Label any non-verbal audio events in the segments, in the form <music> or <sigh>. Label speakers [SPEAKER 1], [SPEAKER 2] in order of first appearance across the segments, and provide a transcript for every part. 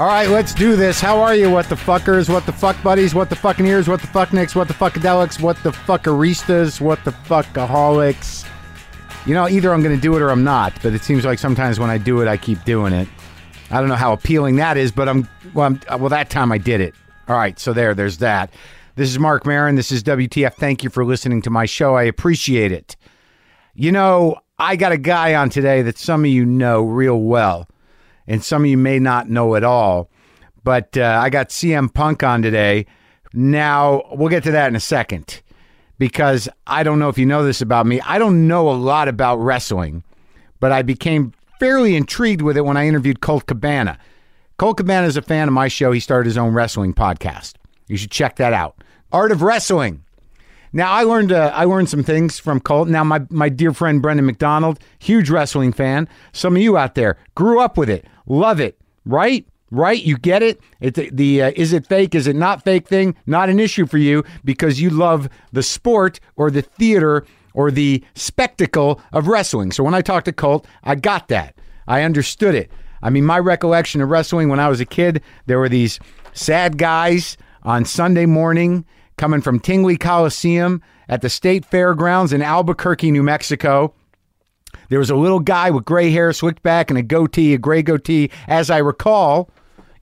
[SPEAKER 1] All right, let's do this. How are you, what the fuckers, what the fuck buddies, what the fucking ears, what the fuck nicks, what the fuckadelics, what the fuckaristas, what the fuckaholics? You know, either I'm going to do it or I'm not, but it seems like sometimes when I do it, I keep doing it. I don't know how appealing that is, but I'm well, I'm, uh, well that time I did it. All right, so there, there's that. This is Mark Marin. This is WTF. Thank you for listening to my show. I appreciate it. You know, I got a guy on today that some of you know real well, and some of you may not know at all. But uh, I got CM Punk on today. Now, we'll get to that in a second because I don't know if you know this about me. I don't know a lot about wrestling, but I became fairly intrigued with it when I interviewed Colt Cabana. Colt Cabana is a fan of my show. He started his own wrestling podcast. You should check that out. Art of Wrestling. Now I learned uh, I learned some things from Colt. Now my my dear friend Brendan McDonald, huge wrestling fan. Some of you out there grew up with it, love it, right? Right? You get it. It the, the uh, is it fake? Is it not fake thing? Not an issue for you because you love the sport or the theater or the spectacle of wrestling. So when I talked to Colt, I got that. I understood it. I mean, my recollection of wrestling when I was a kid, there were these sad guys on Sunday morning coming from Tingley Coliseum at the state fairgrounds in Albuquerque, New Mexico. There was a little guy with gray hair, slicked back, and a goatee, a gray goatee, as I recall,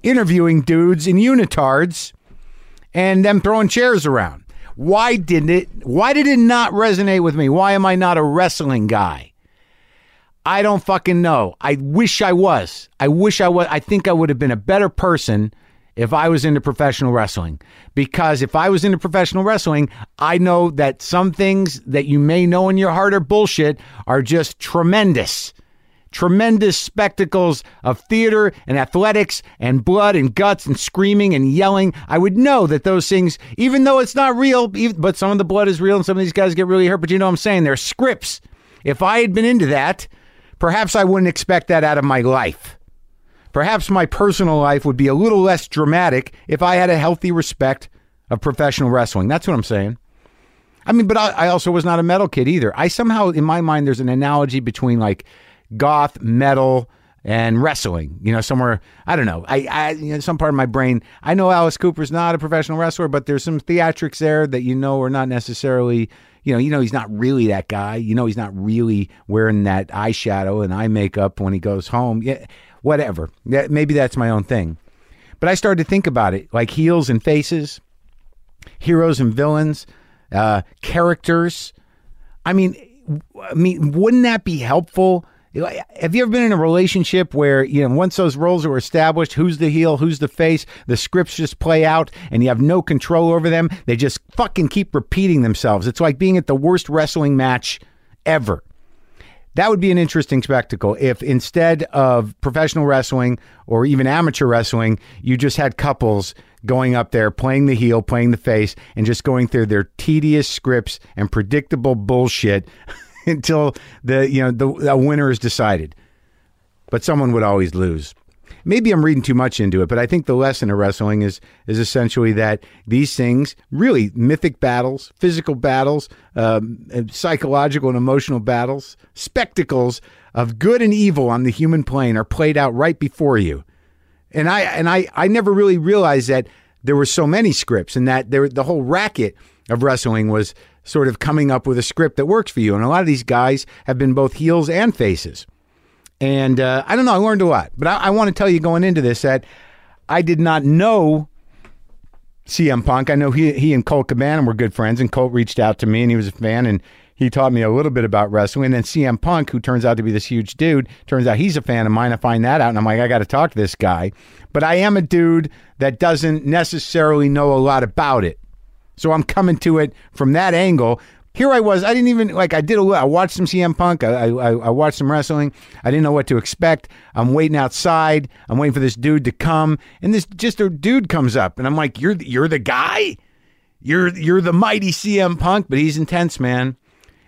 [SPEAKER 1] interviewing dudes in unitards and them throwing chairs around. Why didn't it why did it not resonate with me? Why am I not a wrestling guy? I don't fucking know. I wish I was. I wish I was I think I would have been a better person if I was into professional wrestling. Because if I was into professional wrestling, I know that some things that you may know in your heart are bullshit are just tremendous. Tremendous spectacles of theater and athletics and blood and guts and screaming and yelling. I would know that those things, even though it's not real, even, but some of the blood is real and some of these guys get really hurt. But you know what I'm saying? They're scripts. If I had been into that, perhaps I wouldn't expect that out of my life. Perhaps my personal life would be a little less dramatic if I had a healthy respect of professional wrestling. That's what I'm saying. I mean, but I, I also was not a metal kid either. I somehow, in my mind, there's an analogy between like goth, metal, and wrestling. You know, somewhere I don't know. I, I you know, some part of my brain. I know Alice Cooper's not a professional wrestler, but there's some theatrics there that you know are not necessarily. You know, you know he's not really that guy. You know he's not really wearing that eyeshadow and eye makeup when he goes home. Yeah whatever. That, maybe that's my own thing. But I started to think about it like heels and faces, heroes and villains, uh, characters. I mean, I mean, wouldn't that be helpful? Have you ever been in a relationship where you know once those roles are established, who's the heel, who's the face, the scripts just play out, and you have no control over them. They just fucking keep repeating themselves. It's like being at the worst wrestling match ever. That would be an interesting spectacle if instead of professional wrestling or even amateur wrestling, you just had couples going up there playing the heel, playing the face, and just going through their tedious scripts and predictable bullshit <laughs> until the you know the, the winner is decided. But someone would always lose. Maybe I'm reading too much into it, but I think the lesson of wrestling is is essentially that these things, really mythic battles, physical battles, um, and psychological and emotional battles, spectacles of good and evil on the human plane are played out right before you. And I and I I never really realized that there were so many scripts and that there the whole racket of wrestling was sort of coming up with a script that works for you. And a lot of these guys have been both heels and faces. And uh, I don't know, I learned a lot. But I, I want to tell you going into this that I did not know CM Punk. I know he, he and Colt Cabana were good friends, and Colt reached out to me, and he was a fan, and he taught me a little bit about wrestling. And then CM Punk, who turns out to be this huge dude, turns out he's a fan of mine. I find that out, and I'm like, I got to talk to this guy. But I am a dude that doesn't necessarily know a lot about it. So I'm coming to it from that angle here I was. I didn't even like. I did. A, I watched some CM Punk. I, I I watched some wrestling. I didn't know what to expect. I'm waiting outside. I'm waiting for this dude to come, and this just a dude comes up, and I'm like, "You're you're the guy. You're you're the mighty CM Punk." But he's intense, man,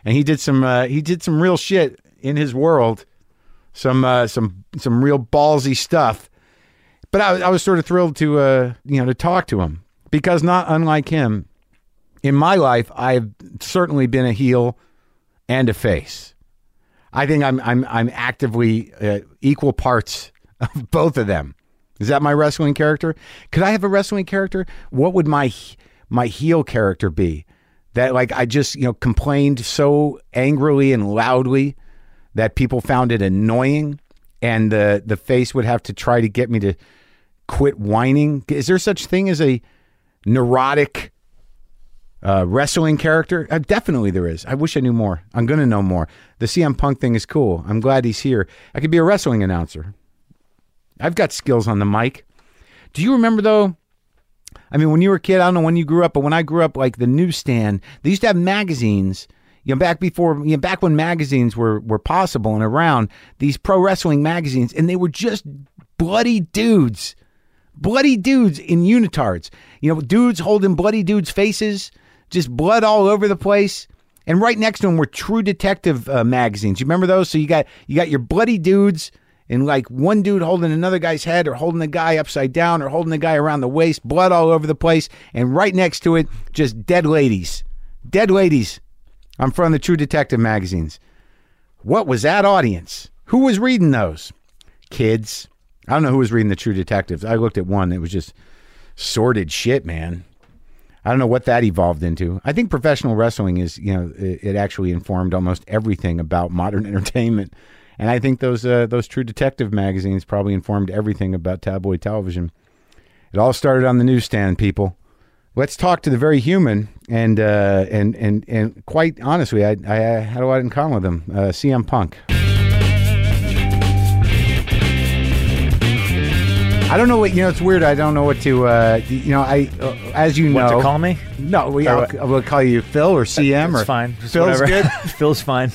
[SPEAKER 1] and he did some uh, he did some real shit in his world, some uh, some some real ballsy stuff. But I, I was sort of thrilled to uh, you know to talk to him because not unlike him, in my life, I've certainly been a heel and a face. <laughs> I think I'm I'm I'm actively uh, equal parts of both of them. Is that my wrestling character? Could I have a wrestling character? What would my my heel character be? That like I just you know complained so angrily and loudly that people found it annoying, and the the face would have to try to get me to quit whining. Is there such thing as a neurotic uh, wrestling character? Uh, definitely there is. I wish I knew more. I'm gonna know more. The CM Punk thing is cool. I'm glad he's here. I could be a wrestling announcer. I've got skills on the mic. Do you remember though? I mean, when you were a kid, I don't know when you grew up, but when I grew up, like the newsstand, they used to have magazines. You know, back before, you know, back when magazines were were possible and around, these pro wrestling magazines, and they were just bloody dudes, bloody dudes in unitards. You know, dudes holding bloody dudes' faces, just blood all over the place. And right next to them were True Detective uh, magazines. You remember those? So you got you got your bloody dudes and like one dude holding another guy's head or holding the guy upside down or holding the guy around the waist, blood all over the place, and right next to it, just dead ladies. Dead ladies. I'm from the True Detective magazines. What was that audience? Who was reading those? Kids. I don't know who was reading the True Detectives. I looked at one, it was just sordid shit, man. I don't know what that evolved into. I think professional wrestling is, you know, it, it actually informed almost everything about modern <laughs> entertainment. And I think those uh, those True Detective magazines probably informed everything about tabloid television. It all started on the newsstand, people. Let's talk to the very human, and uh, and and and quite honestly, I, I had a lot in common with him. Uh, CM Punk. I don't know what you know. It's weird. I don't know what to uh, you know. I uh, as you
[SPEAKER 2] What
[SPEAKER 1] know,
[SPEAKER 2] to call me?
[SPEAKER 1] no, we
[SPEAKER 2] Or
[SPEAKER 1] I'll,
[SPEAKER 2] what?
[SPEAKER 1] we'll call you Phil or CM
[SPEAKER 2] it's
[SPEAKER 1] or
[SPEAKER 2] fine. Just
[SPEAKER 1] Phil's
[SPEAKER 2] whatever. <laughs>
[SPEAKER 1] good. <laughs>
[SPEAKER 2] Phil's fine.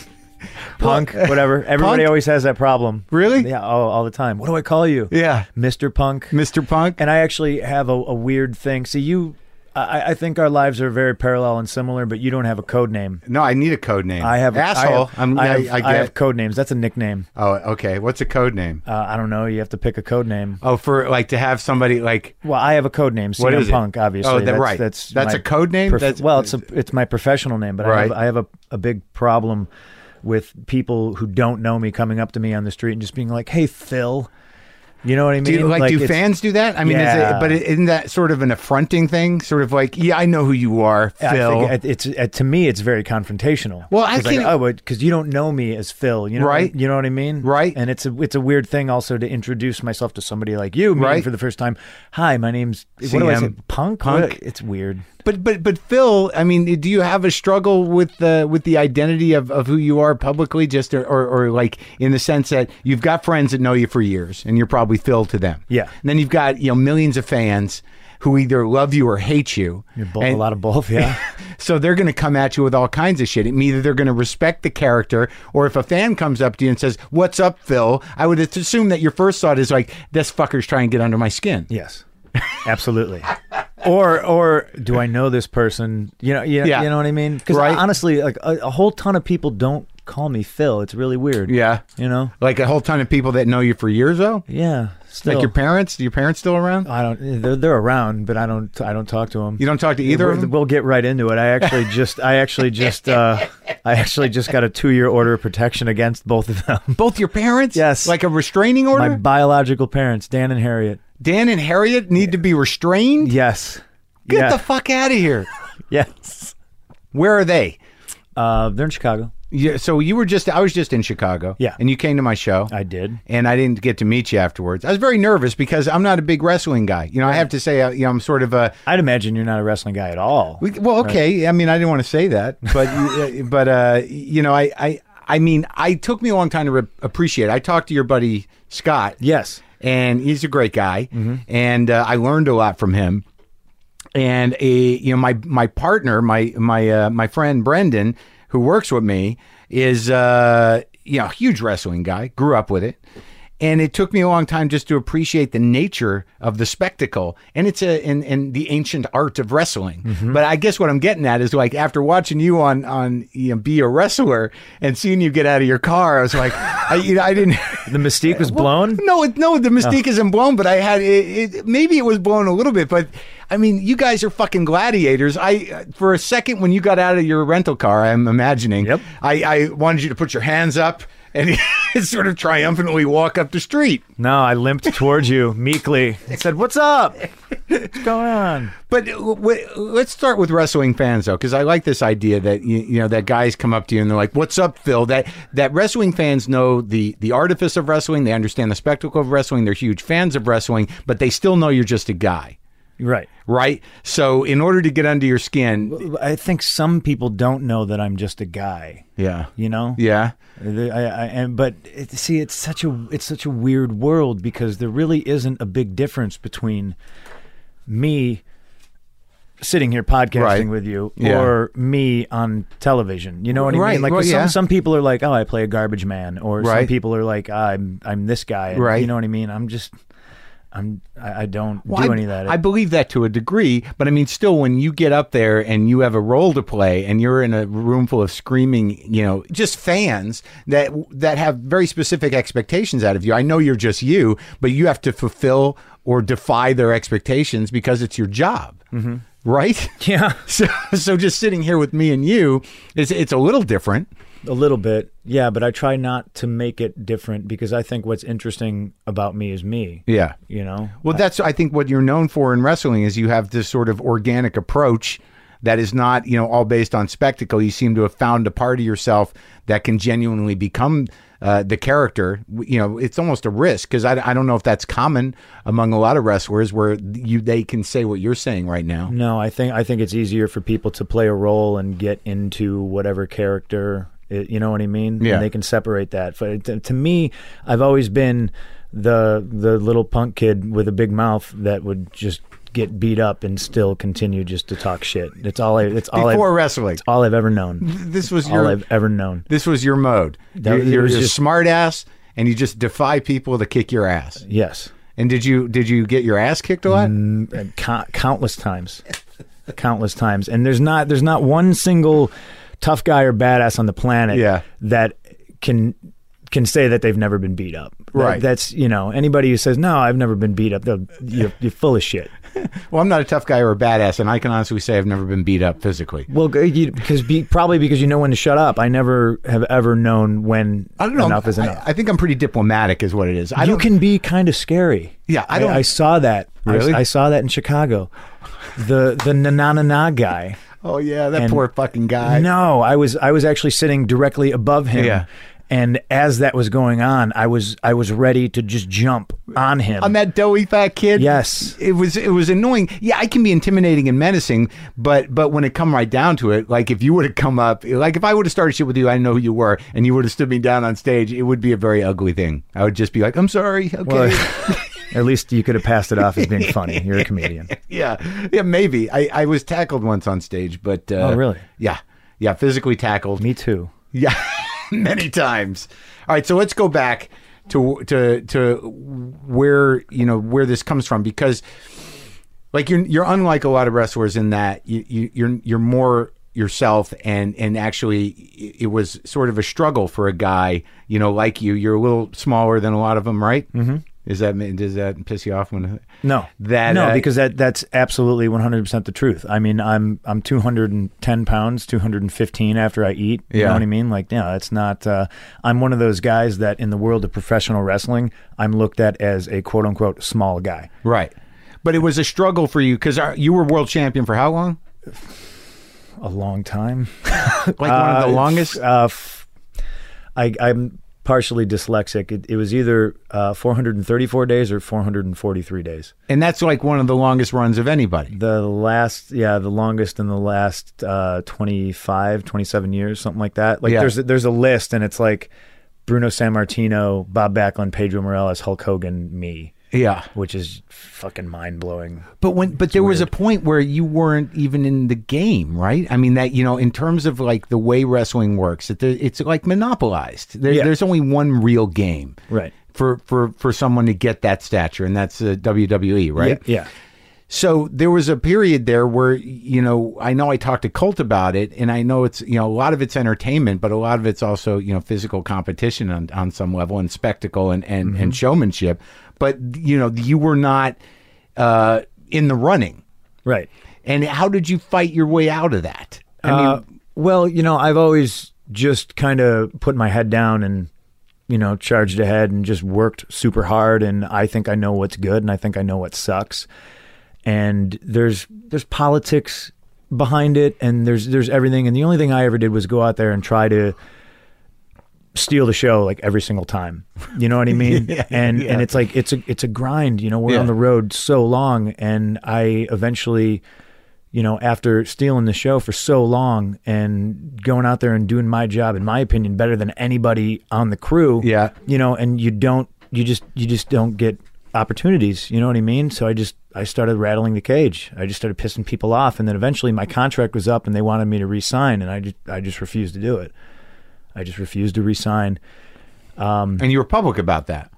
[SPEAKER 2] Punk, whatever. Everybody
[SPEAKER 1] Punk?
[SPEAKER 2] always has that problem.
[SPEAKER 1] Really?
[SPEAKER 2] Yeah, all, all the time. What do I call you?
[SPEAKER 1] Yeah,
[SPEAKER 2] Mr. Punk.
[SPEAKER 1] Mr. Punk.
[SPEAKER 2] And I actually have a, a weird thing. See, you, I, I think our lives are very parallel and similar, but you don't have a code name.
[SPEAKER 1] No, I need a code name.
[SPEAKER 2] I have
[SPEAKER 1] asshole.
[SPEAKER 2] I have,
[SPEAKER 1] I'm,
[SPEAKER 2] I have,
[SPEAKER 1] I, I get.
[SPEAKER 2] I have code names. That's a nickname.
[SPEAKER 1] oh, okay. What's a code name?
[SPEAKER 2] Uh, I don't know. You have to pick a code name.
[SPEAKER 1] Oh, for like to have somebody like
[SPEAKER 2] Well, I have a code name. CM
[SPEAKER 1] What is it?
[SPEAKER 2] Punk, obviously.
[SPEAKER 1] Oh, that-
[SPEAKER 2] that's,
[SPEAKER 1] right.
[SPEAKER 2] That's
[SPEAKER 1] That's
[SPEAKER 2] my
[SPEAKER 1] a code name?
[SPEAKER 2] prof-
[SPEAKER 1] That's-
[SPEAKER 2] well, it's a, it's my professional name, but I have,
[SPEAKER 1] Right.
[SPEAKER 2] I have a, a big problem with people who don't know me coming up to me on the street and just being like, "Hey, Phil," you know what I mean?
[SPEAKER 1] do you, like, do
[SPEAKER 2] it's-
[SPEAKER 1] fans do that? I mean, is
[SPEAKER 2] Yeah.
[SPEAKER 1] it, but isn't that sort of an affronting thing? Sort of like, yeah, I know who you are,
[SPEAKER 2] I
[SPEAKER 1] Phil.
[SPEAKER 2] think it- it's uh, to me, it's very confrontational.
[SPEAKER 1] Well, I
[SPEAKER 2] It's like,
[SPEAKER 1] can't-
[SPEAKER 2] oh, because you don't know me as Phil, you know,
[SPEAKER 1] Right.
[SPEAKER 2] You know what I mean,
[SPEAKER 1] Right.
[SPEAKER 2] And it's a it's a weird thing also to introduce myself to somebody like you, meeting
[SPEAKER 1] Right.
[SPEAKER 2] for the first time. Hi, my name's what do I say,
[SPEAKER 1] CM
[SPEAKER 2] Punk.
[SPEAKER 1] Punk.
[SPEAKER 2] What- It's weird.
[SPEAKER 1] but but but Phil, I mean, do you have a struggle with the with the identity of, of who you are publicly, just or, or or like in the sense that you've got friends that know you for years, and you're probably Phil to them.
[SPEAKER 2] Yeah.
[SPEAKER 1] And then you've got you know millions of fans who either love you or hate you.
[SPEAKER 2] You're both, a
[SPEAKER 1] And-
[SPEAKER 2] lot of
[SPEAKER 1] <laughs>
[SPEAKER 2] both, yeah.
[SPEAKER 1] So they're going to come at you with all kinds of shit. Either they're going to respect the character, or if a fan comes up to you and says, "What's up, Phil?" I would assume that your first thought is like, "This fucker's trying to get under my skin."
[SPEAKER 2] Yes, absolutely. or or do I know this person? You know, you know,
[SPEAKER 1] Yeah.
[SPEAKER 2] you know what I mean? Because
[SPEAKER 1] Right.
[SPEAKER 2] honestly, like a, a whole ton of people don't call me Phil. It's really weird.
[SPEAKER 1] Yeah.
[SPEAKER 2] you know.
[SPEAKER 1] Like a whole ton of people that know you for years, though.
[SPEAKER 2] Yeah, still. Uh,
[SPEAKER 1] Like your parents? Are your parents still around?
[SPEAKER 2] I don't. They're, they're around, but I don't. I don't talk to them.
[SPEAKER 1] You don't talk to either of them.
[SPEAKER 2] We'll get right into it.
[SPEAKER 1] <laughs>
[SPEAKER 2] I actually just. I actually just. Uh, I actually just got a two-year order of protection against both of them. <laughs>
[SPEAKER 1] Both your parents?
[SPEAKER 2] Yes.
[SPEAKER 1] Like a restraining order.
[SPEAKER 2] My biological parents, Dan and Harriet.
[SPEAKER 1] Dan and Harriet need to be restrained.
[SPEAKER 2] Yes.
[SPEAKER 1] Get
[SPEAKER 2] yeah.
[SPEAKER 1] the fuck out of here.
[SPEAKER 2] yes.
[SPEAKER 1] Where are they?
[SPEAKER 2] Uh, they're in Chicago.
[SPEAKER 1] Yeah. So you were just. I was just in Chicago.
[SPEAKER 2] Yeah.
[SPEAKER 1] And you came to my show.
[SPEAKER 2] I did.
[SPEAKER 1] and I didn't get to meet you afterwards. I was very nervous because I'm not a big wrestling guy. You know, I have to say, uh, you know, I'm sort of a
[SPEAKER 2] I'd imagine you're not a wrestling guy at all.
[SPEAKER 1] we- well, okay. I mean, I didn't want to say that,
[SPEAKER 2] <laughs>
[SPEAKER 1] but uh, but uh, you know, I I I mean, I took me a long time to re- appreciate. it. I talked to your buddy Scott,
[SPEAKER 2] yes.
[SPEAKER 1] and he's a great guy, and uh, I learned a lot from him. And a you know my my partner my my uh, my friend Brendan who works with me is uh, you know a huge wrestling guy grew up with it, and it took me a long time just to appreciate the nature of the spectacle and it's a and, and the ancient art of wrestling. But I guess what I'm getting at is like after watching you on on you know, be a wrestler and seeing you get out of your car, I was like <laughs> I you know I didn't. <laughs>
[SPEAKER 2] The mystique <laughs> was blown. Oh.
[SPEAKER 1] No, it, no, the mystique isn't blown, but I had it, it. Maybe it was blown a little bit, but I mean, you guys are fucking gladiators. I uh, for a second when you got out of your rental car, I'm imagining.
[SPEAKER 2] Yep.
[SPEAKER 1] I, I wanted you to put your hands up and <laughs> he sort of triumphantly walk up the street.
[SPEAKER 2] No, I limped towards you meekly and said, What's up? What's going on?
[SPEAKER 1] But uh, w- w- let's start with wrestling fans though, because I like this idea that you, you know that guys come up to you and they're like, "What's up, Phil?" That that wrestling fans know the the artifice of wrestling, they understand the spectacle of wrestling, they're huge fans of wrestling, but they still know you're just a guy,
[SPEAKER 2] Right.
[SPEAKER 1] right? So in order to get under your skin,
[SPEAKER 2] I think some people don't know that I'm just a guy.
[SPEAKER 1] yeah,
[SPEAKER 2] You know?
[SPEAKER 1] yeah,
[SPEAKER 2] The- I, I, and but it, see, it's such a it's such a weird world because there really isn't a big difference between me sitting here podcasting
[SPEAKER 1] Right.
[SPEAKER 2] with you
[SPEAKER 1] Yeah.
[SPEAKER 2] or me on television. You know what I
[SPEAKER 1] Right,
[SPEAKER 2] mean? Like
[SPEAKER 1] well,
[SPEAKER 2] some,
[SPEAKER 1] yeah.
[SPEAKER 2] some people are like, "Oh, I play a garbage man," or some
[SPEAKER 1] Right.
[SPEAKER 2] people are like, "Ah, "I'm I'm this guy." And
[SPEAKER 1] Right.
[SPEAKER 2] You know what I mean? I'm just I'm I, I don't
[SPEAKER 1] Well,
[SPEAKER 2] do
[SPEAKER 1] I,
[SPEAKER 2] any of that.
[SPEAKER 1] I believe that to a degree, but I mean, still, when you get up there and you have a role to play, and you're in a room full of screaming, you know, just fans that that have very specific expectations out of you. I know you're just you, but you have to fulfill or defy their expectations because it's your job, mm-hmm. right?
[SPEAKER 2] <laughs>
[SPEAKER 1] <laughs>
[SPEAKER 2] yeah.
[SPEAKER 1] So, so just sitting here with me and you, it's it's a little different.
[SPEAKER 2] A little bit, yeah, but I try not to make it different because I think what's interesting about me is me.
[SPEAKER 1] Yeah.
[SPEAKER 2] You know?
[SPEAKER 1] Well, that's I think what you're known for in wrestling is you have this sort of organic approach that is not you know all based on spectacle. You seem to have found a part of yourself that can genuinely become uh, the character. W- You know, it's almost a risk because I, I don't know if that's common among a lot of wrestlers where you they can say what you're saying right now.
[SPEAKER 2] No, I think I think it's easier for people to play a role and get into whatever character. i- You know what I mean?
[SPEAKER 1] Yeah.
[SPEAKER 2] And they can separate that. But to, to me, I've always been the the little punk kid with a big mouth that would just get beat up and still continue just to talk shit. It's all I. It's all
[SPEAKER 1] Before
[SPEAKER 2] I've,
[SPEAKER 1] wrestling,
[SPEAKER 2] it's all I've ever known.
[SPEAKER 1] this was
[SPEAKER 2] All
[SPEAKER 1] your
[SPEAKER 2] I've ever known.
[SPEAKER 1] this was your mode.
[SPEAKER 2] That-
[SPEAKER 1] you're
[SPEAKER 2] it
[SPEAKER 1] you're
[SPEAKER 2] was
[SPEAKER 1] a
[SPEAKER 2] just-
[SPEAKER 1] smart ass, and you just defy people to kick your ass.
[SPEAKER 2] Yes.
[SPEAKER 1] And did you did you get your ass kicked a lot?
[SPEAKER 2] and co- countless times, countless times. And there's not there's not one single tough guy or badass on the planet
[SPEAKER 1] Yeah.
[SPEAKER 2] that can can say that they've never been beat up. That-
[SPEAKER 1] Right.
[SPEAKER 2] that's you know anybody who says no, I've never been beat up, they'll- you're,
[SPEAKER 1] <laughs>
[SPEAKER 2] you're full of shit.
[SPEAKER 1] Well, I'm not a tough guy or a badass, and I can honestly say I've never been beat up physically.
[SPEAKER 2] Well, g- you, because be, probably because you know when to shut up. I never have ever known when
[SPEAKER 1] I don't know.
[SPEAKER 2] enough is
[SPEAKER 1] I-
[SPEAKER 2] enough.
[SPEAKER 1] I, think I'm pretty diplomatic, is what it is. I
[SPEAKER 2] you
[SPEAKER 1] don't,
[SPEAKER 2] can be kind of scary.
[SPEAKER 1] Yeah, I don't-
[SPEAKER 2] I, saw that. I-
[SPEAKER 1] Really?
[SPEAKER 2] I, saw that in Chicago. The the na na na na guy.
[SPEAKER 1] Oh yeah, that
[SPEAKER 2] and-
[SPEAKER 1] poor fucking guy.
[SPEAKER 2] No, I was I was actually sitting directly above him.
[SPEAKER 1] Yeah.
[SPEAKER 2] And as that was going on, I was I was ready to just jump on him.
[SPEAKER 1] on that doughy fat kid.
[SPEAKER 2] Yes.
[SPEAKER 1] It was it was annoying. Yeah, I can be intimidating and menacing, but but when it come right down to it, like if you would have come up, like if I would have started shit with you, I know who you were, and you would have stood me down on stage, it would be a very ugly thing. I would just be like, I'm sorry. Okay.
[SPEAKER 2] Well, at least you could have passed it off as being funny. You're a comedian.
[SPEAKER 1] <laughs> yeah, yeah, maybe. I I was tackled once on stage, but uh,
[SPEAKER 2] Oh, really?
[SPEAKER 1] Yeah, yeah, physically tackled.
[SPEAKER 2] Me too.
[SPEAKER 1] Yeah, <laughs> many times. All right, so let's go back to to to where you know where this comes from because, like you're you're unlike a lot of wrestlers in that you, you you're you're more yourself and and actually it was sort of a struggle for a guy you know like you you're a little smaller than a lot of them right mm-hmm. is that does that piss you off when
[SPEAKER 2] No.
[SPEAKER 1] That,
[SPEAKER 2] No,
[SPEAKER 1] uh,
[SPEAKER 2] because that that's absolutely one hundred percent the truth. I mean I'm I'm two hundred and ten pounds, two hundred and fifteen after I eat. You
[SPEAKER 1] Yeah.
[SPEAKER 2] know what I mean? Like, yeah, it's not uh, I'm one of those guys that in the world of professional wrestling, I'm looked at as a quote unquote small guy.
[SPEAKER 1] right but it was a struggle for you because you were world champion for how long
[SPEAKER 2] A long time.
[SPEAKER 1] like one of the
[SPEAKER 2] Uh,
[SPEAKER 1] longest
[SPEAKER 2] f- Uh, f- I, I'm partially dyslexic. It, it was either uh, 434 days or 443 days.
[SPEAKER 1] and that's like one of the longest runs of anybody
[SPEAKER 2] The last, yeah, the longest in the last uh, 25, 27 years, something like that. Like
[SPEAKER 1] Yeah.
[SPEAKER 2] there's a, there's a list, and it's like Bruno San Martino, Bob Backlund, Pedro Morales, Hulk Hogan, me,
[SPEAKER 1] yeah
[SPEAKER 2] which is fucking mind blowing.
[SPEAKER 1] But when but there was a point where you weren't even in the game, right? I mean that you know in terms of like the way wrestling works, it, it's like monopolized. There,
[SPEAKER 2] Yeah.
[SPEAKER 1] There's only one real game,
[SPEAKER 2] Right.
[SPEAKER 1] For for for someone to get that stature, and that's uh, the WWE, E, right?
[SPEAKER 2] Yeah.
[SPEAKER 1] So there was a period there where you know I know I talked to Colt about it, and I know it's you know a lot of it's entertainment, but a lot of it's also you know physical competition on, on some level and spectacle and and,
[SPEAKER 2] Mm-hmm.
[SPEAKER 1] and showmanship. But you know you were not uh, in the running,
[SPEAKER 2] Right.
[SPEAKER 1] and how did you fight your way out of that? I mean,
[SPEAKER 2] Uh, well, you know, I've always just kind of put my head down and you know, charged ahead and just worked super hard and I think I know what's good and I think I know what sucks. And there's there's politics behind it and there's there's everything and the only thing I ever did was go out there and try to steal the show like every single time. You know what I mean? and and it's like it's a it's a grind, you know, we're
[SPEAKER 1] Yeah.
[SPEAKER 2] on the road so long and I eventually you know, after stealing the show for so long and going out there and doing my job in my opinion better than anybody on the crew.
[SPEAKER 3] Yeah.
[SPEAKER 2] You know, and you don't you just you just don't get opportunities, you know what I mean? So I just I started rattling the cage. I just started pissing people off and then eventually my contract was up and they wanted me to resign and I just I just refused to do it. I just refused to resign. Mm-hmm.
[SPEAKER 1] And you were public about that.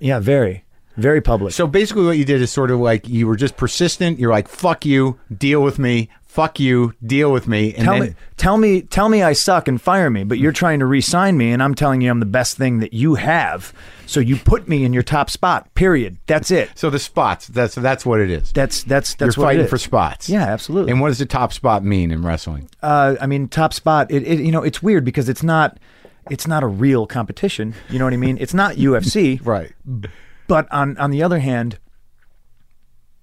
[SPEAKER 2] Yeah, very, very public.
[SPEAKER 1] So basically, what you did is sort of like you were just persistent. You're like, "Fuck you, deal with me. Fuck you, deal with me." And
[SPEAKER 2] tell
[SPEAKER 1] then,
[SPEAKER 2] me, tell me, tell me, I suck and fire me. But you're trying to re-sign me, and I'm telling you, I'm the best thing that you have. So you put me in your top spot. Period. That's it.
[SPEAKER 1] so the spots. That's that's what it is.
[SPEAKER 2] That's that's that's
[SPEAKER 1] You're
[SPEAKER 2] what it
[SPEAKER 1] fighting
[SPEAKER 2] is.
[SPEAKER 1] for spots.
[SPEAKER 2] Yeah, absolutely.
[SPEAKER 1] And what does the top spot mean in wrestling?
[SPEAKER 2] uh, I mean, top spot. It, it you know, it's weird because it's not, it's not a real competition. You know what I mean? It's not UFC.
[SPEAKER 1] <laughs> Right.
[SPEAKER 2] But on on the other hand,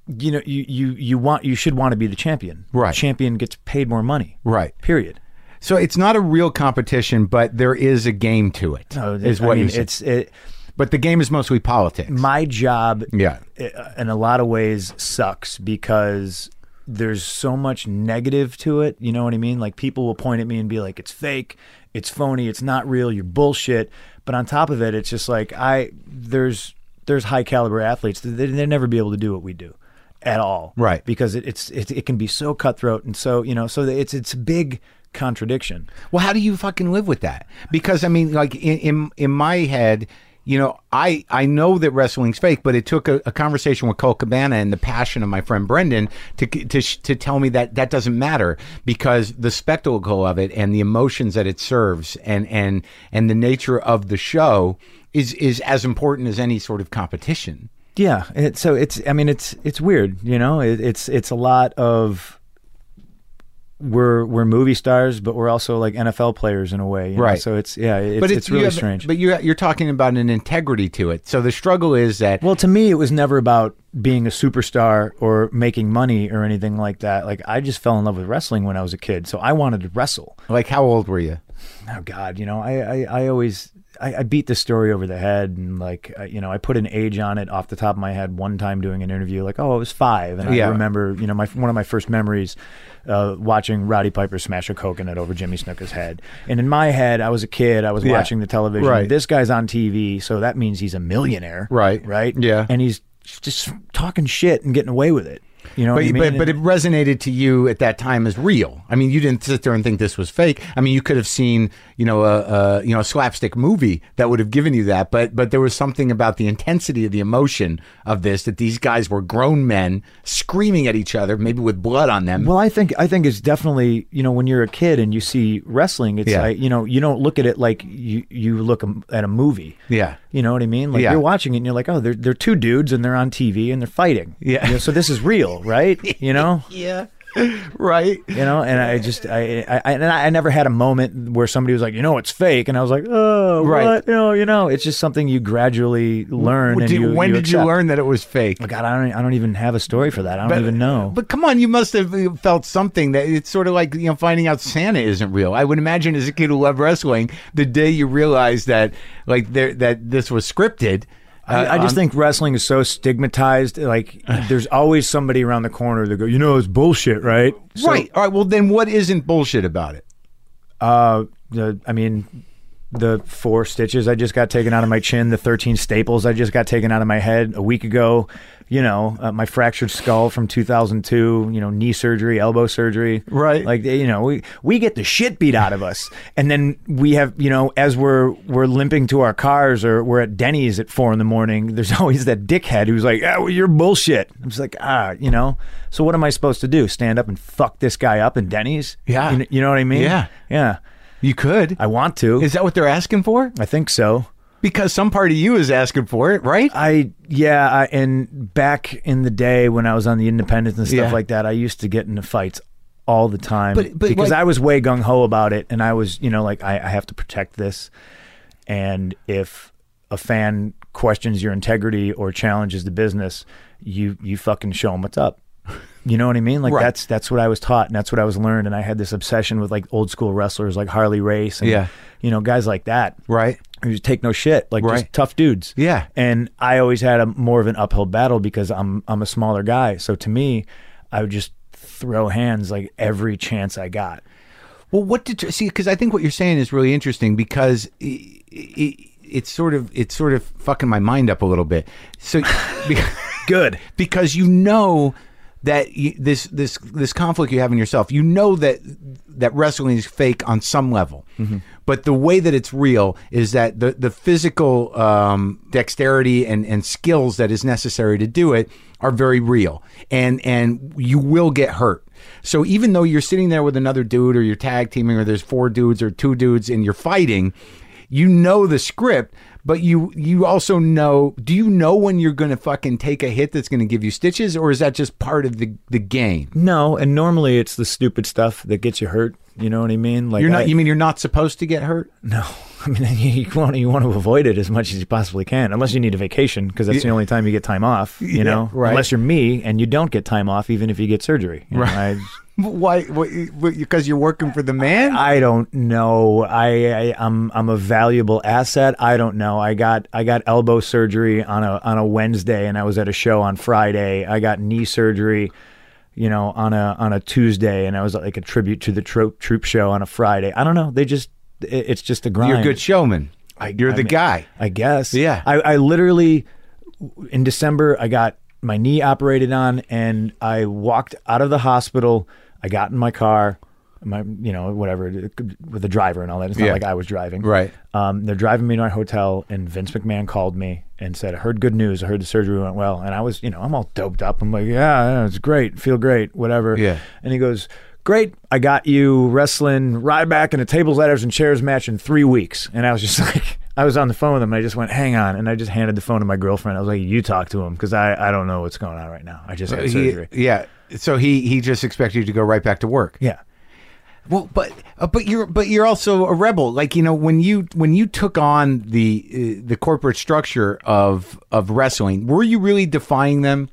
[SPEAKER 2] you know, you you you want you should want to be the champion.
[SPEAKER 1] Right.
[SPEAKER 2] Champion gets paid more money.
[SPEAKER 1] Right.
[SPEAKER 2] Period.
[SPEAKER 1] So it's not a real competition, but there is a game to it. Is
[SPEAKER 2] No, I
[SPEAKER 1] what
[SPEAKER 2] mean,
[SPEAKER 1] you said.
[SPEAKER 2] it's it,
[SPEAKER 1] but the game is mostly politics.
[SPEAKER 2] my job.
[SPEAKER 1] Yeah.
[SPEAKER 2] uh, in a lot of ways sucks because there's so much negative to it. You know what I mean? Like people will point at me and be like, "It's fake, it's phony, it's not real, you're bullshit." But on top of it, it's just like I there's there's high caliber athletes. They they never be able to do what we do at all,
[SPEAKER 1] Right.
[SPEAKER 2] Because it, it's it, it can be so cutthroat and so you know so it's it's a big contradiction.
[SPEAKER 1] Well, how do you fucking live with that? Because I mean, like in in, in my head, you know, I I know that wrestling's fake, but it took a, a conversation with Cole Cabana and the passion of my friend Brendan to to sh- to tell me that that doesn't matter because the spectacle of it and the emotions that it serves and and and the nature of the show is is as important as any sort of competition.
[SPEAKER 2] Yeah, it, so it's I mean it's it's weird, you know. It, it's it's a lot of we're we're movie stars, but we're also like NFL players in a way, you know?
[SPEAKER 1] Right.
[SPEAKER 2] So it's yeah, it's, it's,
[SPEAKER 1] you
[SPEAKER 2] really
[SPEAKER 1] have-
[SPEAKER 2] strange.
[SPEAKER 1] But you're you're talking about an integrity to it. So the struggle is that
[SPEAKER 2] well, to me, it was never about being a superstar or making money or anything like that. Like I just fell in love with wrestling when I was a kid, so I wanted to wrestle.
[SPEAKER 1] like how old were you?
[SPEAKER 2] oh god you know i i, I always I, I beat the story over the head and like I, you know i put an age on it off the top of my head one time doing an interview like oh it was five and
[SPEAKER 1] Yeah.
[SPEAKER 2] i remember you know my one of my first memories uh, watching roddy piper smash a coconut over jimmy snooker's head and in my head i was a kid i was
[SPEAKER 1] Yeah.
[SPEAKER 2] watching the television
[SPEAKER 1] Right.
[SPEAKER 2] this guy's on tv so that means he's a millionaire
[SPEAKER 1] Right.
[SPEAKER 2] right
[SPEAKER 1] Yeah.
[SPEAKER 2] and he's just talking shit and getting away with it you know
[SPEAKER 1] But,
[SPEAKER 2] what I mean?
[SPEAKER 1] but
[SPEAKER 2] And-
[SPEAKER 1] but it resonated to you at that time as real. I mean, you didn't sit there and think this was fake. I mean, you could have seen you know a, a you know a slapstick movie that would have given you that. But but there was something about the intensity of the emotion of this that these guys were grown men screaming at each other, maybe with blood on them.
[SPEAKER 2] Well, I think I think it's definitely you know when you're a kid and you see wrestling, it's
[SPEAKER 1] Yeah.
[SPEAKER 2] like you know you don't look at it like you you look am- at a movie.
[SPEAKER 1] Yeah.
[SPEAKER 2] you know what I mean. Like
[SPEAKER 1] Yeah.
[SPEAKER 2] you're watching it and you're like, oh, they're they're two dudes and they're on TV and they're fighting.
[SPEAKER 1] Yeah.
[SPEAKER 2] You know, so this is
[SPEAKER 1] <laughs>
[SPEAKER 2] real, right? You know.
[SPEAKER 1] yeah, right.
[SPEAKER 2] You know, and I just I, I I- and I never had a moment where somebody was like, you know, it's fake, and I was like, oh,
[SPEAKER 1] Right.
[SPEAKER 2] what? You know, you know, it's just something you gradually learn. and
[SPEAKER 1] Did-
[SPEAKER 2] you,
[SPEAKER 1] when did you
[SPEAKER 2] accept.
[SPEAKER 1] learn that it was fake?
[SPEAKER 2] God, I don't I don't even have a story for that. I don't even know.
[SPEAKER 1] But come on, you must have uh, felt something that it's sort of like you know finding out Santa isn't real. I would imagine as a kid who loved wrestling, the day you realized that like there that this was scripted. uh,
[SPEAKER 2] I, I just think wrestling is so stigmatized. Like, there's always somebody around the corner that go, you know, it's bullshit, right? So,
[SPEAKER 1] right. All right. Well, then what isn't bullshit about it?
[SPEAKER 2] Uh, the, I mean, the four stitches I just got taken out of my chin, the 13 staples I just got taken out of my head a week ago, you know, uh, my fractured skull from 2002, you know, knee surgery, elbow surgery.
[SPEAKER 1] Right.
[SPEAKER 2] Like, you know, we, we get the shit beat out of us. And then we have, you know, as we're, we're limping to our cars or we're at Denny's at four in the morning, there's <laughs> always that dickhead who's like, ah, well, you're bullshit. I'm just like, ah, you know, so what am I supposed to do? Stand up and fuck this guy up in Denny's?
[SPEAKER 1] Yeah.
[SPEAKER 2] You, kn- you know what I mean?
[SPEAKER 1] Yeah.
[SPEAKER 2] Yeah.
[SPEAKER 1] You could.
[SPEAKER 2] I want to.
[SPEAKER 1] Is that what they're asking for?
[SPEAKER 2] I think so.
[SPEAKER 1] Because some part of you is asking for it, right?
[SPEAKER 2] I yeah, I, and back in the day when I was on the independents and stuff
[SPEAKER 1] Yeah.
[SPEAKER 2] like that, I used to get into fights all the time
[SPEAKER 1] But- but,
[SPEAKER 2] because
[SPEAKER 1] like-
[SPEAKER 2] I was way gung ho about it, and I was you know like I, I have to protect this, And if a fan questions your integrity or challenges the business, you you fucking show them what's up. You know what I mean? Like
[SPEAKER 1] Right.
[SPEAKER 2] that's that's what I was taught and that's what I was learned. And I had this obsession with like old school wrestlers like Harley Race and
[SPEAKER 1] Yeah.
[SPEAKER 2] you know guys like that
[SPEAKER 1] right?
[SPEAKER 2] who just take no shit, like
[SPEAKER 1] Right.
[SPEAKER 2] just tough dudes.
[SPEAKER 1] Yeah.
[SPEAKER 2] And I always had a more of an uphill battle because I'm I'm a smaller guy. So to me, I would just throw hands like every chance I got.
[SPEAKER 1] Well, what did you see? Because I think what you're saying is really interesting because i i it's sort of it's sort of fucking my mind up a little bit. So, <laughs> be-
[SPEAKER 2] Good.
[SPEAKER 1] because you know that you, this this this conflict you have in yourself, you know that that wrestling is fake on some level, but the way that it's real is that the the physical um, dexterity and and skills that is necessary to do it are very real, and and you will get hurt. So even though you're sitting there with another dude, or you're tag teaming, or there's four dudes or two dudes, and you're fighting, you know the script but you you also know do you know when you're going to fucking take a hit that's going to give you stitches or is that just part of the the game
[SPEAKER 2] No, and normally it's the stupid stuff that gets you hurt. You know what I mean? Like
[SPEAKER 1] you're
[SPEAKER 2] I-
[SPEAKER 1] not you mean you're not supposed to get hurt
[SPEAKER 2] <laughs>
[SPEAKER 1] <laughs>
[SPEAKER 2] No, I mean <laughs> you want you want to avoid it as much as you possibly can, unless you need a vacation because that's the only time you get time off. You know,
[SPEAKER 1] right.
[SPEAKER 2] unless you're me and you don't get time off, even if you get surgery. You know,
[SPEAKER 1] <laughs> why because you're working for the man
[SPEAKER 2] I, I don't know. I, I I'm I'm a valuable asset. I don't know. I got I got elbow surgery on a on a Wednesday, and I was at a show on Friday. I got knee surgery. You know, on a on a Tuesday, and I was at, like a tribute to the troop troop show on a Friday. I don't know. They just it, it's just a grind.
[SPEAKER 1] you're a good showman you're the
[SPEAKER 2] mean-
[SPEAKER 1] guy
[SPEAKER 2] I guess.
[SPEAKER 1] Yeah.
[SPEAKER 2] I, I literally, in December, I got my knee operated on and I walked out of the hospital. I got in my car, my, you know, whatever, with the driver and all that. It's not
[SPEAKER 1] Yeah.
[SPEAKER 2] like I was driving.
[SPEAKER 1] Right.
[SPEAKER 2] Um, they're driving me to my hotel and Vince McMahon called me and said, I heard good news. I heard the surgery went well. And I was, you know, I'm all doped up. I'm like, yeah, yeah, it's great. Feel great. Whatever.
[SPEAKER 1] Yeah.
[SPEAKER 2] And he goes, Great, I got you wrestling Ryback in a tables, ladders, and chairs match in three weeks. And I was just <laughs> like, I was on the phone with him. And I just went, hang on. And I just handed the phone to my girlfriend. I was like, you talk to him because I, I don't know what's going on right now. I just had
[SPEAKER 1] He-
[SPEAKER 2] surgery.
[SPEAKER 1] yeah so he he just expects you to go right back to work
[SPEAKER 2] Yeah.
[SPEAKER 1] Well, but uh, but you're but you're also a rebel. Like you know when you when you took on the uh, the corporate structure of of wrestling, were you really defying them,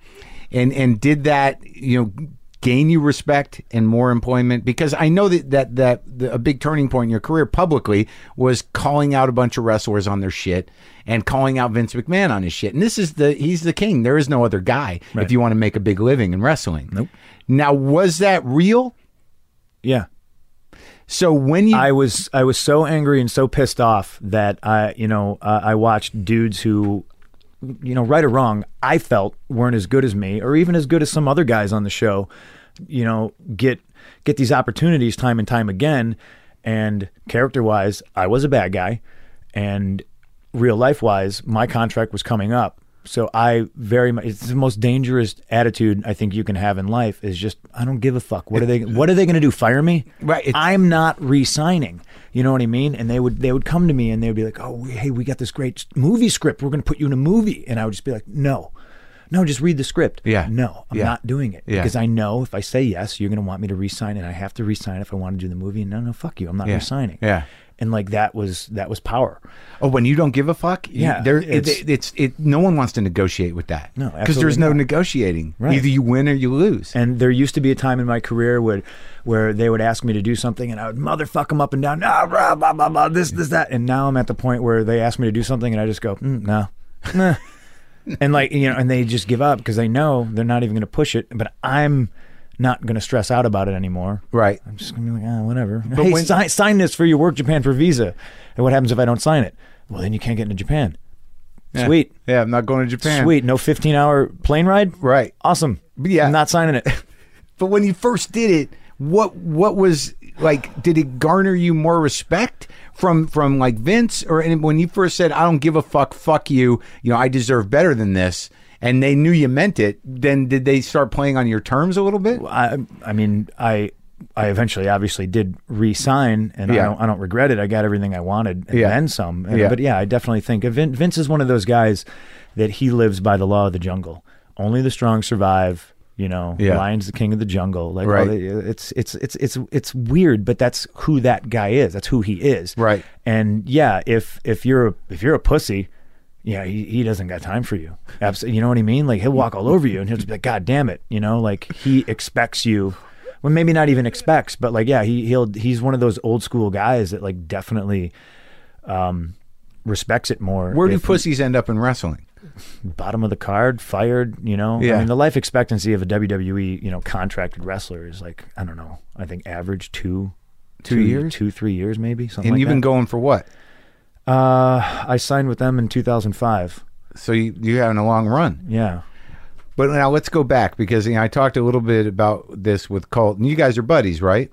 [SPEAKER 1] and and did that you know gain you respect and more employment? Because I know that that that the, a big turning point in your career publicly was calling out a bunch of wrestlers on their shit and calling out Vince McMahon on his shit. And this is the he's the king. There is no other guy if you want to make a big living in wrestling. Nope. Now was that real?
[SPEAKER 2] Yeah.
[SPEAKER 1] So when you
[SPEAKER 2] I was I was so angry and so pissed off that I you know uh, I watched dudes who you know right or wrong I felt weren't as good as me or even as good as some other guys on the show you know get get these opportunities time and time again and character wise I was a bad guy and real life wise my contract was coming up so I very much it's the most dangerous attitude I think you can have in life is just I don't give a fuck what are they what are they going to do fire me
[SPEAKER 1] Right, it's-
[SPEAKER 2] <laughs> I'm not re-signing. You know what I mean? And they would they would come to me and they would be like, "Oh, we- hey, we got this great movie script. We're going to put you in a movie." And I would just be like, "No, no, just read the script."
[SPEAKER 1] Yeah.
[SPEAKER 2] No, I'm
[SPEAKER 1] Yeah.
[SPEAKER 2] not doing it
[SPEAKER 1] Yeah.
[SPEAKER 2] because I know if I say yes, you're going to want me to re-sign, and I have to re-sign if I want to do the movie. And no, no, fuck you, I'm not re-signing.
[SPEAKER 1] Yeah.
[SPEAKER 2] And like that was that was power.
[SPEAKER 1] Oh, when you don't give a fuck, you-
[SPEAKER 2] Yeah,
[SPEAKER 1] there it's
[SPEAKER 2] it's-
[SPEAKER 1] it, it's it. No one wants to negotiate with that.
[SPEAKER 2] No,
[SPEAKER 1] because there's
[SPEAKER 2] absolutely
[SPEAKER 1] no
[SPEAKER 2] not.
[SPEAKER 1] negotiating.
[SPEAKER 2] Right.
[SPEAKER 1] Either you win or you lose.
[SPEAKER 2] And there used to be a time in my career where, where they would ask me to do something, and I would motherfuck them up and down. Nah, blah, blah, blah, blah, this, this, that. And now I'm at the point where they ask me to do something, and I just go, mm, no. Nah. <laughs> and like you know, and they just give up because they know they're not even going to push it. But I'm not going to stress out about it anymore.
[SPEAKER 1] Right.
[SPEAKER 2] I'm just gonna be like, ah, whatever. hey,
[SPEAKER 1] when-
[SPEAKER 2] sign, sign this for your work Japan for visa. And what happens if I don't sign it? Well, then you can't get into Japan. Sweet,
[SPEAKER 1] Yeah, I'm not going to Japan.
[SPEAKER 2] sweet. No 15 hour plane ride.
[SPEAKER 1] Right.
[SPEAKER 2] Awesome.
[SPEAKER 1] Yeah.
[SPEAKER 2] I'm not signing it. <laughs>
[SPEAKER 1] But when you first did it, what what was like? Did it garner you more respect from from like Vince or and when you first said, "I don't give a fuck, fuck you," you know, I deserve better than this, and they knew you meant it. Then did they start playing on your terms a little bit?
[SPEAKER 2] I I mean I I eventually obviously did re-sign and
[SPEAKER 1] Yeah.
[SPEAKER 2] I don't I don't regret it. I got everything I wanted and
[SPEAKER 1] Yeah.
[SPEAKER 2] then some. And-
[SPEAKER 1] Yeah.
[SPEAKER 2] But yeah, I definitely think Vin, Vince is one of those guys that he lives by the law of the jungle. Only the strong survive. you know
[SPEAKER 1] Yeah.
[SPEAKER 2] lion's the king of the jungle like all
[SPEAKER 1] Right.
[SPEAKER 2] the- it's it's it's it's it's weird but that's who that guy is that's who he is
[SPEAKER 1] Right.
[SPEAKER 2] and yeah if if you're a, if you're a pussy yeah he, he doesn't got time for you absolutely you know what i mean like he'll walk all over you and he'll just be like god damn it you know like he expects you well maybe not even expects but like yeah he he'll he's one of those old school guys that like definitely um respects it more
[SPEAKER 1] Where do
[SPEAKER 2] if-
[SPEAKER 1] pussies end up in wrestling?
[SPEAKER 2] bottom of the card, fired, you know?
[SPEAKER 1] Yeah.
[SPEAKER 2] I mean, the life expectancy of a WWE, you know, contracted wrestler is like, I don't know, I think average two,
[SPEAKER 1] Two years?
[SPEAKER 2] two, three years maybe, something
[SPEAKER 1] And
[SPEAKER 2] like
[SPEAKER 1] you've been
[SPEAKER 2] that.
[SPEAKER 1] going for what?
[SPEAKER 2] uh, I signed with them in 2005.
[SPEAKER 1] So you, you're having a long run.
[SPEAKER 2] Yeah.
[SPEAKER 1] But now let's go back because you know, I talked a little bit about this with Colt. And you guys are buddies, right?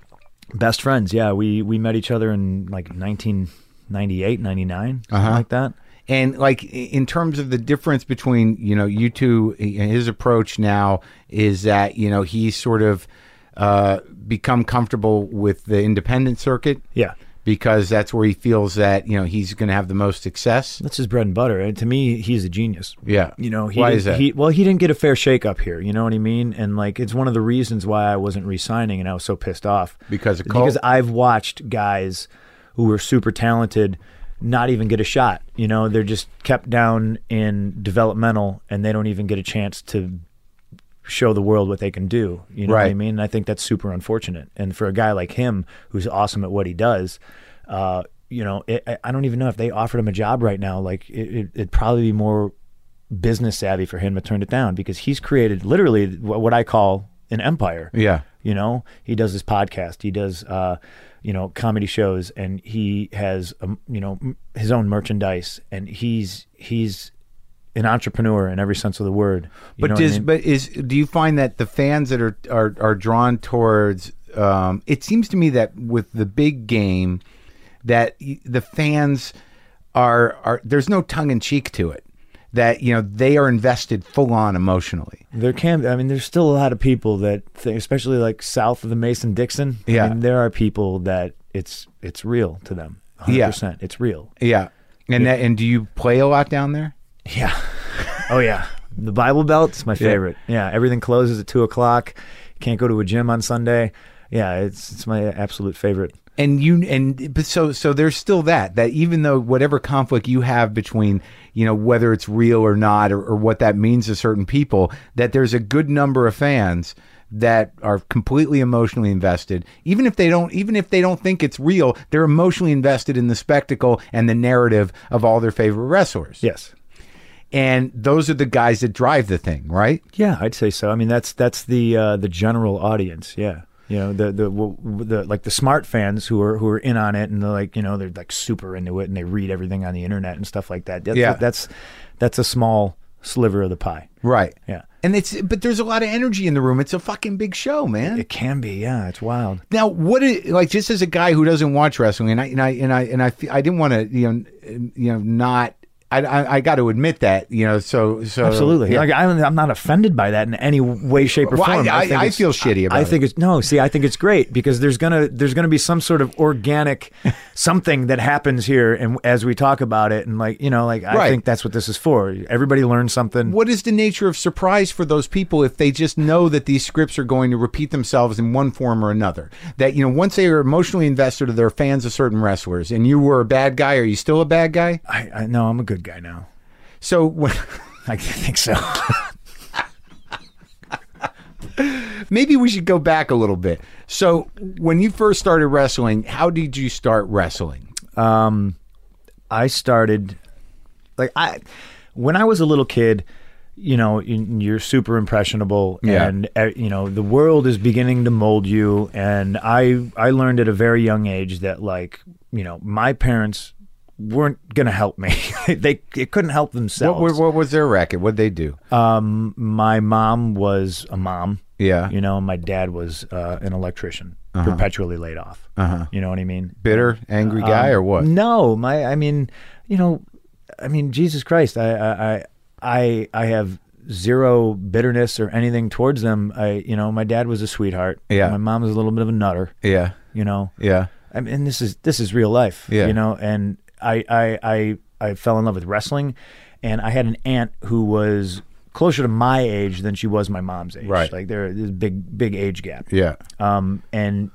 [SPEAKER 2] Best friends. Yeah. We, we met each other in like 1998, 99, something like that.
[SPEAKER 1] And like i- in terms of the difference between you know you two, i- his approach now is that you know he's sort of uh, become comfortable with the independent circuit.
[SPEAKER 2] Yeah.
[SPEAKER 1] because that's where he feels that you know he's going to have the most success.
[SPEAKER 2] That's his bread and butter. And to me, he's a genius.
[SPEAKER 1] Yeah.
[SPEAKER 2] You know, he
[SPEAKER 1] Why
[SPEAKER 2] didn't-
[SPEAKER 1] is that?
[SPEAKER 2] He, well, he didn't get a fair shake up here. You know what I mean? And like, it's one of the reasons why I wasn't re-signing and I was so pissed off
[SPEAKER 1] Because of
[SPEAKER 2] because
[SPEAKER 1] Cole?
[SPEAKER 2] I've watched guys who were super talented not even get a shot. You know, they're just kept down in developmental and they don't even get a chance to show the world what they can do. You know what I
[SPEAKER 1] Right.
[SPEAKER 2] mean? And I think that's super unfortunate. And for a guy like him, who's awesome at what he does, uh, you know, it, I- I don't even know if they offered him a job right now. Like, it, it, it'd probably be more business savvy for him to turn it down because he's created literally wh- what I call an empire.
[SPEAKER 1] Yeah.
[SPEAKER 2] You know, he does his podcast, he does, uh, you know, comedy shows, and he has, um, you know, m- his own merchandise, and he's he's an entrepreneur in every sense of the word. You know
[SPEAKER 1] But
[SPEAKER 2] what I
[SPEAKER 1] does
[SPEAKER 2] mean?
[SPEAKER 1] but is do you find that the fans that are are, are drawn towards? Um, it seems to me that with the big game, that y- the fans are are there's no tongue in cheek to it. That you know they are invested full on emotionally.
[SPEAKER 2] There can, I mean, there's still a lot of people that, think, especially like south of the Mason Dixon.
[SPEAKER 1] Yeah.
[SPEAKER 2] I mean, there are people that it's it's real to them. 100%.
[SPEAKER 1] Yeah.
[SPEAKER 2] It's real.
[SPEAKER 1] Yeah. And that and do you play a lot down there?
[SPEAKER 2] Yeah. <laughs> Oh yeah. The Bible Belt's my favorite. Yeah. Everything closes at two o'clock. Can't go to a gym on Sunday. Yeah, it's it's my absolute favorite.
[SPEAKER 1] and you and but so so there's still that that even though whatever conflict you have between you know whether it's real or not or, or what that means to certain people that there's a good number of fans that are completely emotionally invested even if they don't even if they don't think it's real they're emotionally invested in the spectacle and the narrative of all their favorite wrestlers
[SPEAKER 2] Yes.
[SPEAKER 1] and those are the guys that drive the thing right
[SPEAKER 2] Yeah, I'd say so. I mean, that's that's the uh, the general audience. Yeah, you know the the w- w- the like the smart fans who are who are in on it and they're like you know they're like super into it and they read everything on the internet and stuff like that. That's,
[SPEAKER 1] Yeah.
[SPEAKER 2] that's that's a small sliver of the pie.
[SPEAKER 1] right
[SPEAKER 2] Yeah.
[SPEAKER 1] and it's but there's a lot of energy in the room it's a fucking big show man
[SPEAKER 2] It can be. Yeah, it's wild.
[SPEAKER 1] Now, what is, like just as a guy who doesn't watch wrestling, and I and I and I and I, fe- I didn't want to you know n- you know not I I, I got to admit that you know so so
[SPEAKER 2] Absolutely.
[SPEAKER 1] yeah.
[SPEAKER 2] Like I, I'm not offended by that in any way, shape, or
[SPEAKER 1] Well, I-
[SPEAKER 2] form.
[SPEAKER 1] I-
[SPEAKER 2] think
[SPEAKER 1] I
[SPEAKER 2] it's-
[SPEAKER 1] feel shitty about
[SPEAKER 2] I think it's no. See, I think it's great because there's gonna there's gonna be some sort of
[SPEAKER 1] <laughs>
[SPEAKER 2] organic something that happens here, and as we talk about it, and like you know, like I
[SPEAKER 1] Right.
[SPEAKER 2] think that's what this is for. Everybody learns something.
[SPEAKER 1] what is the nature of surprise for those people if they just know that these scripts are going to repeat themselves in one form or another? That you know, once they are emotionally invested, or they're fans of certain wrestlers, and you were a bad guy, are you still a bad guy?
[SPEAKER 2] I, I no, I'm a good guy now.
[SPEAKER 1] So when, <laughs>
[SPEAKER 2] I think so.
[SPEAKER 1] maybe we should go back a little bit. So when you first started wrestling, how did you start wrestling?
[SPEAKER 2] I started like I when I was a little kid, you know, you- you're super impressionable
[SPEAKER 1] Yeah.
[SPEAKER 2] and uh, you know, the world is beginning to mold you and I I learned at a very young age that like, you know, my parents weren't going to help me. <laughs> they it couldn't help themselves.
[SPEAKER 1] What, were- what was their racket? What would they do?
[SPEAKER 2] um my mom was a mom.
[SPEAKER 1] Yeah. Uh-huh.
[SPEAKER 2] You know, and my dad was uh, an electrician, perpetually laid off. You know what I mean?
[SPEAKER 1] bitter, angry guy,
[SPEAKER 2] uh,
[SPEAKER 1] or what?
[SPEAKER 2] No, my I mean, you know, I mean Jesus Christ, I I I- I I have zero bitterness or anything towards them. I you know, my dad was a sweetheart.
[SPEAKER 1] Yeah.
[SPEAKER 2] My mom was a little bit of a nutter,
[SPEAKER 1] Yeah,
[SPEAKER 2] you know.
[SPEAKER 1] yeah,
[SPEAKER 2] I mean this is this is real life,
[SPEAKER 1] Yeah.
[SPEAKER 2] you know, and I I I I fell in love with wrestling and I had an aunt who was closer to my age than she was my mom's age.
[SPEAKER 1] Right.
[SPEAKER 2] Like there is a big big age gap.
[SPEAKER 1] Yeah.
[SPEAKER 2] Um, and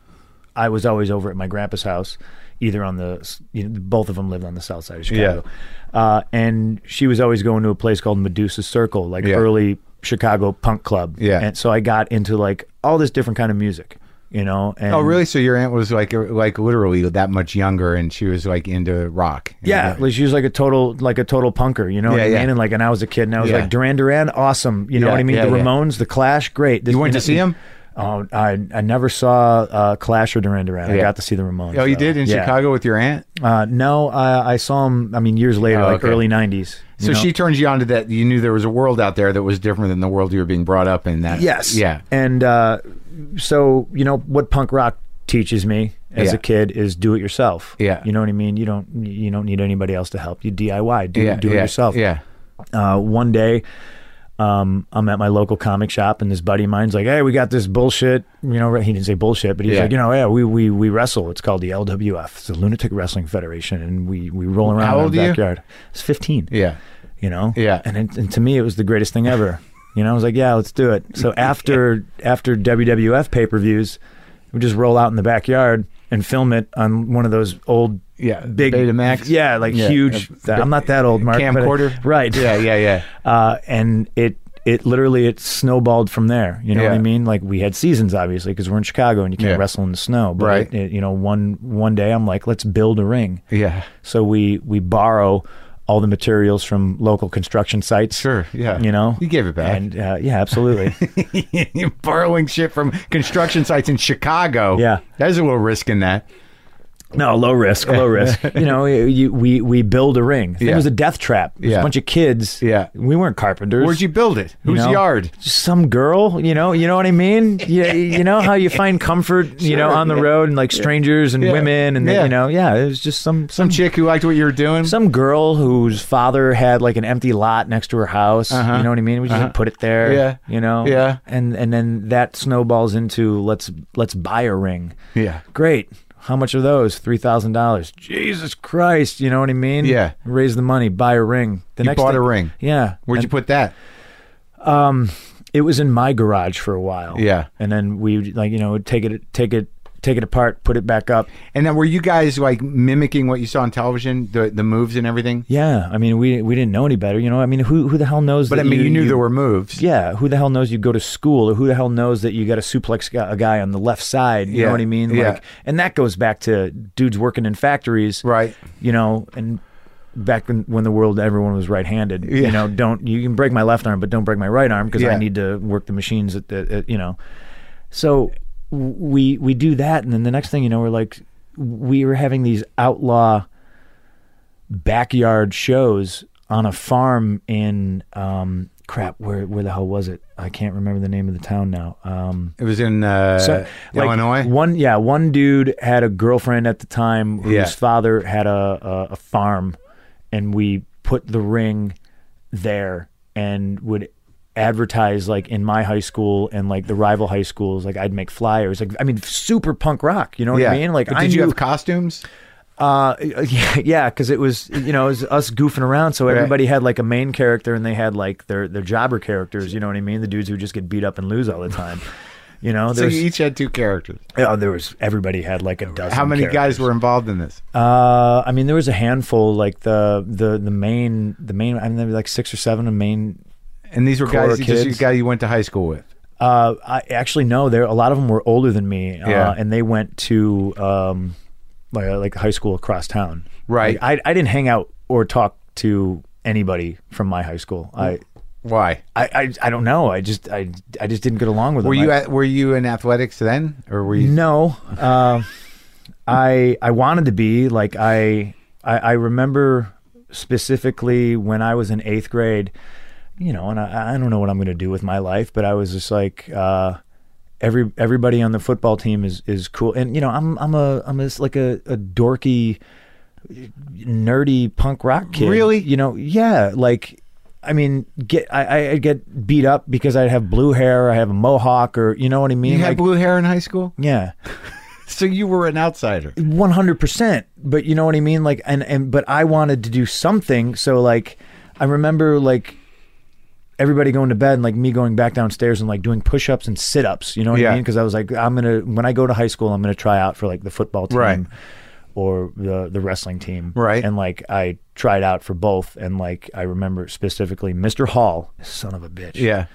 [SPEAKER 2] I was always over at my grandpa's house, either on the you know both of them lived on the south side of Chicago. Uh, and she was always going to a place called Medusa Circle, like
[SPEAKER 1] Yeah.
[SPEAKER 2] early Chicago punk club.
[SPEAKER 1] Yeah.
[SPEAKER 2] And so I got into like all this different kind of music, you know. And
[SPEAKER 1] Oh, really? So your aunt was like, like literally that much younger, and she was like into rock.
[SPEAKER 2] Yeah, like she was like a total like a total punker, you know what
[SPEAKER 1] Yeah,
[SPEAKER 2] I mean?
[SPEAKER 1] yeah.
[SPEAKER 2] And like and I was a kid and I was
[SPEAKER 1] Yeah.
[SPEAKER 2] like Duran Duran, awesome. You know
[SPEAKER 1] Yeah,
[SPEAKER 2] what I mean?
[SPEAKER 1] yeah,
[SPEAKER 2] the
[SPEAKER 1] yeah.
[SPEAKER 2] Ramones, the Clash, great. This,
[SPEAKER 1] You went
[SPEAKER 2] and-
[SPEAKER 1] to see 'em?
[SPEAKER 2] Oh, I I never saw uh, Clash or Duran Duran. I
[SPEAKER 1] Yeah.
[SPEAKER 2] got to see the Ramones.
[SPEAKER 1] Oh, you
[SPEAKER 2] though.
[SPEAKER 1] did in
[SPEAKER 2] Yeah.
[SPEAKER 1] Chicago with your aunt.
[SPEAKER 2] Uh, no, I, I saw him. I mean, years later,
[SPEAKER 1] Oh,
[SPEAKER 2] like
[SPEAKER 1] okay.
[SPEAKER 2] early '90s. you
[SPEAKER 1] So
[SPEAKER 2] know?
[SPEAKER 1] she turns you on to that. You knew there was a world out there that was different than the world you were being brought up in. That
[SPEAKER 2] Yes.
[SPEAKER 1] yeah,
[SPEAKER 2] And uh, so, you know, what punk rock teaches me as
[SPEAKER 1] Yeah.
[SPEAKER 2] a kid is do it yourself.
[SPEAKER 1] Yeah.
[SPEAKER 2] You know what I mean? You don't you don't need anybody else to help. You DIY. Do,
[SPEAKER 1] yeah,
[SPEAKER 2] do it
[SPEAKER 1] yeah,
[SPEAKER 2] yourself.
[SPEAKER 1] Yeah,
[SPEAKER 2] Uh, one day, um, I'm at my local comic shop, and this buddy of mine's like, "Hey, we got this bullshit." You know, he didn't say bullshit, but he's
[SPEAKER 1] Yeah.
[SPEAKER 2] like, "You know, yeah, we we we wrestle. It's called the LWF. It's the Lunatic Wrestling Federation, and we we roll around
[SPEAKER 1] How
[SPEAKER 2] in our
[SPEAKER 1] old are you?
[SPEAKER 2] backyard. It's 15
[SPEAKER 1] yeah.
[SPEAKER 2] you know
[SPEAKER 1] Yeah.
[SPEAKER 2] and, it, and to me it was the greatest thing ever you know i was like yeah let's do it
[SPEAKER 1] <laughs>
[SPEAKER 2] so after after wwf pay-per-views we just roll out in the backyard and film it on one of those old
[SPEAKER 1] Yeah,
[SPEAKER 2] big
[SPEAKER 1] Betamax.
[SPEAKER 2] yeah like
[SPEAKER 1] Yeah,
[SPEAKER 2] huge
[SPEAKER 1] a big
[SPEAKER 2] i'm not that old mark but-
[SPEAKER 1] camcorder.
[SPEAKER 2] right
[SPEAKER 1] Yeah, yeah, yeah.
[SPEAKER 2] uh, and it it literally it snowballed from there. You know what
[SPEAKER 1] Yeah.
[SPEAKER 2] I mean? Like we had seasons, obviously, because we're in Chicago and you can't
[SPEAKER 1] Yeah.
[SPEAKER 2] wrestle in the snow. But
[SPEAKER 1] Right.
[SPEAKER 2] it- it- you know, one one day I'm like, let's build a ring.
[SPEAKER 1] Yeah.
[SPEAKER 2] So we we borrow all the materials from local construction sites.
[SPEAKER 1] Sure, yeah.
[SPEAKER 2] You know,
[SPEAKER 1] You gave it back.
[SPEAKER 2] And uh,
[SPEAKER 1] <laughs>
[SPEAKER 2] yeah, absolutely. <laughs>
[SPEAKER 1] You're borrowing shit from construction sites in Chicago.
[SPEAKER 2] Yeah.
[SPEAKER 1] there's a little risk in that.
[SPEAKER 2] No, low risk, low risk. You know, you, we we build a ring. It
[SPEAKER 1] Yeah.
[SPEAKER 2] was a death trap. It was
[SPEAKER 1] Yeah.
[SPEAKER 2] a bunch of kids.
[SPEAKER 1] Yeah.
[SPEAKER 2] we weren't carpenters.
[SPEAKER 1] Where'd you build it?
[SPEAKER 2] you
[SPEAKER 1] Whose
[SPEAKER 2] know?
[SPEAKER 1] yard?
[SPEAKER 2] Some girl, you know, you know what I mean? You, you know how you find comfort, you know,
[SPEAKER 1] Sure,
[SPEAKER 2] on the
[SPEAKER 1] yeah.
[SPEAKER 2] road and like strangers and
[SPEAKER 1] Yeah.
[SPEAKER 2] women and
[SPEAKER 1] Yeah.
[SPEAKER 2] you know, yeah, it was just some
[SPEAKER 1] Some
[SPEAKER 2] some
[SPEAKER 1] chick who liked what you were doing.
[SPEAKER 2] some girl whose father had like an empty lot next to her house. You know what I mean? We just put it there.
[SPEAKER 1] Uh-huh. Yeah.
[SPEAKER 2] You know?
[SPEAKER 1] Yeah.
[SPEAKER 2] And and then that snowballs into let's let's buy a ring.
[SPEAKER 1] Yeah.
[SPEAKER 2] Great. How much are those? Three thousand dollars. Jesus Christ. You know what I mean?
[SPEAKER 1] Yeah.
[SPEAKER 2] Raise the money, buy a ring. The
[SPEAKER 1] You
[SPEAKER 2] next
[SPEAKER 1] bought
[SPEAKER 2] thing-
[SPEAKER 1] a ring.
[SPEAKER 2] Yeah.
[SPEAKER 1] Where'd you
[SPEAKER 2] And
[SPEAKER 1] put that?
[SPEAKER 2] It was in my garage for a while.
[SPEAKER 1] Yeah.
[SPEAKER 2] And then we would, like you know would take it take it take it apart, put it back up.
[SPEAKER 1] And then were you guys like mimicking what you saw on television, the the moves and everything?
[SPEAKER 2] Yeah. I mean we we didn't know any better. You know. I mean who who the hell knows?
[SPEAKER 1] But I
[SPEAKER 2] that
[SPEAKER 1] mean, you, knew there were moves.
[SPEAKER 2] Yeah, who the hell knows you go to school, or who the hell knows that you got to suplex gu- a guy on the left side? You
[SPEAKER 1] Yeah,
[SPEAKER 2] know what I mean?
[SPEAKER 1] yeah.
[SPEAKER 2] Like, and that goes back to dudes working in factories,
[SPEAKER 1] Right.
[SPEAKER 2] You know, and back when, when the world everyone was right-handed. You know, don't you can break my left arm, but don't break my right arm because
[SPEAKER 1] Yeah.
[SPEAKER 2] I need to work the machines at the at, you know. So w- we we do that, and then the next thing you know, we're like we were having these outlaw backyard shows on a farm in um crap where where the hell was it i can't remember the name of the town now um
[SPEAKER 1] It was in uh,
[SPEAKER 2] so, like,
[SPEAKER 1] Illinois.
[SPEAKER 2] one yeah one dude had a girlfriend at the time whose
[SPEAKER 1] Yeah.
[SPEAKER 2] father had a, a a farm and we put the ring there and would advertise like in my high school and like the rival high schools like i'd make flyers like i mean super punk rock you know what
[SPEAKER 1] yeah.
[SPEAKER 2] i mean like
[SPEAKER 1] But
[SPEAKER 2] I
[SPEAKER 1] did you
[SPEAKER 2] knew-
[SPEAKER 1] have costumes?
[SPEAKER 2] uh, <laughs> yeah, because it was you know it was us goofing around, so everybody had like a main character and they had like their their jobber characters. You know what I mean? The dudes who just get beat up and lose all the time. You
[SPEAKER 1] <laughs> So
[SPEAKER 2] know, there's
[SPEAKER 1] you each had two characters.
[SPEAKER 2] yeah, there was everybody had like a dozen.
[SPEAKER 1] How many
[SPEAKER 2] characters.
[SPEAKER 1] guys were involved in this?
[SPEAKER 2] Uh, I mean, there was a handful. Like the the the main the main. I mean, there were like six or seven of main.
[SPEAKER 1] And these were
[SPEAKER 2] Core
[SPEAKER 1] guys, you just,
[SPEAKER 2] kids.
[SPEAKER 1] guy you went to high school with.
[SPEAKER 2] Uh, I actually no. There a lot of them were older than me. Uh,
[SPEAKER 1] Yeah.
[SPEAKER 2] and they went to um, like like high school across town.
[SPEAKER 1] Right.
[SPEAKER 2] Like, I I didn't hang out or talk to anybody from my high school. I.
[SPEAKER 1] Why?
[SPEAKER 2] I, I, I don't know. I just I, I just didn't get along with
[SPEAKER 1] Were
[SPEAKER 2] them.
[SPEAKER 1] you
[SPEAKER 2] I-
[SPEAKER 1] at, were you in athletics then, or were you?
[SPEAKER 2] no. Uh, I I wanted to be like I, I I remember specifically when I was in eighth grade, you know, and I, I don't know what I'm going to do with my life, but I was just like uh, every everybody on the football team is is cool, and you know I'm I'm a I'm just like a, a dorky, nerdy punk rock kid.
[SPEAKER 1] Really?
[SPEAKER 2] You know? Yeah. Like. I mean, get I- I I'd get beat up because I'd have blue hair, or I have a mohawk, or you know what I mean.
[SPEAKER 1] You had
[SPEAKER 2] Like,
[SPEAKER 1] blue hair in high school,
[SPEAKER 2] yeah,
[SPEAKER 1] so you were an outsider.
[SPEAKER 2] one hundred percent. But you know what I mean, like, and and but I wanted to do something. So like, I remember like, everybody going to bed and like me going back downstairs and like doing push ups and sit ups. You know what
[SPEAKER 1] Yeah.
[SPEAKER 2] I mean? Because I was like, I'm gonna when I go to high school, I'm gonna try out for like the football team
[SPEAKER 1] Right.
[SPEAKER 2] or the the wrestling team.
[SPEAKER 1] Right.
[SPEAKER 2] And like I tried out for both, and like I remember specifically Mr. Hall, son of a bitch.
[SPEAKER 1] Yeah.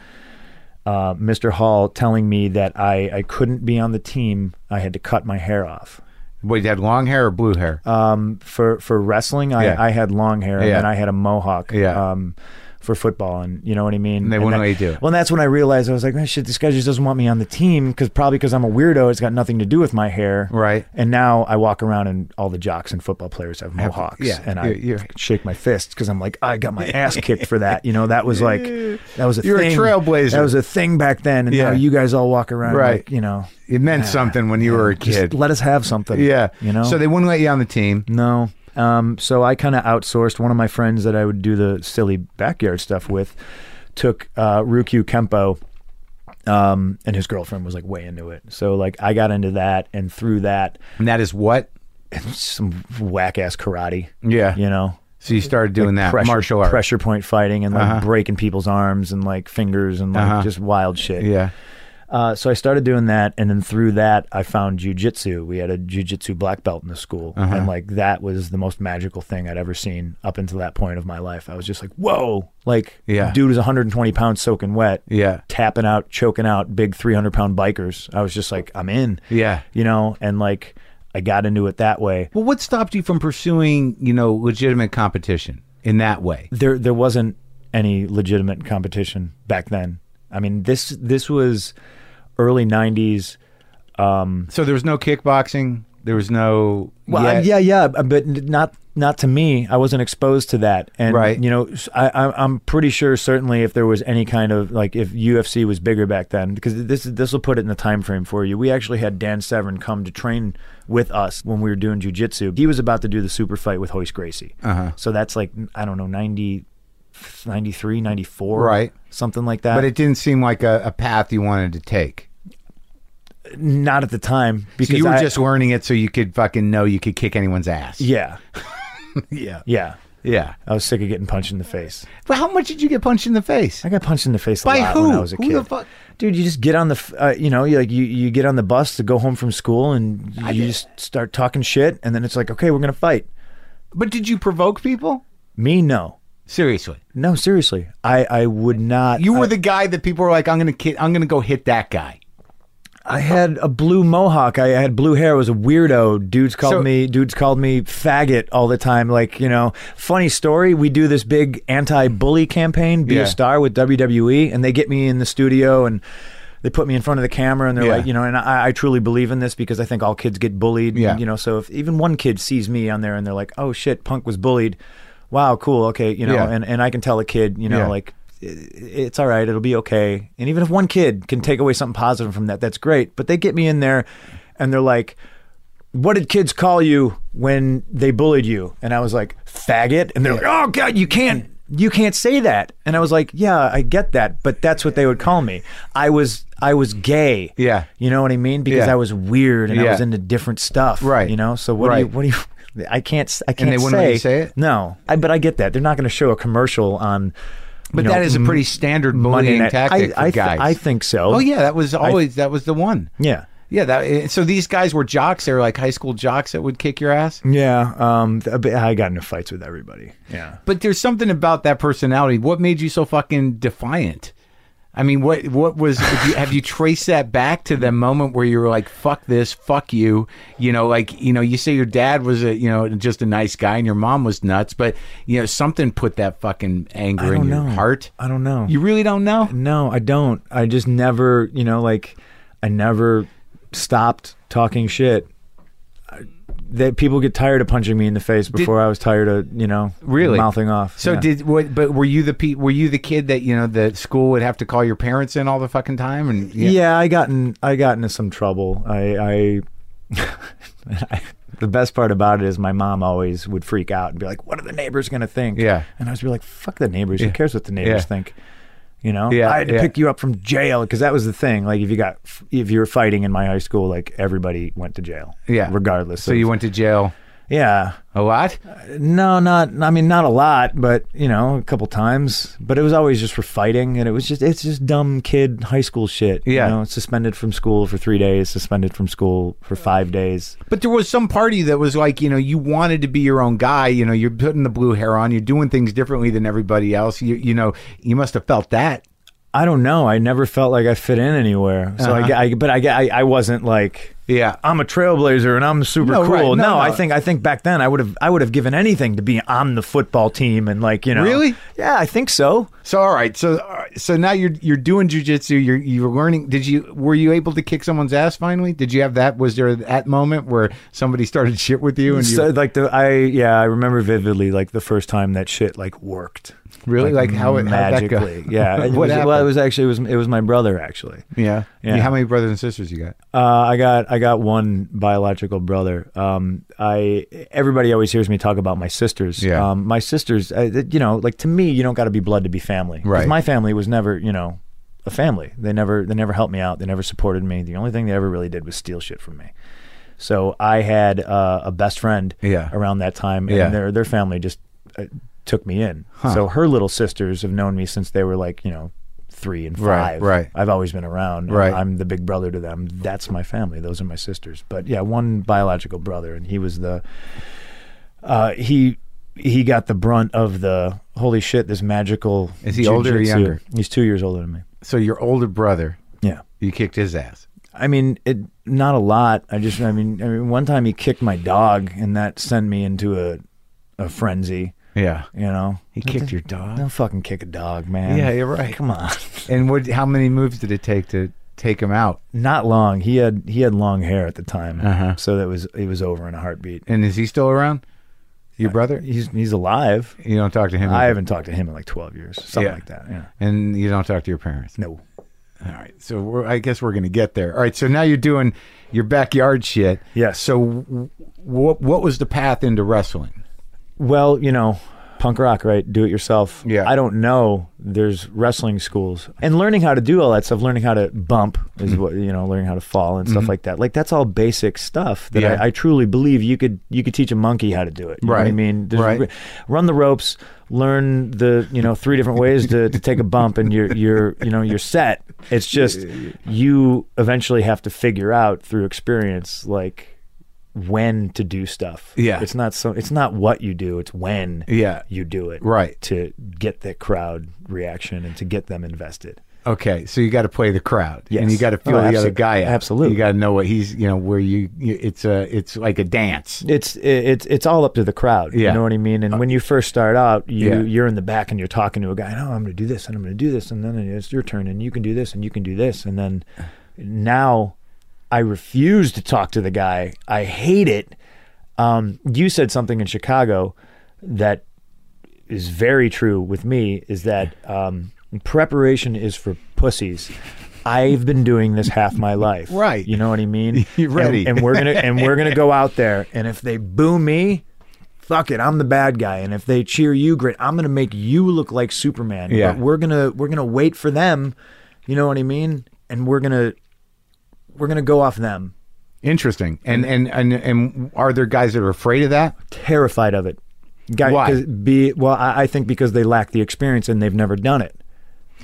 [SPEAKER 2] Uh, Mr. Hall telling me that I I couldn't be on the team. I had to cut my hair off.
[SPEAKER 1] Wait, you had long hair or blue hair?
[SPEAKER 2] Um, for for wrestling, I,
[SPEAKER 1] Yeah.
[SPEAKER 2] I had long hair
[SPEAKER 1] Yeah.
[SPEAKER 2] and I had a mohawk.
[SPEAKER 1] Yeah.
[SPEAKER 2] Um, for football, and you know what I mean.
[SPEAKER 1] And they wouldn't let you do it.
[SPEAKER 2] Well, that's when I realized I was like, man, shit, this guy just doesn't want me on the team because probably because I'm a weirdo. It's got nothing to do with my hair.
[SPEAKER 1] Right.
[SPEAKER 2] And now I walk around and all the jocks and football players have mohawks.
[SPEAKER 1] yeah,
[SPEAKER 2] And I
[SPEAKER 1] you're- you're-
[SPEAKER 2] shake my fists because I'm like, I got my
[SPEAKER 1] <laughs>
[SPEAKER 2] ass kicked for that. You know, that was like, that was a
[SPEAKER 1] You're a
[SPEAKER 2] thing.
[SPEAKER 1] trailblazer.
[SPEAKER 2] That was a thing back then. And
[SPEAKER 1] Yeah.
[SPEAKER 2] now you guys all walk around,
[SPEAKER 1] Right.
[SPEAKER 2] Like, you know,
[SPEAKER 1] it meant something when you were a
[SPEAKER 2] just
[SPEAKER 1] kid.
[SPEAKER 2] let us have something.
[SPEAKER 1] yeah.
[SPEAKER 2] You know.
[SPEAKER 1] So they wouldn't let you on the team.
[SPEAKER 2] No. Um, so I kind of outsourced one of my friends that I would do the silly backyard stuff with, took uh, Rukyu Kempo, um, and his girlfriend was like way into it. So like I got into that, and through that,
[SPEAKER 1] And that is what?
[SPEAKER 2] some whack ass karate.
[SPEAKER 1] Yeah.
[SPEAKER 2] You know,
[SPEAKER 1] So you started doing that
[SPEAKER 2] pressure,
[SPEAKER 1] martial art.
[SPEAKER 2] pressure point fighting, and like breaking people's arms and like fingers and like just wild shit.
[SPEAKER 1] Yeah.
[SPEAKER 2] Uh, so I started doing that, and then through that, I found jujitsu. We had a jujitsu black belt in the school,
[SPEAKER 1] Uh-huh.
[SPEAKER 2] and like that was the most magical thing I'd ever seen up until that point of my life. I was just like, "Whoa!" Like,
[SPEAKER 1] Yeah.
[SPEAKER 2] dude was 120 pounds soaking wet,
[SPEAKER 1] Yeah.
[SPEAKER 2] tapping out, choking out big 300 pound bikers. I was just like, "I'm in,"
[SPEAKER 1] Yeah.
[SPEAKER 2] you know, and like I got into it that way.
[SPEAKER 1] Well, what stopped you from pursuing, you know, legitimate competition in that way?
[SPEAKER 2] there there wasn't any legitimate competition back then. I mean this this was early '90s.
[SPEAKER 1] So there was no kickboxing. There was no.
[SPEAKER 2] Well,
[SPEAKER 1] yet-
[SPEAKER 2] yeah, yeah, b- but n- not not to me. I wasn't exposed to that, and
[SPEAKER 1] Right.
[SPEAKER 2] you know, s- I, I, am pretty sure certainly if there was any kind of like if UFC was bigger back then, because this this will put it in the time frame for you. We actually had Dan Severn come to train with us when we were doing jujitsu. He was about to do the super fight with Hoist Gracie, uh-huh. so that's like I don't know 90, 93, 94,
[SPEAKER 1] Right.
[SPEAKER 2] something like that.
[SPEAKER 1] But it didn't seem like a, a path you wanted to take.
[SPEAKER 2] not at the time
[SPEAKER 1] So
[SPEAKER 2] because
[SPEAKER 1] you were
[SPEAKER 2] I-
[SPEAKER 1] just learning it so you could fucking know you could kick anyone's ass.
[SPEAKER 2] yeah
[SPEAKER 1] Yeah.
[SPEAKER 2] yeah.
[SPEAKER 1] Yeah.
[SPEAKER 2] I was sick of getting punched in the face.
[SPEAKER 1] But how much did you get punched in the face?
[SPEAKER 2] I got punched in the face a
[SPEAKER 1] By
[SPEAKER 2] lot
[SPEAKER 1] who?
[SPEAKER 2] when I was a
[SPEAKER 1] Who
[SPEAKER 2] kid.
[SPEAKER 1] the fuck-
[SPEAKER 2] Dude, you just get on the, f- uh, you know, you like you, you get on the bus to go home from school, and you just start talking shit, and then it's like, okay, we're gonna fight.
[SPEAKER 1] But did you provoke people?
[SPEAKER 2] Me, no,
[SPEAKER 1] Seriously.
[SPEAKER 2] no, seriously, I I would not.
[SPEAKER 1] You were
[SPEAKER 2] I,
[SPEAKER 1] the guy that people were like, I'm gonna kid I'm gonna go hit that guy.
[SPEAKER 2] I had a blue mohawk. I had blue hair. I was a weirdo. Dudes called
[SPEAKER 1] So-
[SPEAKER 2] me dudes called me faggot all the time. Like you know, funny story. We do this big anti-bully campaign, be
[SPEAKER 1] Yeah.
[SPEAKER 2] a star with WWE, and they get me in the studio and they put me in front of the camera and they're
[SPEAKER 1] Yeah.
[SPEAKER 2] like, you know, and I, I truly believe in this because I think all kids get bullied.
[SPEAKER 1] Yeah.
[SPEAKER 2] You know, so if even one kid sees me on there and they're like, oh shit, Punk was bullied. Wow, cool. Okay, you know,
[SPEAKER 1] Yeah.
[SPEAKER 2] and and I can tell a kid, you know,
[SPEAKER 1] Yeah.
[SPEAKER 2] like i- it's all right, it'll be okay. And even if one kid can take away something positive from that, that's great. But they get me in there and they're like, what did kids call you when they bullied you? And I was like, faggot. And they're like, oh God, you can't, you can't say that. And I was like, yeah, I get that, but that's what they would call me. I was, I was gay.
[SPEAKER 1] Yeah.
[SPEAKER 2] You know what I mean? Because
[SPEAKER 1] Yeah.
[SPEAKER 2] I was weird and
[SPEAKER 1] Yeah.
[SPEAKER 2] I was into different stuff.
[SPEAKER 1] Right.
[SPEAKER 2] You know. So what do you,
[SPEAKER 1] Right.
[SPEAKER 2] what do you? I can't. s- I can't.
[SPEAKER 1] they wouldn't
[SPEAKER 2] say,
[SPEAKER 1] let you say it?
[SPEAKER 2] No. I, but I get that. They're not going to show a commercial on.
[SPEAKER 1] But that is a pretty standard
[SPEAKER 2] Monday
[SPEAKER 1] bullying
[SPEAKER 2] night.
[SPEAKER 1] tactic
[SPEAKER 2] I,
[SPEAKER 1] for
[SPEAKER 2] I, th-
[SPEAKER 1] guys.
[SPEAKER 2] I think so.
[SPEAKER 1] Oh yeah, that was always that was the one.
[SPEAKER 2] Yeah.
[SPEAKER 1] Yeah, that eh, so these guys were jocks, they were like high school jocks that would kick your ass.
[SPEAKER 2] Yeah. Um. th- but I got into fights with everybody. Yeah.
[SPEAKER 1] But there's something about that personality. What made you so fucking defiant? I mean, what what was if you, have you traced that back to the moment where you were like, "Fuck this, fuck you," you know, like you know, you say your dad was a you know just a nice guy and your mom was nuts, but you know something put that fucking
[SPEAKER 2] I
[SPEAKER 1] anger
[SPEAKER 2] don't
[SPEAKER 1] in your
[SPEAKER 2] know.
[SPEAKER 1] heart.
[SPEAKER 2] I don't know.
[SPEAKER 1] You really don't know.
[SPEAKER 2] No, I don't. I just never, you know, like I never stopped talking shit. I- That people get tired of punching me in the face before I was tired of, you know,
[SPEAKER 1] Really?
[SPEAKER 2] mouthing off.
[SPEAKER 1] So
[SPEAKER 2] Yeah.
[SPEAKER 1] did what? But were you the pe- were you the kid that you know the school would have to call your parents in all the fucking time? And
[SPEAKER 2] yeah. I got in. I got into some trouble. I, I, <laughs> the best part about it is my mom always would freak out and be like, "What are the neighbors gonna think?"
[SPEAKER 1] Yeah.
[SPEAKER 2] and I was be like, "Fuck the neighbors. Who cares what the
[SPEAKER 1] Yeah.
[SPEAKER 2] neighbors think?" You know,
[SPEAKER 1] Yeah,
[SPEAKER 2] I had to
[SPEAKER 1] yeah.
[SPEAKER 2] pick you up from jail because that was the thing. Like, if you got, if you were fighting in my high school, like everybody went to jail.
[SPEAKER 1] Yeah.
[SPEAKER 2] regardless.
[SPEAKER 1] So you went to jail.
[SPEAKER 2] Yeah.
[SPEAKER 1] A lot?
[SPEAKER 2] No, not. I mean, not a lot, but you know, a couple times. But it was always just for fighting, and it was just it's just dumb kid high school shit.
[SPEAKER 1] Yeah.
[SPEAKER 2] You know, suspended from school for three days, suspended from school for five days.
[SPEAKER 1] But there was some party that was like, you know, you wanted to be your own guy. You know, you're putting the blue hair on. You're doing things differently than everybody else. You, you know, you must have felt that.
[SPEAKER 2] I don't know. I never felt like I fit in anywhere. So I, I, but I, I, I wasn't like
[SPEAKER 1] Yeah.
[SPEAKER 2] Uh-huh. I'm a trailblazer and I'm super
[SPEAKER 1] No,
[SPEAKER 2] cool.
[SPEAKER 1] right.
[SPEAKER 2] No,
[SPEAKER 1] No,
[SPEAKER 2] I
[SPEAKER 1] no.
[SPEAKER 2] think I think back then I would have I would have given anything to be on the football team and like you know
[SPEAKER 1] Really?
[SPEAKER 2] yeah I think so.
[SPEAKER 1] So all right. So all right, so now you're you're doing jujitsu. You're you're learning. Did you were you able to kick someone's ass finally? Did you have that? Was there that moment where somebody started shit with you and you
[SPEAKER 2] so like the I yeah I remember vividly like the first time that shit like worked
[SPEAKER 1] really like, how it how'd that go?
[SPEAKER 2] magically yeah it
[SPEAKER 1] What
[SPEAKER 2] was,
[SPEAKER 1] happened?
[SPEAKER 2] well it was actually it was it was my brother actually
[SPEAKER 1] <laughs> yeah.
[SPEAKER 2] Yeah.
[SPEAKER 1] How many brothers and sisters you got?
[SPEAKER 2] Uh, I got I got one biological brother. Um, I everybody always hears me talk about my sisters.
[SPEAKER 1] Yeah.
[SPEAKER 2] Um, my sisters, uh, that- you know, like to me, you don't got to be blood to be family. 'Cause
[SPEAKER 1] Right.
[SPEAKER 2] My family was never, you know, a family. They never they never helped me out. They never supported me. The only thing they ever really did was steal shit from me. So I had uh, a best friend.
[SPEAKER 1] Yeah.
[SPEAKER 2] Around that time,
[SPEAKER 1] Yeah.
[SPEAKER 2] and their their family just uh, took me in. So her little sisters have known me since they were like you know three and
[SPEAKER 1] Right,
[SPEAKER 2] five.
[SPEAKER 1] right.
[SPEAKER 2] I've always been around. and
[SPEAKER 1] Right.
[SPEAKER 2] I'm the big brother to them. That's my family. Those are my sisters. But yeah, one biological brother, and he was the uh, he he got the brunt of the holy shit. This magical
[SPEAKER 1] Is he older or
[SPEAKER 2] jujitsu."
[SPEAKER 1] younger?
[SPEAKER 2] He's two years older than me.
[SPEAKER 1] So your older brother,
[SPEAKER 2] Yeah.
[SPEAKER 1] you kicked his ass.
[SPEAKER 2] I mean, it not a lot. I just, I mean, I mean, one time he kicked my dog, and that sent me into a a frenzy.
[SPEAKER 1] Yeah.
[SPEAKER 2] You know,
[SPEAKER 1] He kicked your dog.
[SPEAKER 2] Don't fucking kick a dog, man.
[SPEAKER 1] Yeah, you're right.
[SPEAKER 2] Come on. <laughs>
[SPEAKER 1] And what? How many moves did it take to take him out?
[SPEAKER 2] Not long. He had he had long hair at the time,
[SPEAKER 1] Uh-huh.
[SPEAKER 2] so that was it was over in a heartbeat.
[SPEAKER 1] And is he still around? Your
[SPEAKER 2] Uh,
[SPEAKER 1] brother?
[SPEAKER 2] He's he's alive.
[SPEAKER 1] You don't talk to him.
[SPEAKER 2] I
[SPEAKER 1] either.
[SPEAKER 2] haven't talked to him in like twelve years, something
[SPEAKER 1] Mm-hmm. Yeah.
[SPEAKER 2] like that. Yeah.
[SPEAKER 1] And you don't talk to your parents.
[SPEAKER 2] No.
[SPEAKER 1] All right. So we're, I guess we're going to get there. All right. So now you're doing your backyard shit.
[SPEAKER 2] Yes.
[SPEAKER 1] So w- what what was the path into wrestling?
[SPEAKER 2] Well, you know, punk rock, right? Do it yourself.
[SPEAKER 1] Yeah.
[SPEAKER 2] I don't know. There's wrestling schools and learning how to do all that stuff. Learning how to bump
[SPEAKER 1] Mm-hmm.
[SPEAKER 2] is what you know. Learning how to fall and stuff like that. Like that's all basic stuff that
[SPEAKER 1] Yeah.
[SPEAKER 2] I, I truly believe you could you could teach a monkey how to do it. You know what I
[SPEAKER 1] Right.
[SPEAKER 2] mean, There's-
[SPEAKER 1] Right.
[SPEAKER 2] Run the ropes. Learn the you know three different ways to, to take a bump, and you're you're you know you're set. It's just you eventually have to figure out through experience like when to do stuff.
[SPEAKER 1] Yeah.
[SPEAKER 2] It's not so it's not what you do, it's when
[SPEAKER 1] Yeah.
[SPEAKER 2] you do it.
[SPEAKER 1] Right.
[SPEAKER 2] To get the crowd reaction and to get them invested.
[SPEAKER 1] Okay. So you got to play the crowd.
[SPEAKER 2] Yes.
[SPEAKER 1] And you got to feel
[SPEAKER 2] Oh,
[SPEAKER 1] the other
[SPEAKER 2] absol-
[SPEAKER 1] guy. Out.
[SPEAKER 2] absolutely.
[SPEAKER 1] You got to know what he's you know where you, you it's a it's like a dance.
[SPEAKER 2] It's it's it's all up to the crowd.
[SPEAKER 1] Yeah. Uh,
[SPEAKER 2] You know what I mean? And when you first start out, you
[SPEAKER 1] Yeah.
[SPEAKER 2] you're in the back and you're talking to a guy, "No, I'm going to do this and I'm going to do this and then it's your turn and you can do this and you can do this." And then now I refuse to talk to the guy. I hate it. Um, you said something in Chicago that is very true with me is that um, preparation is for pussies. I've been doing this half my life.
[SPEAKER 1] Right.
[SPEAKER 2] You know what
[SPEAKER 1] <laughs>
[SPEAKER 2] I mean?
[SPEAKER 1] You're
[SPEAKER 2] And-
[SPEAKER 1] ready.
[SPEAKER 2] And, we're gonna and we're gonna go out there and if they boo me, fuck it, I'm the bad guy. And if they cheer you, great, I'm gonna make you look like Superman.
[SPEAKER 1] Yeah.
[SPEAKER 2] But we're gonna we're gonna wait for them, you know what I mean? And we're gonna we're gonna go off them.
[SPEAKER 1] Interesting. And and and and are there guys that are afraid of that?
[SPEAKER 2] Terrified of it. Guy,
[SPEAKER 1] Why?
[SPEAKER 2] 'cause Be, well, I, I think because they lack the experience and they've never done it.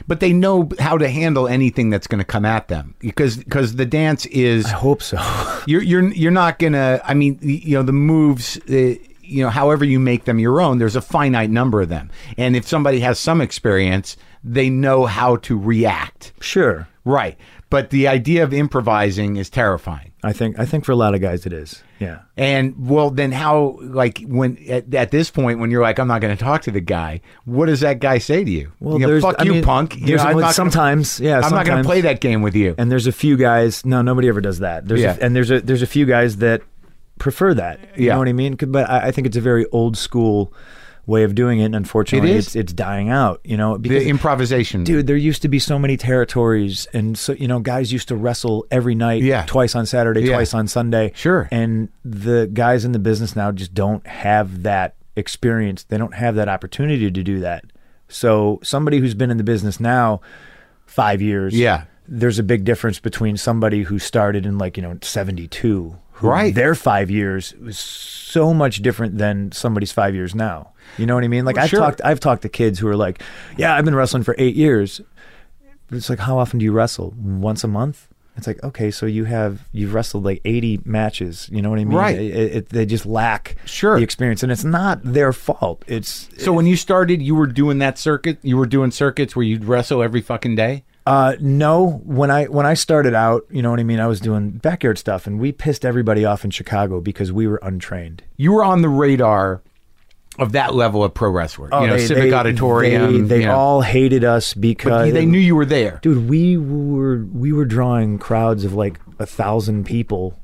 [SPEAKER 1] But they know how to handle anything that's going to come at them because because the dance is
[SPEAKER 2] I hope so.
[SPEAKER 1] you're you're you're not gonna. I mean, y- you know, the moves. Uh, you know, however you make them your own, there's a finite number of them, and if somebody has some experience, they know how to react.
[SPEAKER 2] <laughs> sure.
[SPEAKER 1] Right, but the idea of improvising is terrifying.
[SPEAKER 2] I think I think for a lot of guys it is. Yeah.
[SPEAKER 1] And well, then how? Like when at, at this point, when you're like, I'm not going to talk to the guy. What does that guy say to you?
[SPEAKER 2] Well,
[SPEAKER 1] you know,
[SPEAKER 2] there's,
[SPEAKER 1] fuck
[SPEAKER 2] I
[SPEAKER 1] you,
[SPEAKER 2] mean,
[SPEAKER 1] punk. You
[SPEAKER 2] there's-
[SPEAKER 1] know, I'm
[SPEAKER 2] well,
[SPEAKER 1] not gonna-
[SPEAKER 2] sometimes, yeah,
[SPEAKER 1] I'm not going
[SPEAKER 2] sometimes.
[SPEAKER 1] to play that game with you.
[SPEAKER 2] And there's a few guys. No, nobody ever does that. There's
[SPEAKER 1] Yeah.
[SPEAKER 2] a, and there's a there's a few guys that prefer that. You
[SPEAKER 1] Yeah.
[SPEAKER 2] know what I mean? 'Cause- But I, I think it's a very old school way of doing it. And unfortunately,
[SPEAKER 1] It is?
[SPEAKER 2] it's it's dying out. You know, because
[SPEAKER 1] the improvisation,
[SPEAKER 2] dude, there used to be so many territories, and so you know, guys used to wrestle every night,
[SPEAKER 1] Yeah.
[SPEAKER 2] twice on Saturday,
[SPEAKER 1] Yeah.
[SPEAKER 2] twice on Sunday,
[SPEAKER 1] Sure.
[SPEAKER 2] And the guys in the business now just don't have that experience. They don't have that opportunity to do that. So somebody who's been in the business now five years,
[SPEAKER 1] Yeah.
[SPEAKER 2] there's a big difference between somebody who started in like you know '72 who
[SPEAKER 1] Right.
[SPEAKER 2] their five years was so much different than somebody's five years now. You know what I mean? Like I've
[SPEAKER 1] Sure.
[SPEAKER 2] talked I've talked to kids who are like, Yeah, I've been wrestling for eight years. It's like how often do you wrestle? Once a month? It's like okay, so you have you've wrestled like eighty matches. You know what I mean?
[SPEAKER 1] Right.
[SPEAKER 2] It, it- they just lack
[SPEAKER 1] Sure.
[SPEAKER 2] the experience, and it's not their fault. It's
[SPEAKER 1] So when you started, you were doing that circuit. You were doing circuits where you'd wrestle every fucking day.
[SPEAKER 2] Uh, no, when I when I started out, you know what I mean. I was doing backyard stuff, and we pissed everybody off in Chicago because we were untrained.
[SPEAKER 1] You were on the radar of that level of pro wrestler. you know,
[SPEAKER 2] Oh, they-
[SPEAKER 1] Oh, Civic
[SPEAKER 2] they-
[SPEAKER 1] Auditorium.
[SPEAKER 2] They, they
[SPEAKER 1] you know.
[SPEAKER 2] all hated us
[SPEAKER 1] But
[SPEAKER 2] because
[SPEAKER 1] they knew you were there.
[SPEAKER 2] Dude, we were we were drawing crowds of like a thousand people.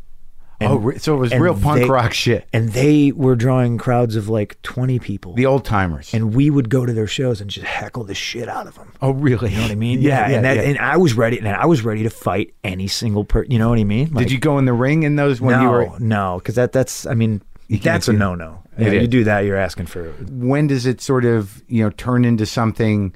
[SPEAKER 2] and-
[SPEAKER 1] Oh, re- so it was
[SPEAKER 2] and
[SPEAKER 1] real punk
[SPEAKER 2] they-
[SPEAKER 1] rock shit.
[SPEAKER 2] and they were drawing crowds of like twenty people.
[SPEAKER 1] The old timers.
[SPEAKER 2] and we would go to their shows and just heckle the shit out of them.
[SPEAKER 1] Oh, really?
[SPEAKER 2] You know what I mean?
[SPEAKER 1] <laughs> Yeah, yeah,
[SPEAKER 2] and, that,
[SPEAKER 1] yeah.
[SPEAKER 2] and I was ready, and I was ready to fight any single person. You know what I mean? Like,
[SPEAKER 1] Did you go in the ring in those when
[SPEAKER 2] no,
[SPEAKER 1] you were?
[SPEAKER 2] no, because that that's I mean that's a
[SPEAKER 1] do-
[SPEAKER 2] no no.
[SPEAKER 1] It is.
[SPEAKER 2] you do that, you're asking for.
[SPEAKER 1] When does it sort of you know turn into something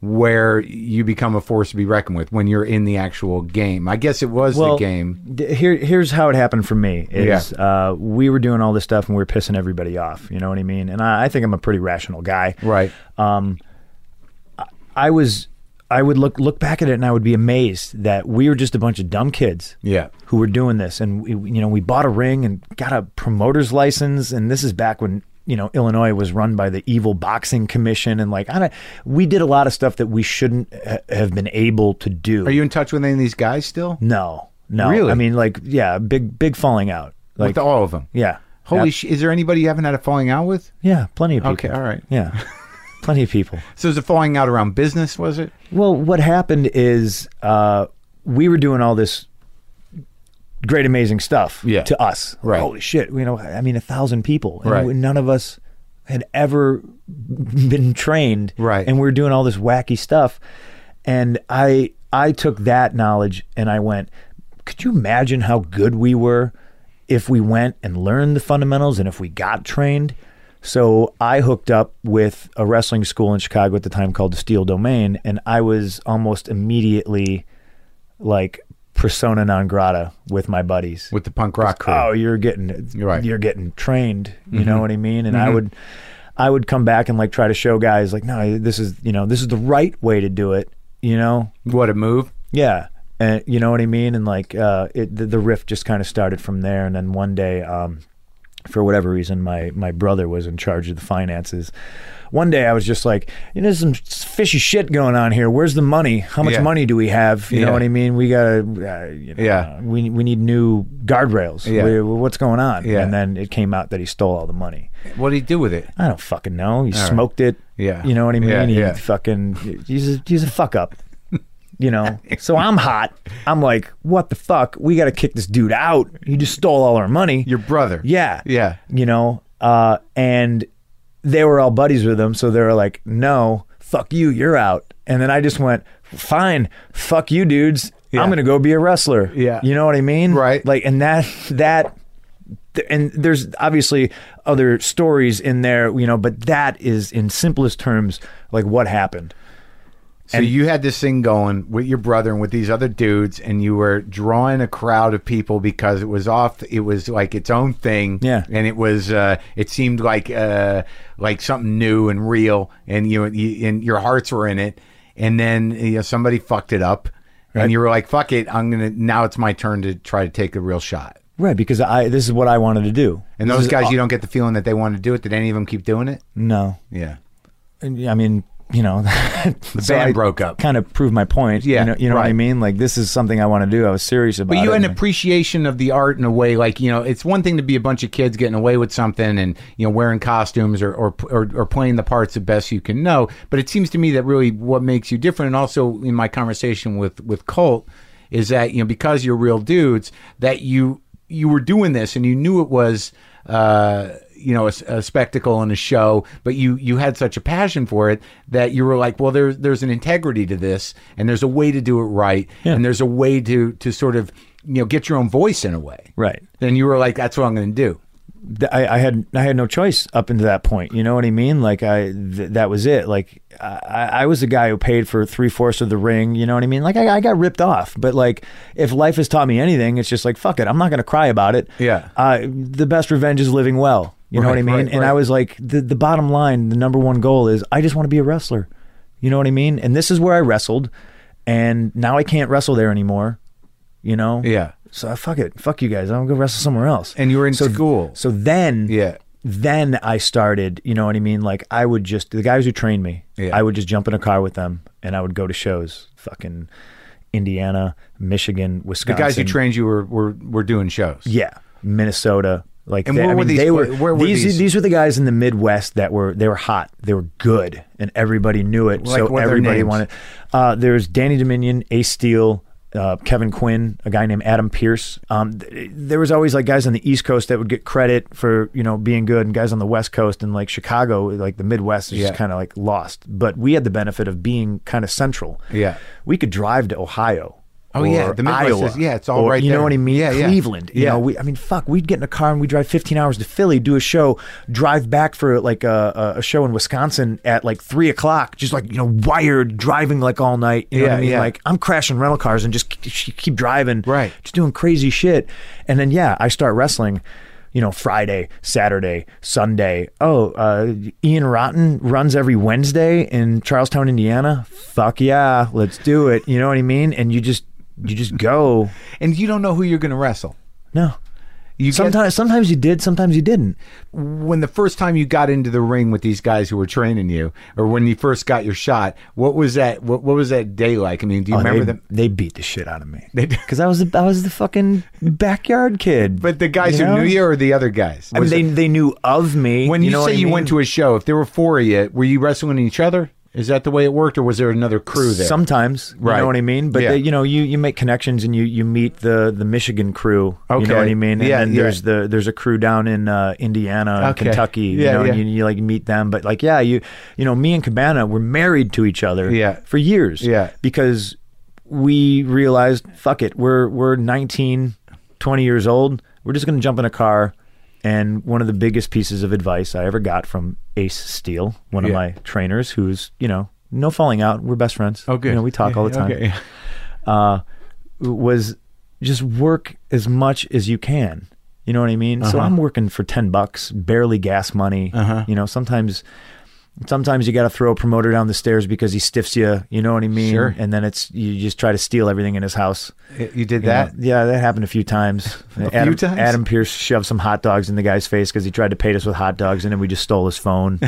[SPEAKER 1] where you become a force to be reckoned with when you're in the actual game? I guess it was the game.
[SPEAKER 2] d- here here's how it happened for me. Is uh, we were doing all this stuff and we were pissing everybody off. You know what I mean? And I, I think I'm a pretty rational guy.
[SPEAKER 1] Right.
[SPEAKER 2] I was. I would look look back at it and I would be amazed that we were just a bunch of dumb kids.
[SPEAKER 1] Yeah.
[SPEAKER 2] who were doing this and we, you know we bought a ring and got a promoter's license and this is back when you know Illinois was run by the evil boxing commission and like I don't, we did a lot of stuff that we shouldn't ha- have been able to do
[SPEAKER 1] Are you in touch with any of these guys still?
[SPEAKER 2] no no
[SPEAKER 1] Really?
[SPEAKER 2] I mean like yeah big big falling out like
[SPEAKER 1] with all of them.
[SPEAKER 2] yeah
[SPEAKER 1] Holy
[SPEAKER 2] yeah,
[SPEAKER 1] sh! Is there anybody you haven't had a falling out with?
[SPEAKER 2] yeah plenty of people
[SPEAKER 1] Okay, all right.
[SPEAKER 2] <laughs> yeah plenty of people
[SPEAKER 1] So is it falling out around business? Was it?
[SPEAKER 2] Well, what happened is uh, we were doing all this great, amazing stuff
[SPEAKER 1] Yeah.
[SPEAKER 2] to us.
[SPEAKER 1] Right.
[SPEAKER 2] Holy shit! You know, I mean, a thousand people, and
[SPEAKER 1] Right.
[SPEAKER 2] we- none of us had ever been trained,
[SPEAKER 1] Right.
[SPEAKER 2] And we were doing all this wacky stuff, and I I took that knowledge and I went, could you imagine how good we were if we went and learned the fundamentals and if we got trained? So I hooked up with a wrestling school in Chicago at the time called the Steel Domain, and I was almost immediately like persona non grata with my buddies.
[SPEAKER 1] With the punk rock crew.
[SPEAKER 2] oh, you're getting
[SPEAKER 1] You're right. Mm-hmm.
[SPEAKER 2] you're getting trained. You know what I mean? And I would I would come back and like try to show guys like, no, this is you know this is the right way to do it. You know,
[SPEAKER 1] What a move!
[SPEAKER 2] yeah. And you know what I mean? And like, uh, it, the, the riff just kind of started from there. And then one day, um, for whatever reason, my, my brother was in charge of the finances. One day I was just like, you know, there's some fishy shit going on here. Where's the money? How much
[SPEAKER 1] Yeah.
[SPEAKER 2] money do we have? You
[SPEAKER 1] Yeah.
[SPEAKER 2] know what I mean? We gotta, uh, you know,
[SPEAKER 1] Yeah.
[SPEAKER 2] uh, we, we need new guardrails.
[SPEAKER 1] Yeah.
[SPEAKER 2] We- what's going on?
[SPEAKER 1] Yeah.
[SPEAKER 2] And then it came out that he stole all the money.
[SPEAKER 1] What did he do with it?
[SPEAKER 2] I don't fucking know. He smoked it.
[SPEAKER 1] Yeah.
[SPEAKER 2] You know what I mean?
[SPEAKER 1] Yeah,
[SPEAKER 2] he
[SPEAKER 1] yeah.
[SPEAKER 2] fucking he's a, he's a fuck up.
[SPEAKER 1] <laughs>
[SPEAKER 2] You know? so I'm hot. I'm like, what the fuck? We gotta kick this dude out. He just stole all our money.
[SPEAKER 1] Your brother.
[SPEAKER 2] yeah.
[SPEAKER 1] Yeah.
[SPEAKER 2] You know? Uh and they were all buddies with him, so they were like, No, fuck you, you're out. And then I just went, Fine, fuck you dudes. I'm gonna go be a wrestler.
[SPEAKER 1] Yeah.
[SPEAKER 2] You know what I mean?
[SPEAKER 1] Right.
[SPEAKER 2] Like and that that th- and there's obviously other stories in there, you know, but that is in simplest terms like what happened.
[SPEAKER 1] So you had this thing going with your brother and with these other dudes, and you were drawing a crowd of people because it was off. It was like its own thing.
[SPEAKER 2] Yeah.
[SPEAKER 1] And it was. Uh, it seemed like uh, like something new and real, and you, you and your hearts were in it. And then you know, somebody fucked it up, and you were like, "Fuck it, I'm gonna." Now it's my turn to try to take a real shot.
[SPEAKER 2] Right, because I this is what I wanted to do.
[SPEAKER 1] And
[SPEAKER 2] This
[SPEAKER 1] those
[SPEAKER 2] is
[SPEAKER 1] guys,
[SPEAKER 2] all-
[SPEAKER 1] you don't get the feeling that they want to do it. Did any of them keep doing it?
[SPEAKER 2] No.
[SPEAKER 1] Yeah.
[SPEAKER 2] I mean, you know, <laughs> the
[SPEAKER 1] band broke up.
[SPEAKER 2] Kind of proved my point.
[SPEAKER 1] Yeah,
[SPEAKER 2] you know, you know what I
[SPEAKER 1] right.
[SPEAKER 2] mean. Like this is something I want to do. I was serious about.
[SPEAKER 1] But you
[SPEAKER 2] it.
[SPEAKER 1] had an
[SPEAKER 2] and-
[SPEAKER 1] appreciation of the art in a way, like you know, it's one thing to be a bunch of kids getting away with something and you know wearing costumes or or or, or playing the parts the best you can know. But it seems to me that really what makes you different, and also in my conversation with with Colt, is that you know because you're real dudes that you you were doing this and you knew it was. Uh, you know, a, s- a spectacle and a show, but you you had such a passion for it that you were like, well, there's there's an integrity to this, and there's a way to do it right, and there's a way to to sort of you know get your own voice in a way.
[SPEAKER 2] Right.
[SPEAKER 1] Then you were like, that's what I'm going to do.
[SPEAKER 2] th- I, I had I had no choice up until that point. You know what I mean? Like I th- that was it. Like I, I was the guy who paid for three fourths of the ring. You know what I mean? Like I, I got ripped off. But like if life has taught me anything, it's just like fuck it. I'm not gonna cry about it.
[SPEAKER 1] Yeah.
[SPEAKER 2] Uh, the best revenge is living well. You know
[SPEAKER 1] Right,
[SPEAKER 2] what I mean?
[SPEAKER 1] right,
[SPEAKER 2] and
[SPEAKER 1] right.
[SPEAKER 2] I was like the the bottom line, the number one goal is I just want to be a wrestler. You know what I mean? And this is where I wrestled, and now I can't wrestle there anymore. You know?
[SPEAKER 1] Yeah.
[SPEAKER 2] So I fuck it, fuck you guys. I'm gonna go wrestle somewhere else.
[SPEAKER 1] And you were in
[SPEAKER 2] so,
[SPEAKER 1] school.
[SPEAKER 2] So then,
[SPEAKER 1] Yeah.
[SPEAKER 2] then I started. You know what I mean? Like I would just the guys who trained me.
[SPEAKER 1] Yeah.
[SPEAKER 2] I would just jump in a car with them, and I would go to shows. Fucking Indiana, Michigan,
[SPEAKER 1] The
[SPEAKER 2] Wisconsin.
[SPEAKER 1] guys who trained you were were, were doing shows.
[SPEAKER 2] Yeah, Minnesota. Like
[SPEAKER 1] And
[SPEAKER 2] they,
[SPEAKER 1] where
[SPEAKER 2] I
[SPEAKER 1] were
[SPEAKER 2] mean,
[SPEAKER 1] these
[SPEAKER 2] they
[SPEAKER 1] pla-
[SPEAKER 2] were,
[SPEAKER 1] where were
[SPEAKER 2] these,
[SPEAKER 1] these-
[SPEAKER 2] these were the guys in the Midwest that were they were hot, they were good, and everybody knew it.
[SPEAKER 1] Like,
[SPEAKER 2] so
[SPEAKER 1] what are their
[SPEAKER 2] everybody
[SPEAKER 1] names?
[SPEAKER 2] wanted. Uh, there's Danny Dominion, Ace Steele, uh, Kevin Quinn, a guy named Adam Pierce. Um, th- there was always like guys on the East Coast that would get credit for you know being good, and guys on the West Coast and like Chicago, like the Midwest is
[SPEAKER 1] Yeah.
[SPEAKER 2] just kind of like lost. But we had the benefit of being kind of central.
[SPEAKER 1] Yeah.
[SPEAKER 2] we could drive to Ohio.
[SPEAKER 1] Oh, yeah,
[SPEAKER 2] or
[SPEAKER 1] the Midwest
[SPEAKER 2] Iowa,
[SPEAKER 1] is- yeah, it's all
[SPEAKER 2] or,
[SPEAKER 1] right
[SPEAKER 2] You
[SPEAKER 1] there.
[SPEAKER 2] know what I mean?
[SPEAKER 1] Yeah, yeah.
[SPEAKER 2] Cleveland. You
[SPEAKER 1] Yeah.
[SPEAKER 2] know, we, I mean, fuck, we'd get in a car and we'd drive 15 hours to Philly, do a show, drive back for like a, a- a show in Wisconsin at like three o'clock, just like, you know, wired, driving like all night. You know
[SPEAKER 1] Yeah,
[SPEAKER 2] what I mean?
[SPEAKER 1] yeah.
[SPEAKER 2] Like, I'm crashing rental cars and just keep, keep driving.
[SPEAKER 1] Right.
[SPEAKER 2] Just doing crazy shit. And then, yeah, I start wrestling. You know, Friday, Saturday, Sunday. Oh, uh, Ian Rotten runs every Wednesday in Charlestown, Indiana. Fuck yeah, let's do it. You know what I mean? And you just, you just go.
[SPEAKER 1] And you don't know who you're going to wrestle.
[SPEAKER 2] No,
[SPEAKER 1] You get-
[SPEAKER 2] sometimes sometimes you did, sometimes you didn't.
[SPEAKER 1] when the first time you got into the ring with these guys who were training you, or when you first got your shot, what was that? What, what was that day like? I mean, do you remember
[SPEAKER 2] Oh, they,
[SPEAKER 1] them?
[SPEAKER 2] they beat the shit out of me
[SPEAKER 1] They did.
[SPEAKER 2] because I was the, I was the fucking backyard kid.
[SPEAKER 1] But the guys
[SPEAKER 2] you
[SPEAKER 1] who
[SPEAKER 2] know?
[SPEAKER 1] knew you, or the other guys?
[SPEAKER 2] I mean,
[SPEAKER 1] Was
[SPEAKER 2] they
[SPEAKER 1] it-
[SPEAKER 2] they knew of me.
[SPEAKER 1] when you,
[SPEAKER 2] know
[SPEAKER 1] say
[SPEAKER 2] what I
[SPEAKER 1] you
[SPEAKER 2] mean?
[SPEAKER 1] went to a show, if there were four of you, were you wrestling each other? Is that the way it worked, or was there another crew there?
[SPEAKER 2] Sometimes, you
[SPEAKER 1] Right.
[SPEAKER 2] know what I mean. But
[SPEAKER 1] Yeah.
[SPEAKER 2] they, you know, you, you make connections and you, you meet the, the Michigan crew. you
[SPEAKER 1] Okay.
[SPEAKER 2] know what I mean. And
[SPEAKER 1] Yeah,
[SPEAKER 2] then
[SPEAKER 1] yeah.
[SPEAKER 2] there's the there's a crew down in uh, Indiana, and
[SPEAKER 1] Okay.
[SPEAKER 2] Kentucky. You
[SPEAKER 1] Yeah,
[SPEAKER 2] know, and
[SPEAKER 1] yeah.
[SPEAKER 2] you, you like meet them. But like, yeah, you you know, me and Cabana were married to each other.
[SPEAKER 1] Yeah.
[SPEAKER 2] for years.
[SPEAKER 1] Yeah.
[SPEAKER 2] because we realized, fuck it, we're we're 19, 20 years old. We're just gonna jump in a car. And one of the biggest pieces of advice I ever got from Ace Steele, one of
[SPEAKER 1] Yeah.
[SPEAKER 2] my trainers, who's you know no falling out. We're best friends.
[SPEAKER 1] Oh, good.
[SPEAKER 2] You know, we talk
[SPEAKER 1] Yeah,
[SPEAKER 2] all the time.
[SPEAKER 1] okay. <laughs>
[SPEAKER 2] Uh, was just work as much as you can. You know what I mean?
[SPEAKER 1] Uh-huh.
[SPEAKER 2] So I'm working for 10 bucks, barely gas money. You know, sometimes sometimes you got to throw a promoter down the stairs because he stiffs you, you know what I mean?
[SPEAKER 1] Sure.
[SPEAKER 2] And then it's you just try to steal everything in his house.
[SPEAKER 1] You did
[SPEAKER 2] You know,
[SPEAKER 1] that.
[SPEAKER 2] yeah, that happened a few times.
[SPEAKER 1] <laughs> A few
[SPEAKER 2] Adam,
[SPEAKER 1] times?
[SPEAKER 2] Adam Pierce shoved some hot dogs in the guy's face because he tried to pay us with hot dogs, and then we just stole
[SPEAKER 1] <laughs>
[SPEAKER 2] his phone.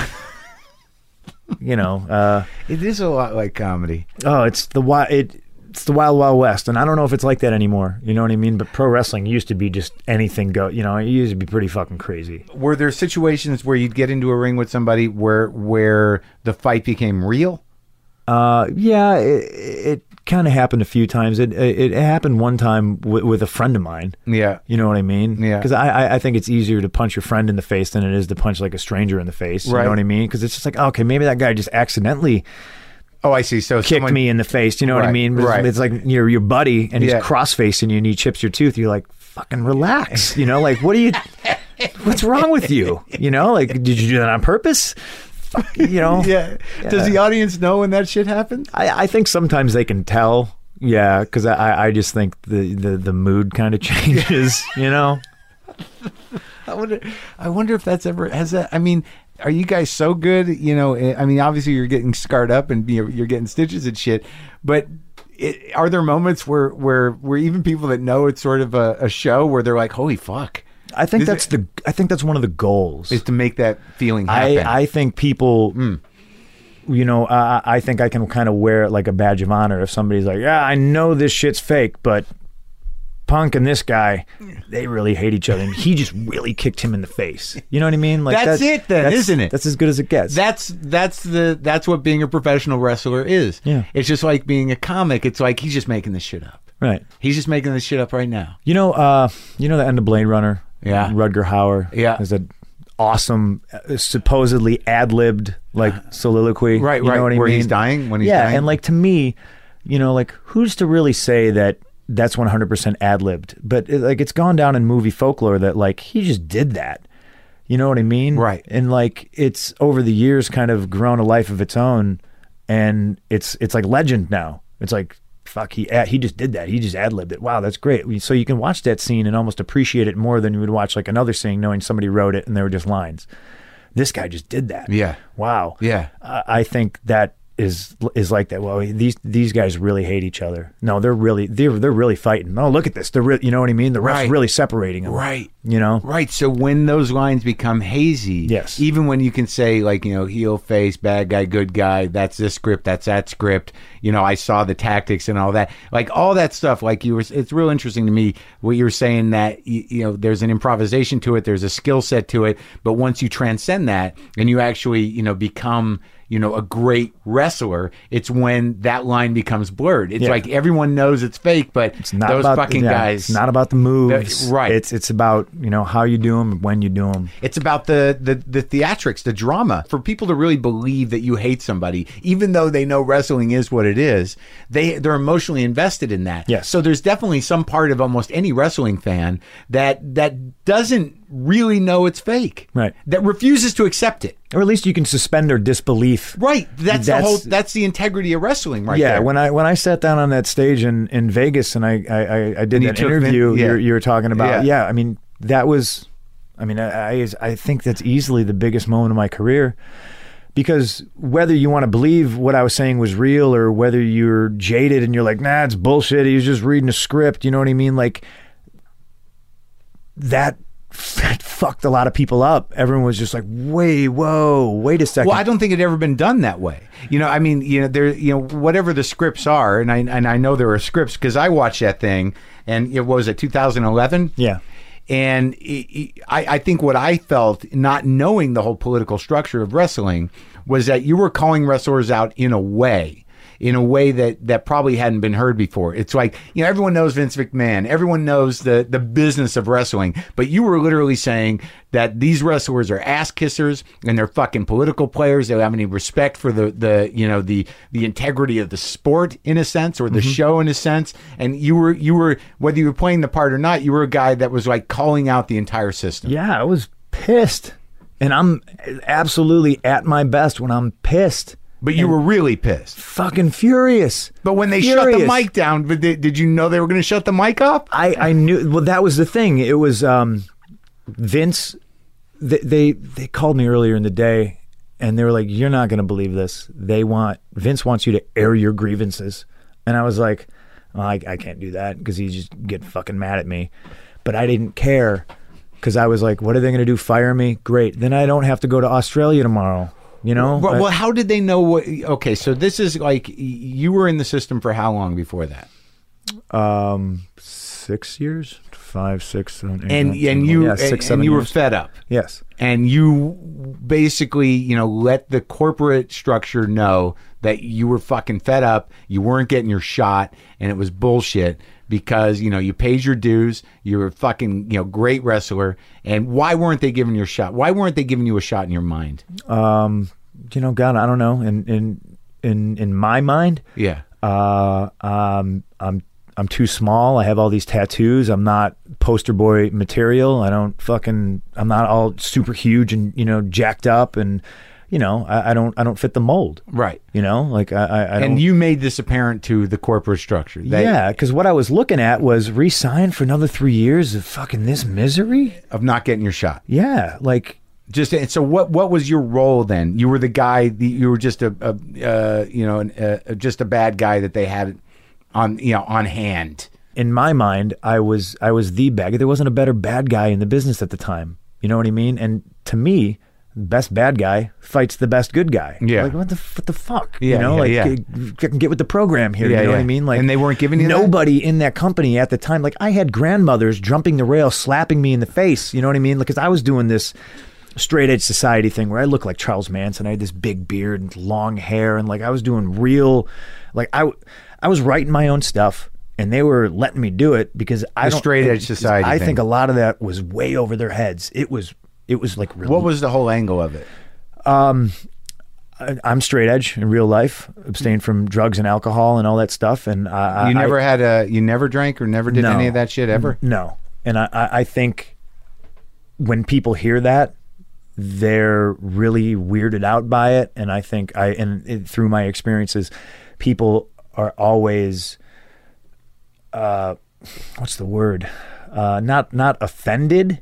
[SPEAKER 2] you know, uh,
[SPEAKER 1] It is a lot like comedy.
[SPEAKER 2] oh, it's the wild, it, it's the wild wild west, and I don't know if it's like that anymore. You know what I mean? But pro wrestling used to be just anything go. You know, it used to be pretty fucking crazy.
[SPEAKER 1] Were there situations where you'd get into a ring with somebody where where the fight became real?
[SPEAKER 2] Uh, yeah, it, it kind of happened a few times. It it, it happened one time wi with a friend of mine.
[SPEAKER 1] Yeah.
[SPEAKER 2] You know what I mean?
[SPEAKER 1] Yeah.
[SPEAKER 2] Because I, I I think it's easier to punch your friend in the face than it is to punch like a stranger in the face. You
[SPEAKER 1] Right.
[SPEAKER 2] know what I mean? Because it's just like okay, maybe that guy just accidentally
[SPEAKER 1] Oh, I see. So
[SPEAKER 2] kicked
[SPEAKER 1] someone, <laughs>
[SPEAKER 2] me in the face. You know what
[SPEAKER 1] Right,
[SPEAKER 2] I mean? But it's-
[SPEAKER 1] right.
[SPEAKER 2] It's like your your buddy and
[SPEAKER 1] Yeah.
[SPEAKER 2] he's cross facing you and he chips your tooth. You're like fucking
[SPEAKER 1] <laughs>
[SPEAKER 2] relax. You know, like what are you? what's wrong with you? You know, like did you do that on purpose? Fuck, You know?
[SPEAKER 1] Yeah. Does the audience know when that shit happens?
[SPEAKER 2] I, I think sometimes they can tell. Yeah, because I- I, I just think the, the, the mood kind of <laughs> changes, you know?
[SPEAKER 1] I wonder. I wonder if that's ever has that. I mean, are you guys so good? You know, eh, I mean, obviously you're getting scarred up and you're, you're getting stitches and shit, but. It, are there moments where, where where even people that know it's sort of a, a show where they're like, "Holy fuck!"
[SPEAKER 2] I think
[SPEAKER 1] Is
[SPEAKER 2] that's the I think that's one of the goals.
[SPEAKER 1] Is to make that feeling happen.
[SPEAKER 2] I, I think people,
[SPEAKER 1] Hmm.
[SPEAKER 2] you know, I, I think I can kind of wear it like a badge of honor if somebody's like, yeah, I know this shit's fake, but Punk and this guy, they really hate each other, and he just really kicked him in the face. You know what I mean? Like
[SPEAKER 1] That's it then,
[SPEAKER 2] that's-
[SPEAKER 1] isn't it?
[SPEAKER 2] That's as good as it gets.
[SPEAKER 1] that's that's the that's what being a professional wrestler is.
[SPEAKER 2] Yeah.
[SPEAKER 1] It's just like being a comic. It's like he's just making this shit up.
[SPEAKER 2] right.
[SPEAKER 1] He's just making this shit up right now.
[SPEAKER 2] You know, uh, you know the end of Blade Runner.
[SPEAKER 1] Yeah.
[SPEAKER 2] Rudger Hauer.
[SPEAKER 1] Yeah.
[SPEAKER 2] is an awesome, uh, supposedly ad-libbed
[SPEAKER 1] <sighs>
[SPEAKER 2] like soliloquy.
[SPEAKER 1] Right,
[SPEAKER 2] you know
[SPEAKER 1] right,
[SPEAKER 2] What I
[SPEAKER 1] where he's
[SPEAKER 2] mean?
[SPEAKER 1] dying, when he's
[SPEAKER 2] yeah,
[SPEAKER 1] dying.
[SPEAKER 2] and like to me, you know, like who's to really say that that's 100% ad-libbed? But it, like it's gone down in movie folklore that like he just did that. You know what I mean?
[SPEAKER 1] Right.
[SPEAKER 2] And like it's over the years kind of grown a life of its own, and it's it's like legend now. It's like fuck he ad- he just did that. He just ad libbed it. Wow, that's great. So you can watch that scene and almost appreciate it more than you would watch like another scene, knowing somebody wrote it and they were just lines. This guy just did that.
[SPEAKER 1] Yeah.
[SPEAKER 2] Wow.
[SPEAKER 1] Yeah.
[SPEAKER 2] I I think that is is like that. Well, these these guys really hate each other. No, they're really they're they're really fighting. Oh, look at this. They're re- you know what I mean. The refs
[SPEAKER 1] Right.
[SPEAKER 2] really separating them.
[SPEAKER 1] Right.
[SPEAKER 2] You know.
[SPEAKER 1] Right. So when those lines become hazy,
[SPEAKER 2] Yes.
[SPEAKER 1] even when you can say like you know heel face bad guy good guy that's this script that's that script you know I saw the tactics and all that like all that stuff like you were it's real interesting to me what you were saying that y- you, know there's an improvisation to it there's a skill set to it but once you transcend that and you actually you know become you know a great wrestler it's when that line becomes blurred it's
[SPEAKER 2] Yeah.
[SPEAKER 1] like everyone knows it's fake but
[SPEAKER 2] It's not
[SPEAKER 1] those
[SPEAKER 2] about
[SPEAKER 1] fucking
[SPEAKER 2] yeah,
[SPEAKER 1] guys
[SPEAKER 2] It's not about the moves.
[SPEAKER 1] They're- right.
[SPEAKER 2] It's it's about you know how you do them, when you do them.
[SPEAKER 1] It's about the, the the theatrics, the drama. For people to really believe that you hate somebody, even though they know wrestling is what it is, they they're emotionally invested in that.
[SPEAKER 2] Yes.
[SPEAKER 1] So there's definitely some part of almost any wrestling fan that that doesn't really know it's fake.
[SPEAKER 2] Right.
[SPEAKER 1] That refuses to accept it.
[SPEAKER 2] Or at least you can suspend their disbelief.
[SPEAKER 1] Right. That's, the
[SPEAKER 2] That's-
[SPEAKER 1] whole that's the integrity of wrestling right
[SPEAKER 2] yeah,
[SPEAKER 1] there.
[SPEAKER 2] when I when I sat down on that stage in, in Vegas and I I, I, I did
[SPEAKER 1] you
[SPEAKER 2] that
[SPEAKER 1] took
[SPEAKER 2] interview
[SPEAKER 1] Vin- yeah.
[SPEAKER 2] you, were- you were talking about.
[SPEAKER 1] Yeah.
[SPEAKER 2] Yeah. I mean that was, I mean I, I I think that's easily the biggest moment of my career, because whether you want to believe what I was saying was real or whether you're jaded and you're like nah it's bullshit he was just reading a script you know what I mean like that. <laughs> That fucked a lot of people up. Everyone was just like, "Wait, whoa, wait a second.
[SPEAKER 1] Well, I don't think it had ever been done that way. You know, I mean, you know, there, you know, whatever the scripts are, and I and I know there are scripts because I watched that thing, and it was it 2011.
[SPEAKER 2] Yeah.
[SPEAKER 1] and it, it- I, I think what I felt, not knowing the whole political structure of wrestling, was that you were calling wrestlers out in a way. In a way that, that probably hadn't been heard before. It's like, you know, everyone knows Vince McMahon. Everyone knows the, the business of wrestling. But you were literally saying that these wrestlers are ass kissers and they're fucking political players. They don't have any respect for the, the you know, the the integrity of the sport in a sense or the
[SPEAKER 2] Mm-hmm.
[SPEAKER 1] show in a sense. And you were you were whether you were playing the part or not, you were a guy that was like calling out the entire system.
[SPEAKER 2] Yeah, I was pissed. And I'm absolutely at my best when I'm pissed.
[SPEAKER 1] But you were really pissed.
[SPEAKER 2] Fucking furious.
[SPEAKER 1] But when they shut the
[SPEAKER 2] Furious.
[SPEAKER 1] mic down, but did, did you know they were going to shut the mic off?
[SPEAKER 2] I, I knew, well, that was the thing. It was um, Vince, they, they, they called me earlier in the day and they were like, You're not going to believe this. They want, Vince wants you to air your grievances. And I was like, well, I, I can't do that because he just get fucking mad at me. But I didn't care because I was like, What are they going to do? Fire me? Great. Then I don't have to go to Australia tomorrow. You know?
[SPEAKER 1] Well,
[SPEAKER 2] I-
[SPEAKER 1] well, how did they know what? Okay, so this is like y- you were in the system for how long before that?
[SPEAKER 2] um six years five six seven eight
[SPEAKER 1] And
[SPEAKER 2] nine, ten,
[SPEAKER 1] and you
[SPEAKER 2] yeah, six,
[SPEAKER 1] and,
[SPEAKER 2] seven
[SPEAKER 1] and you were
[SPEAKER 2] years.
[SPEAKER 1] fed up.
[SPEAKER 2] yes
[SPEAKER 1] and you basically you know let the corporate structure know that you were fucking fed up you weren't getting your shot and it was bullshit because you know you paid your dues you were a fucking you know great wrestler and why weren't they giving you a shot why weren't they giving you a shot in your mind
[SPEAKER 2] um you know god i don't know in in in in my mind
[SPEAKER 1] yeah
[SPEAKER 2] uh um i'm i'm too small i have all these tattoos i'm not poster boy material i don't fucking i'm not all super huge and you know jacked up and you know i, I don't i don't fit the mold
[SPEAKER 1] right
[SPEAKER 2] you know like i i, I don't
[SPEAKER 1] and you made this apparent to the corporate structure that,
[SPEAKER 2] yeah, because what I was looking at was re-sign for another three years of fucking this misery.
[SPEAKER 1] of not getting your shot
[SPEAKER 2] Yeah, like
[SPEAKER 1] just and so what what was your role then you were the guy the, you were just a, a uh, you know an, uh, just a bad guy that they had on you know on hand
[SPEAKER 2] in my mind, I was I was the bad. guy. There wasn't a better bad guy in the business at the time. You know what I mean? And to me, the best bad guy fights the best good guy.
[SPEAKER 1] Yeah.
[SPEAKER 2] Like what the what the fuck?
[SPEAKER 1] Yeah,
[SPEAKER 2] you know,
[SPEAKER 1] yeah,
[SPEAKER 2] like
[SPEAKER 1] yeah.
[SPEAKER 2] g- g- get with the program here.
[SPEAKER 1] Yeah,
[SPEAKER 2] you know what
[SPEAKER 1] yeah.
[SPEAKER 2] I mean? Like
[SPEAKER 1] And they weren't giving you that?
[SPEAKER 2] nobody in that company at the time. Like I had grandmothers jumping the rail, slapping me in the face. You know what I mean? Because I was doing this straight edge society thing where I looked like Charles Manson. I had this big beard and long hair, and like I was doing real, like I, w- I was writing my own stuff. And they were letting me do it because I
[SPEAKER 1] The
[SPEAKER 2] don't-
[SPEAKER 1] straight edge society
[SPEAKER 2] I
[SPEAKER 1] thing.
[SPEAKER 2] think a lot of that was way over their heads. It was, it was like really
[SPEAKER 1] what was the whole angle of it
[SPEAKER 2] I- I'm straight edge in real life, abstain from drugs and alcohol and all that stuff. And I, I-
[SPEAKER 1] you
[SPEAKER 2] I-
[SPEAKER 1] never had a you never drank or never did
[SPEAKER 2] No.
[SPEAKER 1] any of that shit ever
[SPEAKER 2] no. And I, I, I think when people hear that, they're really weirded out by it and i think i and it, through my experiences people are always uh what's the word uh not not offended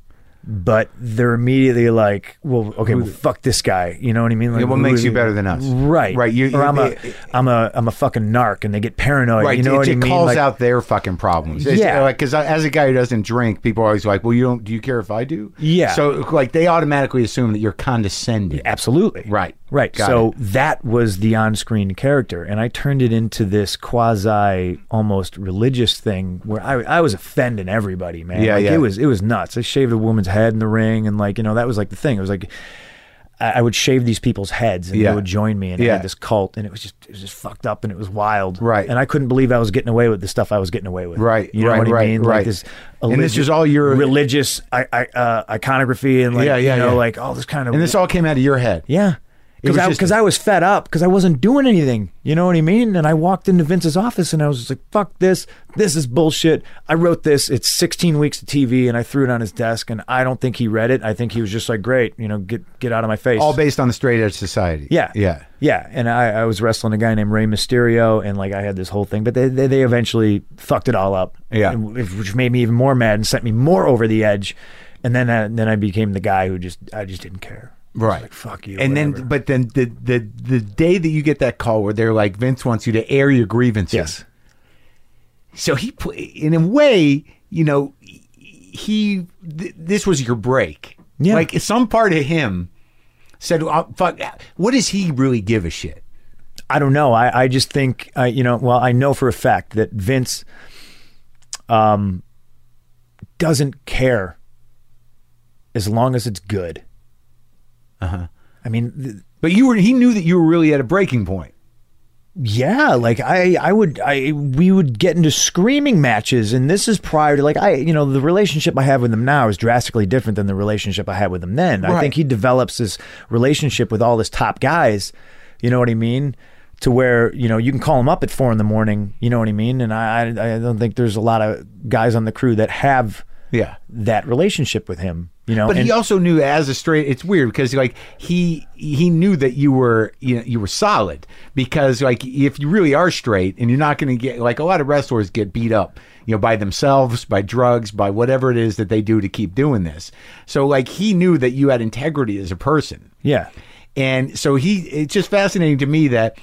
[SPEAKER 2] but they're immediately like, well, okay, well, fuck this guy. You know what I mean? Like,
[SPEAKER 1] Yeah, what
[SPEAKER 2] who
[SPEAKER 1] makes
[SPEAKER 2] is
[SPEAKER 1] you
[SPEAKER 2] he?
[SPEAKER 1] better than us?
[SPEAKER 2] Right,
[SPEAKER 1] Right, you-
[SPEAKER 2] or I'm a,
[SPEAKER 1] it-
[SPEAKER 2] am a, I'm a fucking narc, and they get paranoid.
[SPEAKER 1] Right,
[SPEAKER 2] you know
[SPEAKER 1] it,
[SPEAKER 2] what
[SPEAKER 1] it
[SPEAKER 2] I mean?
[SPEAKER 1] calls
[SPEAKER 2] Like,
[SPEAKER 1] out their fucking problems. It's,
[SPEAKER 2] Yeah.
[SPEAKER 1] like because as a guy who doesn't drink, people are always like, "Well, you don't. Do you care if I do?"
[SPEAKER 2] Yeah.
[SPEAKER 1] So like they automatically assume that you're condescending.
[SPEAKER 2] Absolutely.
[SPEAKER 1] Right.
[SPEAKER 2] Right.
[SPEAKER 1] Got
[SPEAKER 2] so that was the on screen character. And I turned it into this quasi almost religious thing where I, I was offending everybody, man.
[SPEAKER 1] Yeah,
[SPEAKER 2] Like,
[SPEAKER 1] yeah.
[SPEAKER 2] It was it was nuts. I shaved a woman's head in the ring and like, you know, that was like the thing. It was like I I would shave these people's heads and
[SPEAKER 1] Yeah.
[SPEAKER 2] they would join me and I
[SPEAKER 1] Yeah.
[SPEAKER 2] had this cult and it was just it was just fucked up and it was wild.
[SPEAKER 1] Right.
[SPEAKER 2] And I couldn't believe I was getting away with the stuff I was getting away with.
[SPEAKER 1] Right,
[SPEAKER 2] You know
[SPEAKER 1] right,
[SPEAKER 2] what I
[SPEAKER 1] right,
[SPEAKER 2] mean?
[SPEAKER 1] right.
[SPEAKER 2] Like this
[SPEAKER 1] And this
[SPEAKER 2] religi-
[SPEAKER 1] is all your-
[SPEAKER 2] religious I, I, uh, iconography and like
[SPEAKER 1] Yeah, yeah,
[SPEAKER 2] you know,
[SPEAKER 1] yeah.
[SPEAKER 2] like all this kind of
[SPEAKER 1] And this all came out of your head.
[SPEAKER 2] yeah.
[SPEAKER 1] It was
[SPEAKER 2] Because I,
[SPEAKER 1] just-
[SPEAKER 2] 'cause I was fed up because I wasn't doing anything. You know what I mean? And I walked into Vince's office and I was just like, fuck this. This is bullshit. I wrote this. It's 16 weeks of TV and I threw it on his desk and I don't think he read it. I think he was just like, great, you know, get get out of my face.
[SPEAKER 1] All based on the straight edge society.
[SPEAKER 2] Yeah.
[SPEAKER 1] Yeah.
[SPEAKER 2] Yeah. And I, I was wrestling a guy named Rey Mysterio and like I had this whole thing, but they, they, they eventually fucked it all up.
[SPEAKER 1] Yeah.
[SPEAKER 2] And- which made me even more mad and sent me more over the edge. And then, uh, then I became the guy who just, I just didn't care. I was
[SPEAKER 1] Right.
[SPEAKER 2] Like, fuck you.
[SPEAKER 1] And
[SPEAKER 2] whatever.
[SPEAKER 1] then, but then the, the the day that you get that call where they're like, Vince wants you to air your grievances.
[SPEAKER 2] Yes.
[SPEAKER 1] So he, pl- in a way, you know, he th- this was your break.
[SPEAKER 2] Yeah.
[SPEAKER 1] Like some part of him said, oh, "Fuck, what does he really give a shit?"
[SPEAKER 2] I don't know. I, I just think I you know. Well, I know for a fact that Vince, um, doesn't care as long as it's good. Uh huh. I mean, th-
[SPEAKER 1] But you were he knew that you were really at a breaking point.
[SPEAKER 2] yeah, like I, I would, I we would get into screaming matches, and this is prior to like I, you know, the relationship I have with him now is drastically different than the relationship I had with him then. I
[SPEAKER 1] Right.
[SPEAKER 2] think he develops this relationship with all his top guys, you know what I mean, to where you know you can call him up at four in the morning, you know what I mean, and I, I, I don't think there's a lot of guys on the crew that have
[SPEAKER 1] Yeah.
[SPEAKER 2] that relationship with him, you know.
[SPEAKER 1] But
[SPEAKER 2] and-
[SPEAKER 1] he also knew as a straight. It's weird because like he he knew that you were you know, you were solid because like if you really are straight and you're not going to get like a lot of wrestlers get beat up you know by themselves by drugs by whatever it is that they do to keep doing this. So like he knew that you had integrity as a person.
[SPEAKER 2] yeah,
[SPEAKER 1] And so he it's just fascinating to me that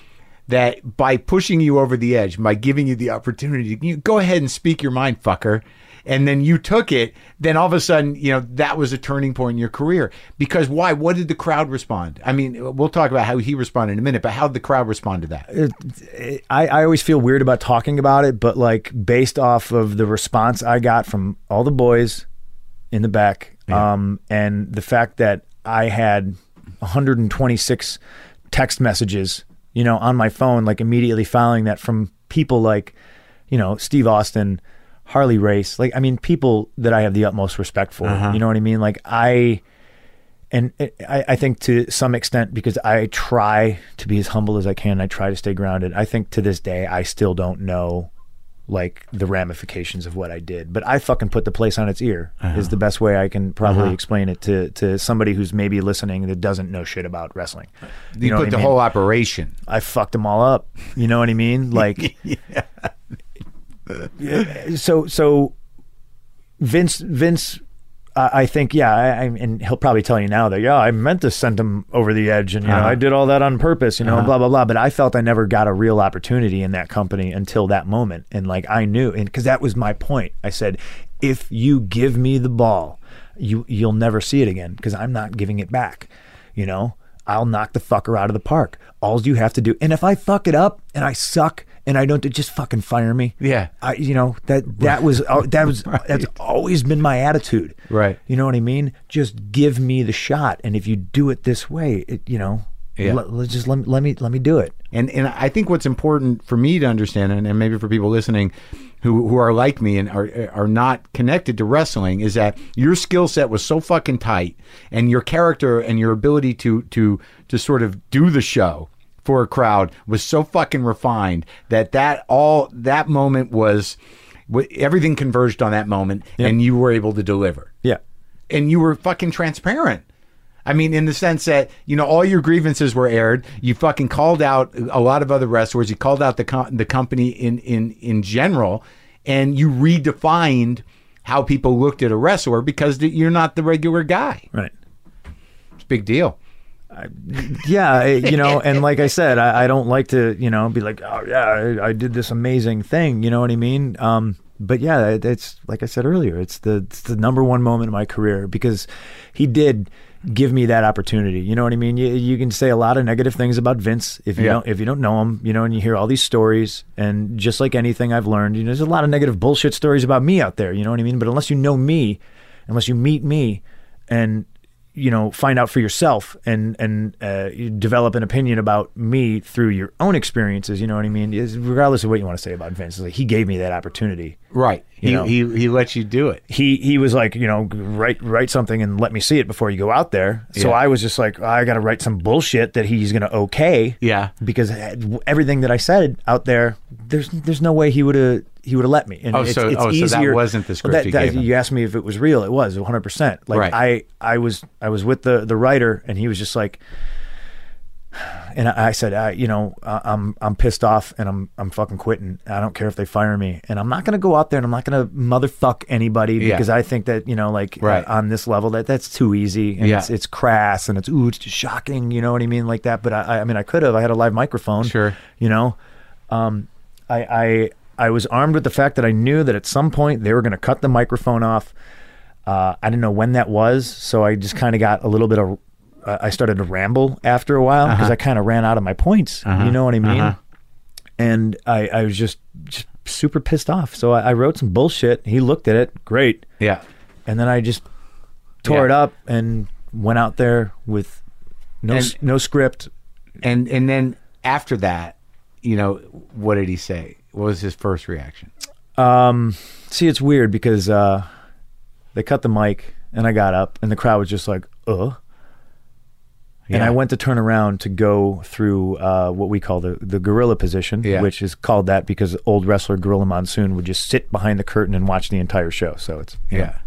[SPEAKER 1] that by pushing you over the edge, by giving you the opportunity to you go ahead and speak your mind, fucker. And then you took it, then all of a sudden, you know, that was a turning point in your career. Because why? What did the crowd respond? I mean, we'll talk about how he responded in a minute, but how did the crowd respond to that?
[SPEAKER 2] I, I always feel weird about talking about it, but like based off of the response I got from all the boys in the back, um, and the fact that I had 126 text messages, you know, on my phone, like immediately following that from people like, you know, Steve Austin, Harley Race, like I mean, people that I have the utmost respect for. You know what I mean? Like I and it, I, I think to some extent because I try to be as humble as I can, I try to stay grounded. I think to this day I still don't know like the ramifications of what I did, but I fucking put the place on its ear
[SPEAKER 1] Uh-huh.
[SPEAKER 2] is the best way I can probably explain it to to somebody who's maybe listening that doesn't know shit about wrestling.
[SPEAKER 1] You,
[SPEAKER 2] know
[SPEAKER 1] put
[SPEAKER 2] what I
[SPEAKER 1] the
[SPEAKER 2] mean?
[SPEAKER 1] whole operation.
[SPEAKER 2] I fucked them all up. You know what
[SPEAKER 1] <laughs>
[SPEAKER 2] I mean? Like, so so Vince Vince, I, I think yeah, I, I, and he'll probably tell you now that yeah, I meant to send him over the edge, and you know I did all that on purpose, you know, blah blah blah. But I felt I never got a real opportunity in that company until that moment, and like I knew, and because that was my point. I said, if you give me the ball, you you'll never see it again because I'm not giving it back, you know. I'll knock the fucker out of the park. All you have to do, and if I fuck it up and I suck and I don't, do- just fucking fire me.
[SPEAKER 1] Yeah.
[SPEAKER 2] I, you know that that was al- that was that's always been my attitude.
[SPEAKER 1] Right.
[SPEAKER 2] You know what I mean? Just give me the shot, and if you do it this way, it, you know,
[SPEAKER 1] Yeah.
[SPEAKER 2] let, let's just let, me- let me let me do it.
[SPEAKER 1] And and I think what's important for me to understand, and, and maybe for people listening who who are like me and are are not connected to wrestling, is that your skill set was so fucking tight, and your character and your ability to to to sort of do the show for a crowd was so fucking refined that that all that moment was. wa- Everything converged on that moment, and you were able to deliver
[SPEAKER 2] Yeah.
[SPEAKER 1] and you were fucking transparent. I mean, in the sense that you know all your grievances were aired. You fucking called out a lot of other wrestlers. You called out the com- the company in in in general, and you redefined how people looked at a wrestler because th- you're not the regular guy.
[SPEAKER 2] Right.
[SPEAKER 1] It's a big deal.
[SPEAKER 2] yeah, I- you know, and like I said, I, I don't like to, you know, be like, oh yeah, I, I did this amazing thing. You know what I mean? Um, but yeah, it, it's like I said earlier, it's the it's the number one moment of my career because he did give me that opportunity. You know what I mean? You, you can say a lot of negative things about Vince if you
[SPEAKER 1] Yeah.
[SPEAKER 2] don't if you don't know him, you know, and you hear all these stories. And just like anything I've learned, you know, there's a lot of negative bullshit stories about me out there. You know what I mean? But unless you know me, unless you meet me, and you know find out for yourself and and uh, you develop an opinion about me through your own experiences you know what i mean is regardless of what you want to say about vince it's like he gave me that opportunity
[SPEAKER 1] Right. He,
[SPEAKER 2] You know.
[SPEAKER 1] he he lets you do it.
[SPEAKER 2] he he was like you know write write something and let me see it before you go out there so
[SPEAKER 1] Yeah.
[SPEAKER 2] i was just like i gotta write some bullshit that he's gonna okay
[SPEAKER 1] Yeah.
[SPEAKER 2] because eh, everything that i said out there there's there's no way he would have he would have let me and
[SPEAKER 1] Oh, so- oh, so that wasn't the script
[SPEAKER 2] that-
[SPEAKER 1] you
[SPEAKER 2] that-
[SPEAKER 1] gave him.
[SPEAKER 2] you asked me if it was real it was 100% like
[SPEAKER 1] Right.
[SPEAKER 2] i i was i was with the the writer and he was just like and I, I said, I, you know, I, I'm I'm pissed off, and I'm I'm fucking quitting. I don't care if they fire me, and I'm not gonna go out there and I'm not gonna motherfuck anybody
[SPEAKER 1] Yeah.
[SPEAKER 2] because I think that you know, like
[SPEAKER 1] Right.
[SPEAKER 2] uh, on this level, that that's too easy and
[SPEAKER 1] Yeah.
[SPEAKER 2] it's it's crass and it's ooh, it's just shocking. You know what I mean, like that. But I, I mean, I could have. I had a live microphone.
[SPEAKER 1] <laughs> Sure.
[SPEAKER 2] You know, um, I I I was armed with the fact that I knew that at some point they were gonna cut the microphone off. Uh, I didn't know when that was, so I just kind of got a little bit of. I I started to ramble after a while
[SPEAKER 1] Uh-huh.
[SPEAKER 2] because I kind of ran out of my points. You know what I mean? And I, I was just, just super pissed off. So I, I wrote some bullshit. He looked at it, great,
[SPEAKER 1] Yeah.
[SPEAKER 2] and then I just tore
[SPEAKER 1] Yeah.
[SPEAKER 2] it up and went out there with no s
[SPEAKER 1] And-
[SPEAKER 2] no script.
[SPEAKER 1] And and then after that, you know, what did he say? What was his first reaction?
[SPEAKER 2] See, it's weird because uh, they cut the mic, and I got up, and the crowd was just like, "Uh." And
[SPEAKER 1] Yeah.
[SPEAKER 2] I went to turn around to go through uh, what we call the, the gorilla position,
[SPEAKER 1] Yeah.
[SPEAKER 2] which is called that because old wrestler Gorilla Monsoon would just sit behind the curtain and watch the entire show. So it's you know,
[SPEAKER 1] Yeah.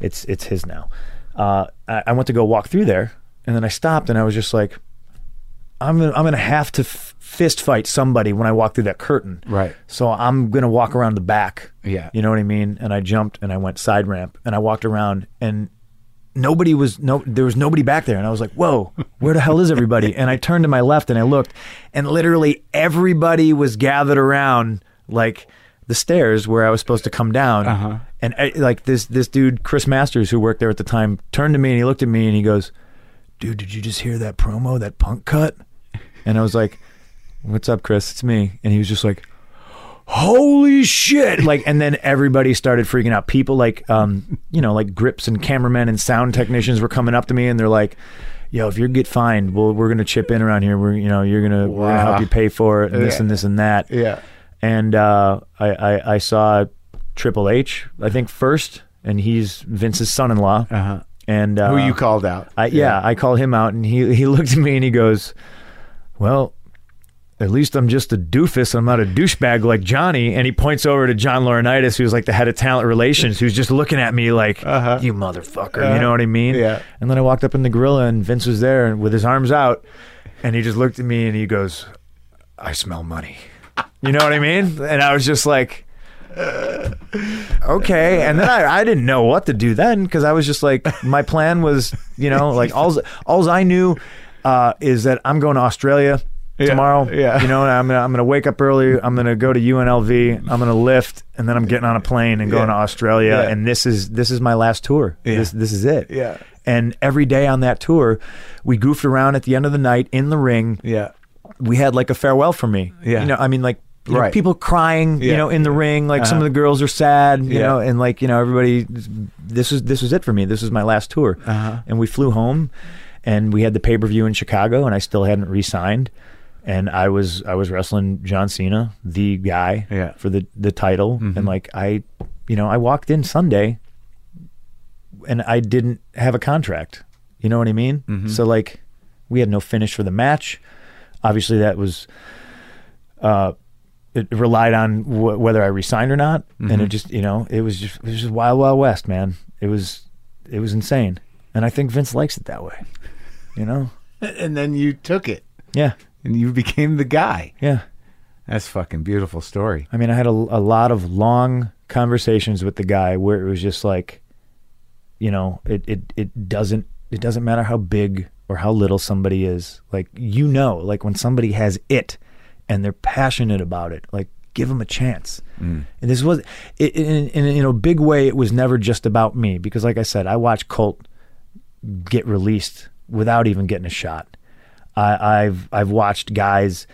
[SPEAKER 2] it's it's his now. Uh, I, I went to go walk through there, and then I stopped, and I was just like, I'm gonna, I'm gonna have to f- fist fight somebody when I walk through that curtain.
[SPEAKER 1] Right.
[SPEAKER 2] So I'm gonna walk around the back.
[SPEAKER 1] Yeah.
[SPEAKER 2] You know what I mean? And I jumped and I went side ramp and I walked around and nobody was no there was nobody back there and I was like, "Whoa, where the hell is everybody?" And I turned to my left and I looked and literally everybody was gathered around like the stairs where I was supposed to come down. Uh-huh. And I, like this this dude Chris Masters who worked there at the time turned to me and he looked at me and he goes, "Dude, did you just hear that promo, that punk cut?" And I was like, "What's up, Chris? It's me." And he was just like, holy shit like and then everybody started freaking out people like um you know like grips and cameramen and sound technicians were coming up to me and they're like yo if you get fined well we're gonna chip in around here we're you know you're gonna we're gonna help you pay for it and this
[SPEAKER 1] Yeah.
[SPEAKER 2] and this and that
[SPEAKER 1] Yeah.
[SPEAKER 2] and uh I, I i saw triple h i think first and he's vince's son-in-law
[SPEAKER 1] Uh-huh.
[SPEAKER 2] and uh
[SPEAKER 1] Who you called out?
[SPEAKER 2] I, yeah, I call him out, and he <laughs> he looked at me and he goes, "Well, at least I'm just a doofus. I'm not a douchebag like Johnny." And he points over to John Laurinaitis, who's like the head of talent relations, who's just looking at me like, "You motherfucker," you know what I mean?
[SPEAKER 1] Uh-huh. Yeah.
[SPEAKER 2] And then I walked up in the gorilla, and Vince was there and with his arms out, and he just looked at me and he goes, "I smell money." You know what I mean? And I was just like. okay. And then I, I didn't know what to do then because I was just like, my plan was, you know, like all alls I knew uh, is that I'm going to Australia tomorrow.
[SPEAKER 1] yeah.
[SPEAKER 2] You know, and I'm gonna, I'm gonna wake up early. I'm gonna go to UNLV. I'm gonna lift, and then I'm getting on a plane and going to Australia.
[SPEAKER 1] Yeah.
[SPEAKER 2] And this is this is my last tour. This this is it.
[SPEAKER 1] Yeah.
[SPEAKER 2] And every day on that tour, we goofed around at the end of the night in the ring
[SPEAKER 1] Yeah.
[SPEAKER 2] we had like a farewell for me.
[SPEAKER 1] Yeah.
[SPEAKER 2] You know, I mean, like, you know,
[SPEAKER 1] Right.
[SPEAKER 2] people crying, you
[SPEAKER 1] Yeah. Uh-huh.
[SPEAKER 2] know, in the ring. Like some of the girls are sad, you
[SPEAKER 1] Yeah.
[SPEAKER 2] know, and like you know, everybody. This is this was it for me. This was my last tour, uh-huh. and we flew home, and we had the pay per view in Chicago, and I still hadn't re signed, and I was I was wrestling John Cena, the guy,
[SPEAKER 1] Yeah.
[SPEAKER 2] for the the title, and like I, you know, I walked in Sunday, and I didn't have a contract. You know what I mean? So like, we had no finish for the match. Obviously, that was uh, it relied on wh- whether I resigned or not, and it just you know it was just it was just wild wild west, man. It was it was insane, and I think Vince likes it that way. You know?
[SPEAKER 1] and then you took it
[SPEAKER 2] Yeah,
[SPEAKER 1] and you became the guy.
[SPEAKER 2] yeah.
[SPEAKER 1] That's fucking beautiful story.
[SPEAKER 2] I mean, I had a, a lot of long conversations with the guy where it was just like, you know, it, it, it doesn't, it doesn't matter how big or how little somebody is. Like, you know, like when somebody has it and they're passionate about it, like give them a chance. And this was, it, in, in, in a big way, it was never just about me because like I said, I watched Colt get released without even getting a shot. I, I've I've watched guys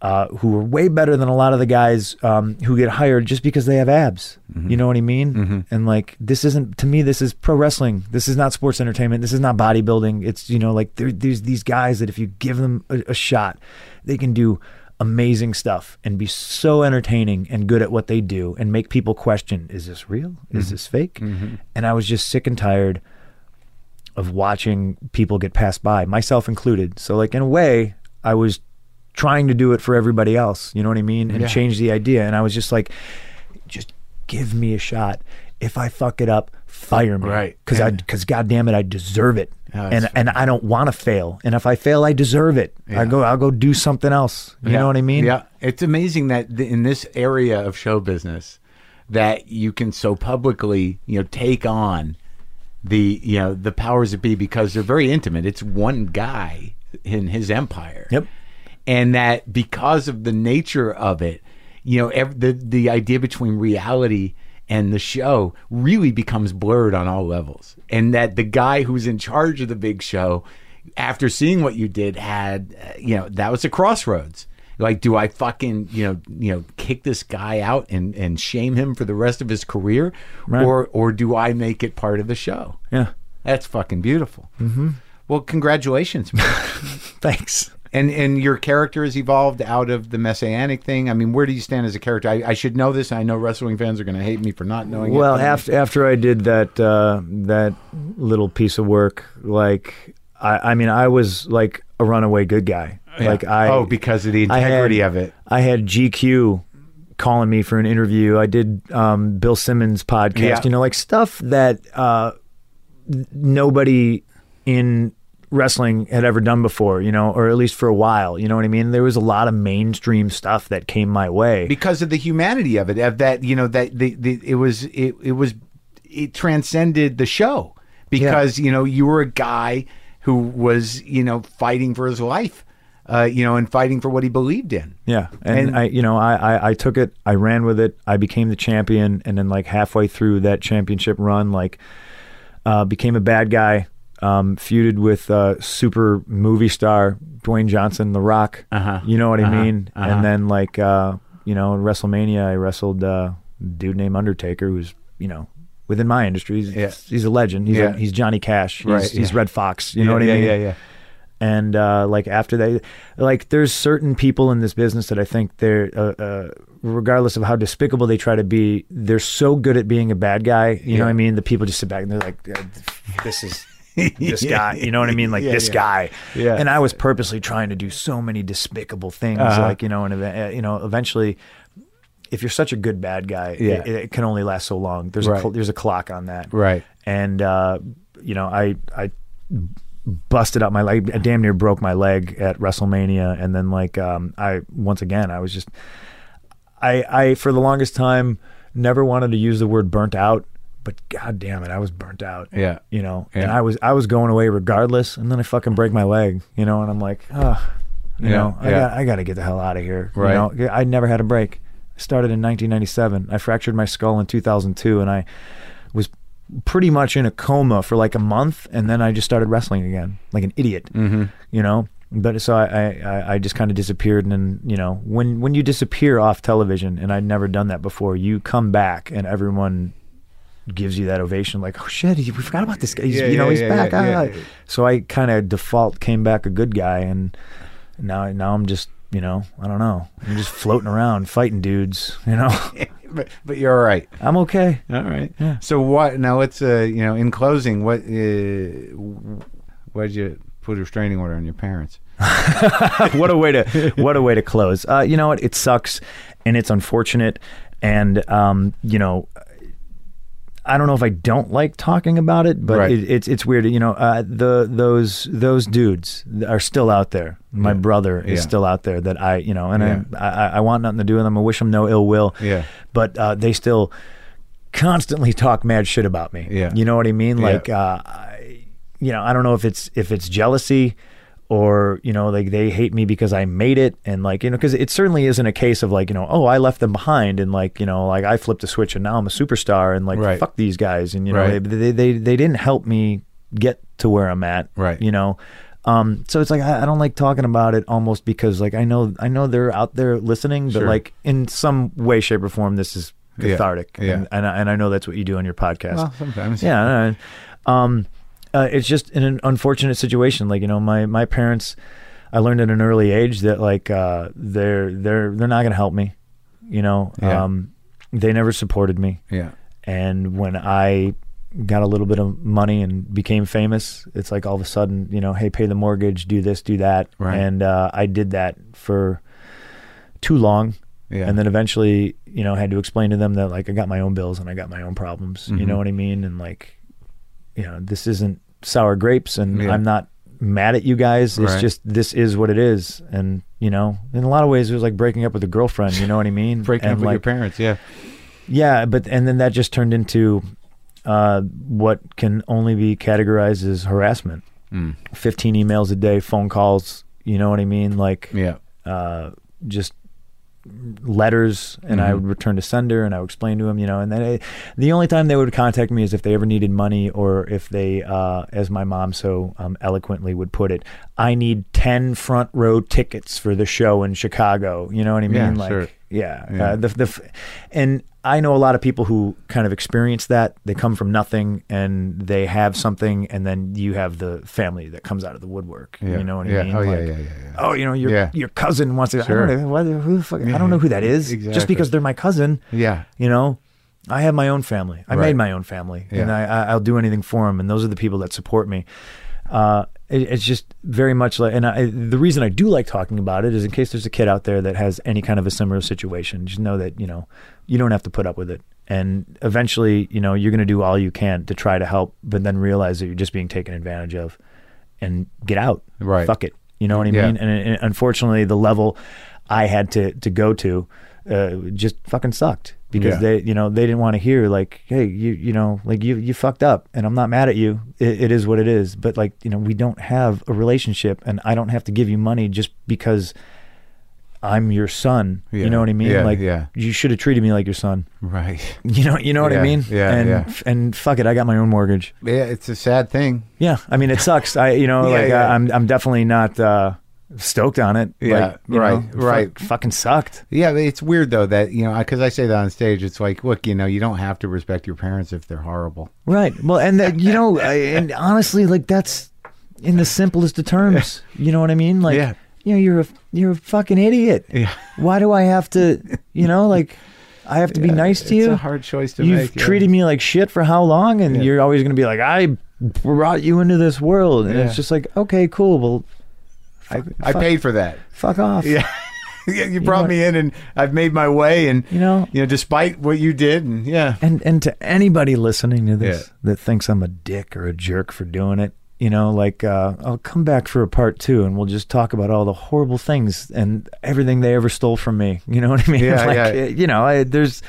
[SPEAKER 2] uh, who are way better than a lot of the guys um, who get hired just because they have abs. You know what I mean? And like this isn't to me. This is pro wrestling. This is not sports entertainment. This is not bodybuilding. It's you know like there, there's these guys that if you give them a, a shot, they can do amazing stuff and be so entertaining and good at what they do and make people question is this real is this fake and i was just sick and tired of watching people get passed by, myself included. So like in a way, I was trying to do it for everybody else, you know what I mean? And change the idea. And I was just like, just give me a shot. If I fuck it up, fire me.
[SPEAKER 1] Right.
[SPEAKER 2] Cause I cause goddamn it, I deserve it.
[SPEAKER 1] Yeah, that's
[SPEAKER 2] and and I don't wanna fail. And if I fail, I deserve it. I go I'll go do something else. You
[SPEAKER 1] Yeah.
[SPEAKER 2] know what I mean?
[SPEAKER 1] Yeah, it's amazing that th- in this area of show business, that you can so publicly, you know, take on the you know the powers that be because they're very intimate. It's one guy in his empire.
[SPEAKER 2] Yep.
[SPEAKER 1] and that because of the nature of it, you know, ev- the the idea between reality and the show really becomes blurred on all levels, and that the guy who's in charge of the big show, after seeing what you did, had uh, you know that was a crossroads. Like, do I fucking you know you know kick this guy out and and shame him for the rest of his career,
[SPEAKER 2] Right.
[SPEAKER 1] or or do I make it part of the show?
[SPEAKER 2] Yeah. <laughs>
[SPEAKER 1] That's fucking beautiful. Mm-hmm. Well, congratulations. man.
[SPEAKER 2] Thanks.
[SPEAKER 1] And and your character has evolved out of the messianic thing. I mean, where do you stand as a character? I, I should know this. I know wrestling fans are going to hate me for not knowing.
[SPEAKER 2] Well,
[SPEAKER 1] it.
[SPEAKER 2] after after I did that uh, that little piece of work, like I, I mean, I was like a runaway good guy. Like I
[SPEAKER 1] oh, because of the
[SPEAKER 2] I had-
[SPEAKER 1] integrity of it.
[SPEAKER 2] I had GQ calling me for an interview. I did um, Bill Simmons podcast.
[SPEAKER 1] Yeah.
[SPEAKER 2] You know, like stuff that uh, nobody in wrestling had ever done before. You know, or at least for a while. You know what I mean? There was a lot of mainstream stuff that came my way.
[SPEAKER 1] because of the humanity of it of that you know that the, the it was it, it was it transcended the show because you know you were a guy who was you know fighting for his life uh, you know and fighting for what he believed in
[SPEAKER 2] Yeah, and,
[SPEAKER 1] And-
[SPEAKER 2] I, you know, I, I I took it, I ran with it, I became the champion, and then like halfway through that championship run, like uh, became a bad guy, um, feuded with uh, super movie star Dwayne Johnson, The Rock.
[SPEAKER 1] Uh-huh.
[SPEAKER 2] You know what I mean? And then like uh, you know, in WrestleMania, I wrestled uh, a dude named Undertaker, who's you know. Within my industry, he's,
[SPEAKER 1] Yeah.
[SPEAKER 2] he's a legend. He's,
[SPEAKER 1] Yeah.
[SPEAKER 2] a, he's Johnny Cash. He's,
[SPEAKER 1] Right,
[SPEAKER 2] he's
[SPEAKER 1] yeah.
[SPEAKER 2] Red Fox. You know what I
[SPEAKER 1] yeah,
[SPEAKER 2] mean?
[SPEAKER 1] yeah yeah
[SPEAKER 2] and uh, like after they like there's certain people in this business that i think they're uh, uh, regardless of how despicable they try to be they're so good at being a bad guy you know what i mean the people just sit back and they're like "Yeah,
[SPEAKER 1] <laughs>
[SPEAKER 2] this is this guy you know what i mean like
[SPEAKER 1] Yeah,
[SPEAKER 2] this
[SPEAKER 1] yeah.
[SPEAKER 2] guy
[SPEAKER 1] Yeah.
[SPEAKER 2] and i was purposely trying to do so many despicable things
[SPEAKER 1] Uh-huh.
[SPEAKER 2] like you know and eve- uh, you know eventually if you're such a good bad guy
[SPEAKER 1] Yeah.
[SPEAKER 2] it, it can only last so long there's a
[SPEAKER 1] Right.
[SPEAKER 2] cl- there's a clock on that
[SPEAKER 1] Right.
[SPEAKER 2] and uh, you know i i busted up my leg. I damn near broke my leg at WrestleMania, and then like um, I once again I was just I I for the longest time never wanted to use the word burnt out, but god damn it, I was burnt out.
[SPEAKER 1] Yeah.
[SPEAKER 2] you know, and
[SPEAKER 1] Yeah.
[SPEAKER 2] I was I was going away regardless, and then I fucking break my leg, you know, and I'm like, ah, you
[SPEAKER 1] Yeah,
[SPEAKER 2] know, I
[SPEAKER 1] yeah.
[SPEAKER 2] got I got to get the hell out of here.
[SPEAKER 1] Right.
[SPEAKER 2] You know? I never had a break. I started in 1997. I fractured my skull in 2002, and I was pretty much in a coma for like a month, and then I just started wrestling again, like an idiot. Mm-hmm. You know. But so I, I- I, I just kind of disappeared, and then you know when when you disappear off television, and I'd never done that before. You come back, and everyone gives you that ovation, like, oh shit, he, we forgot about this guy. He's,
[SPEAKER 1] Yeah,
[SPEAKER 2] you know,
[SPEAKER 1] yeah,
[SPEAKER 2] he's
[SPEAKER 1] yeah,
[SPEAKER 2] back.
[SPEAKER 1] yeah,
[SPEAKER 2] ah.
[SPEAKER 1] yeah, yeah.
[SPEAKER 2] So I kind of default came back a good guy, and now now I'm just you know I don't know I'm just floating around fighting dudes.
[SPEAKER 1] <laughs>
[SPEAKER 2] You know,
[SPEAKER 1] but, but you're all right
[SPEAKER 2] I'm okay.
[SPEAKER 1] all right
[SPEAKER 2] Yeah.
[SPEAKER 1] so what now let's uh you know in closing what uh why'd you put a restraining order on your parents
[SPEAKER 2] what a way to what a way to close. Uh, you know what? It sucks, and it's unfortunate, and um, you know, I don't know if I don't like talking about it, but
[SPEAKER 1] Right.
[SPEAKER 2] it, it's it's weird. You know, uh, the those those dudes are still out there. My brother is
[SPEAKER 1] Yeah.
[SPEAKER 2] still out there that I you know, and I, I I want nothing to do with them. I wish them no ill will.
[SPEAKER 1] Yeah.
[SPEAKER 2] but uh, they still constantly talk mad shit about me.
[SPEAKER 1] Yeah.
[SPEAKER 2] you know what I mean? Like, uh, I, you know, I don't know if it's if it's jealousy. Or you know, like they hate me because I made it, and like you know, because it certainly isn't a case of like you know, oh, I left them behind, and like you know, like I flipped a switch, and now I'm a superstar, and like
[SPEAKER 1] Right.
[SPEAKER 2] fuck these guys, and you know,
[SPEAKER 1] Right.
[SPEAKER 2] they, they they they didn't help me get to where I'm at,
[SPEAKER 1] Right.
[SPEAKER 2] You know, um, so it's like I, I don't like talking about it almost because like I know I know they're out there listening, but
[SPEAKER 1] Sure.
[SPEAKER 2] like in some way, shape, or form, this is
[SPEAKER 1] Yeah.
[SPEAKER 2] cathartic,
[SPEAKER 1] Yeah.
[SPEAKER 2] and and I, and I know that's what you do on your podcast.
[SPEAKER 1] Well, sometimes.
[SPEAKER 2] yeah. I know. Um, uh, it's just in an unfortunate situation. Like you know, my my parents, I learned at an early age that like uh, they're they're they're not going to help me. You know,
[SPEAKER 1] Yeah.
[SPEAKER 2] um, they never supported me.
[SPEAKER 1] Yeah.
[SPEAKER 2] And when I got a little bit of money and became famous, it's like all of a sudden, you know, hey, pay the mortgage, do this, do that.
[SPEAKER 1] Right.
[SPEAKER 2] And uh, I did that for too long.
[SPEAKER 1] Yeah.
[SPEAKER 2] And then eventually, you know, had to explain to them that like I got my own bills and I got my own problems. You
[SPEAKER 1] Mm-hmm.
[SPEAKER 2] know what I mean? And like, you know, this isn't sour grapes and
[SPEAKER 1] Yeah.
[SPEAKER 2] I'm not mad at you guys. It's
[SPEAKER 1] Right.
[SPEAKER 2] just this is what it is. And, you know, in a lot of ways it was like breaking up with a girlfriend, you know what I mean?
[SPEAKER 1] <laughs> Breaking
[SPEAKER 2] and
[SPEAKER 1] up with your parents. Yeah.
[SPEAKER 2] yeah, but and then that just turned into uh, what can only be categorized as harassment.
[SPEAKER 1] Mm.
[SPEAKER 2] Fifteen emails a day, phone calls. You know what I mean? Like
[SPEAKER 1] Yeah.
[SPEAKER 2] uh, just letters, and I
[SPEAKER 1] Mhm.
[SPEAKER 2] would return to sender, and I would explain to them. You know, and then I, the only time they would contact me is if they ever needed money, or if they, uh, as my mom so um, eloquently would put it, I need ten front row tickets for the show in Chicago. You know what I mean?
[SPEAKER 1] Yeah,
[SPEAKER 2] like,
[SPEAKER 1] sure.
[SPEAKER 2] yeah.
[SPEAKER 1] Yeah.
[SPEAKER 2] Uh, the, the, f- and I know a lot of people who kind of experience that. They come from nothing and they have something, and then you have the family that comes out of the woodwork.
[SPEAKER 1] Yeah.
[SPEAKER 2] You know what
[SPEAKER 1] Yeah.
[SPEAKER 2] I mean?
[SPEAKER 1] Oh, yeah,
[SPEAKER 2] Like,
[SPEAKER 1] yeah, yeah, yeah.
[SPEAKER 2] Oh, you know, your
[SPEAKER 1] Yeah.
[SPEAKER 2] your cousin wants to.
[SPEAKER 1] Sure.
[SPEAKER 2] I don't know, why the- who the fuck, I
[SPEAKER 1] Yeah,
[SPEAKER 2] don't know who that is.
[SPEAKER 1] exactly.
[SPEAKER 2] Just because they're my cousin,
[SPEAKER 1] Yeah.
[SPEAKER 2] you know, I have my own family. I
[SPEAKER 1] Right.
[SPEAKER 2] made my own family, and
[SPEAKER 1] Yeah.
[SPEAKER 2] I, I I'll do anything for them. And those are the people that support me. Uh, it, it's just very much like, and I, the reason I do like talking about it is in case there's a kid out there that has any kind of a similar situation, just know that you know you don't have to put up with it. And eventually, you know, you're going to do all you can to try to help, but then realize that you're just being taken advantage of, and get out.
[SPEAKER 1] Right.
[SPEAKER 2] Fuck it. You know what I
[SPEAKER 1] Yeah.
[SPEAKER 2] mean? And, and unfortunately, the level I had to to go to uh, just fucking sucked because
[SPEAKER 1] Yeah.
[SPEAKER 2] they, you know, they didn't want to hear like, hey, you, you know, like you, you fucked up, and I'm not mad at you. It, it is what it is. But like, you know, we don't have a relationship, and I don't have to give you money just because I'm your son.
[SPEAKER 1] Yeah.
[SPEAKER 2] You know what I mean?
[SPEAKER 1] Yeah,
[SPEAKER 2] like,
[SPEAKER 1] yeah.
[SPEAKER 2] you should have treated me like your son. <laughs>
[SPEAKER 1] Right.
[SPEAKER 2] You know, you know what
[SPEAKER 1] Yeah,
[SPEAKER 2] I mean?
[SPEAKER 1] yeah,
[SPEAKER 2] and
[SPEAKER 1] yeah.
[SPEAKER 2] and fuck it, I got my own mortgage.
[SPEAKER 1] Yeah. It's a sad thing.
[SPEAKER 2] Yeah, I mean it sucks. I you
[SPEAKER 1] <laughs>
[SPEAKER 2] know
[SPEAKER 1] Yeah,
[SPEAKER 2] like
[SPEAKER 1] yeah.
[SPEAKER 2] I, I'm I'm definitely not uh, stoked on it.
[SPEAKER 1] Yeah,
[SPEAKER 2] like, you
[SPEAKER 1] right,
[SPEAKER 2] know,
[SPEAKER 1] right.
[SPEAKER 2] fuck- fucking sucked.
[SPEAKER 1] Yeah, but it's weird though that you know because I say that on stage. It's like, look, you know, you don't have to respect your parents if they're horrible.
[SPEAKER 2] Right. Well, and that you know, I, and honestly, like that's in the simplest of terms. You know what I mean? Like,
[SPEAKER 1] Yeah.
[SPEAKER 2] you know, you're a you're a fucking idiot.
[SPEAKER 1] Yeah.
[SPEAKER 2] Why do I have to? You know, like I have to be nice to
[SPEAKER 1] it's
[SPEAKER 2] you.
[SPEAKER 1] a hard choice to
[SPEAKER 2] You've
[SPEAKER 1] make. yeah.
[SPEAKER 2] treated me like shit for how long, and
[SPEAKER 1] Yeah.
[SPEAKER 2] you're always gonna be like, I brought you into this world, and
[SPEAKER 1] Yeah.
[SPEAKER 2] it's just like, okay, cool. Well,
[SPEAKER 1] I, I paid for that. <laughs>
[SPEAKER 2] fuck off.
[SPEAKER 1] Yeah. Yeah, you brought
[SPEAKER 2] what?
[SPEAKER 1] me in, and I've made my way, and
[SPEAKER 2] You know,
[SPEAKER 1] you know, despite what you did, and yeah,
[SPEAKER 2] And and to anybody listening to this
[SPEAKER 1] Yeah.
[SPEAKER 2] that thinks I'm a dick or a jerk for doing it, you know, like uh, I'll come back for a part two and we'll just talk about all the horrible things and everything they ever stole from me. You know what I mean?
[SPEAKER 1] Yeah,
[SPEAKER 2] <laughs> like,
[SPEAKER 1] yeah.
[SPEAKER 2] it- You know, I, there's.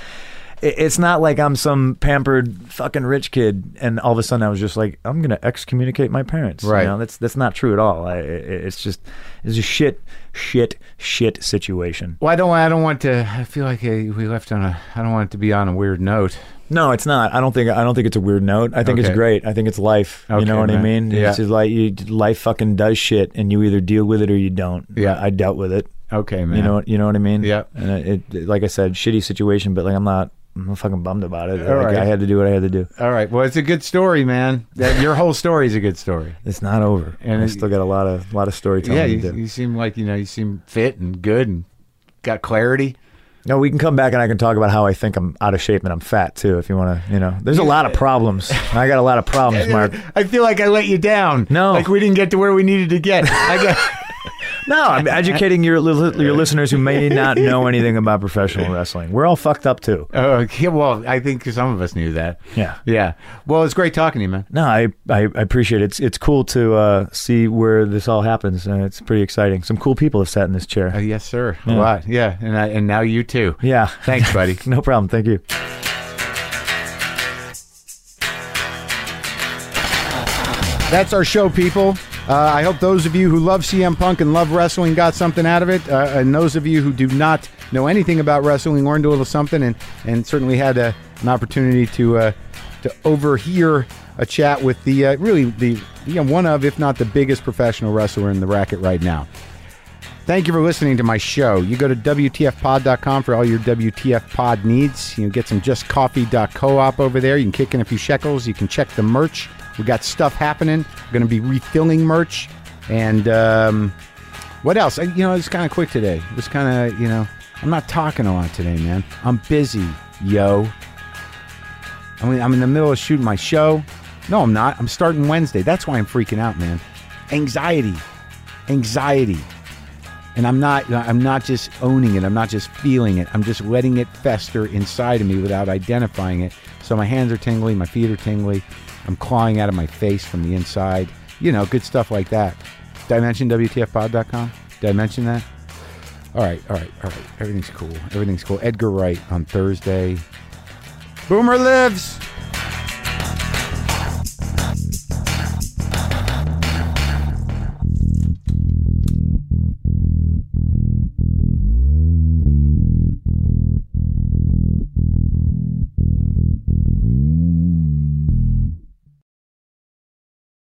[SPEAKER 2] it- It's not like I'm some pampered fucking rich kid, and all of a sudden I was just like, I'm gonna excommunicate my parents.
[SPEAKER 1] Right.
[SPEAKER 2] You know, that's that's not true at all. I, it- it's just it's a shit, shit, shit situation.
[SPEAKER 1] Well, I don't. I don't want to. I feel like uh, we left on a. I don't want it to be on a weird note.
[SPEAKER 2] No, it's not. I don't think. I don't think it's a weird note. I think
[SPEAKER 1] Okay.
[SPEAKER 2] it's great. I think it's life.
[SPEAKER 1] Okay,
[SPEAKER 2] you know what I
[SPEAKER 1] man.
[SPEAKER 2] mean?
[SPEAKER 1] Yeah.
[SPEAKER 2] It's just like you, life fucking does shit, and you either deal with it or you don't.
[SPEAKER 1] Yeah.
[SPEAKER 2] I, I dealt with it.
[SPEAKER 1] Okay, man.
[SPEAKER 2] You know. You know what I mean?
[SPEAKER 1] Yeah.
[SPEAKER 2] And it, it, like I said, shitty situation, but like I'm not. I'm not fucking bummed about it.
[SPEAKER 1] All
[SPEAKER 2] Like,
[SPEAKER 1] right.
[SPEAKER 2] I had to do what I had to do.
[SPEAKER 1] All right. Well, it's a good story, man. That your whole story is a good story.
[SPEAKER 2] It's not over,
[SPEAKER 1] And
[SPEAKER 2] and I
[SPEAKER 1] it-
[SPEAKER 2] still got a lot of lot of storytelling
[SPEAKER 1] yeah,
[SPEAKER 2] to
[SPEAKER 1] you,
[SPEAKER 2] do.
[SPEAKER 1] you seem like you know you seem fit and good and got clarity.
[SPEAKER 2] no, we can come back and I can talk about how I think I'm out of shape and I'm fat too. If you want to, you know, there's a lot of problems. I got a lot of problems, Mark.
[SPEAKER 1] I feel like I let you down.
[SPEAKER 2] No.
[SPEAKER 1] like we didn't get to where we needed to get. I got.
[SPEAKER 2] No, I'm educating your li- your listeners who may
[SPEAKER 1] <laughs>
[SPEAKER 2] not know anything about professional wrestling. We're all fucked up too.
[SPEAKER 1] oh,
[SPEAKER 4] Uh, yeah, well, I think some of us knew that.
[SPEAKER 2] Yeah.
[SPEAKER 4] Yeah. Well, it's great talking to you, man.
[SPEAKER 2] No, I, I, I appreciate it. It's it's cool to uh, see where this all happens, and it's pretty exciting. Some cool people have sat in this chair.
[SPEAKER 4] Uh, yes, sir. A lot. Yeah. And I, and now you too.
[SPEAKER 2] yeah. <laughs>
[SPEAKER 4] Thanks, buddy.
[SPEAKER 2] No problem. Thank you.
[SPEAKER 1] That's our show, people. Uh, I hope those of you who love CM Punk and love wrestling got something out of it, uh, and those of you who do not know anything about wrestling learned a little something, and and certainly had a, an opportunity to uh, to overhear a chat with the uh, really the you know, one of, if not the biggest professional wrestler in the racket right now. Thank you for listening to my show. You go to WTFpod.com for all your WTF pod needs. You can get some justcoffee.coop over there. You can kick in a few shekels. You can check the merch. We got stuff happening. We're going to be refilling merch. And um, what else? I, you know, it's kind of quick today. It was kind of, you know, I'm not talking a lot today, man. I'm busy, yo. I mean, I'm in the middle of shooting my show. No, I'm not. I'm starting Wednesday. That's why I'm freaking out, man. Anxiety. Anxiety and I'm not I'm not just owning it. I'm not just feeling it. I'm just letting it fester inside of me without identifying it. So my hands are tingly, my feet are tingly. I'm clawing out of my face from the inside. You know, good stuff like that. Did I mention WTFpod.com? Did I mention that? All right, all right, all right. Everything's cool. Everything's cool. Edgar Wright on Thursday. Boomer lives.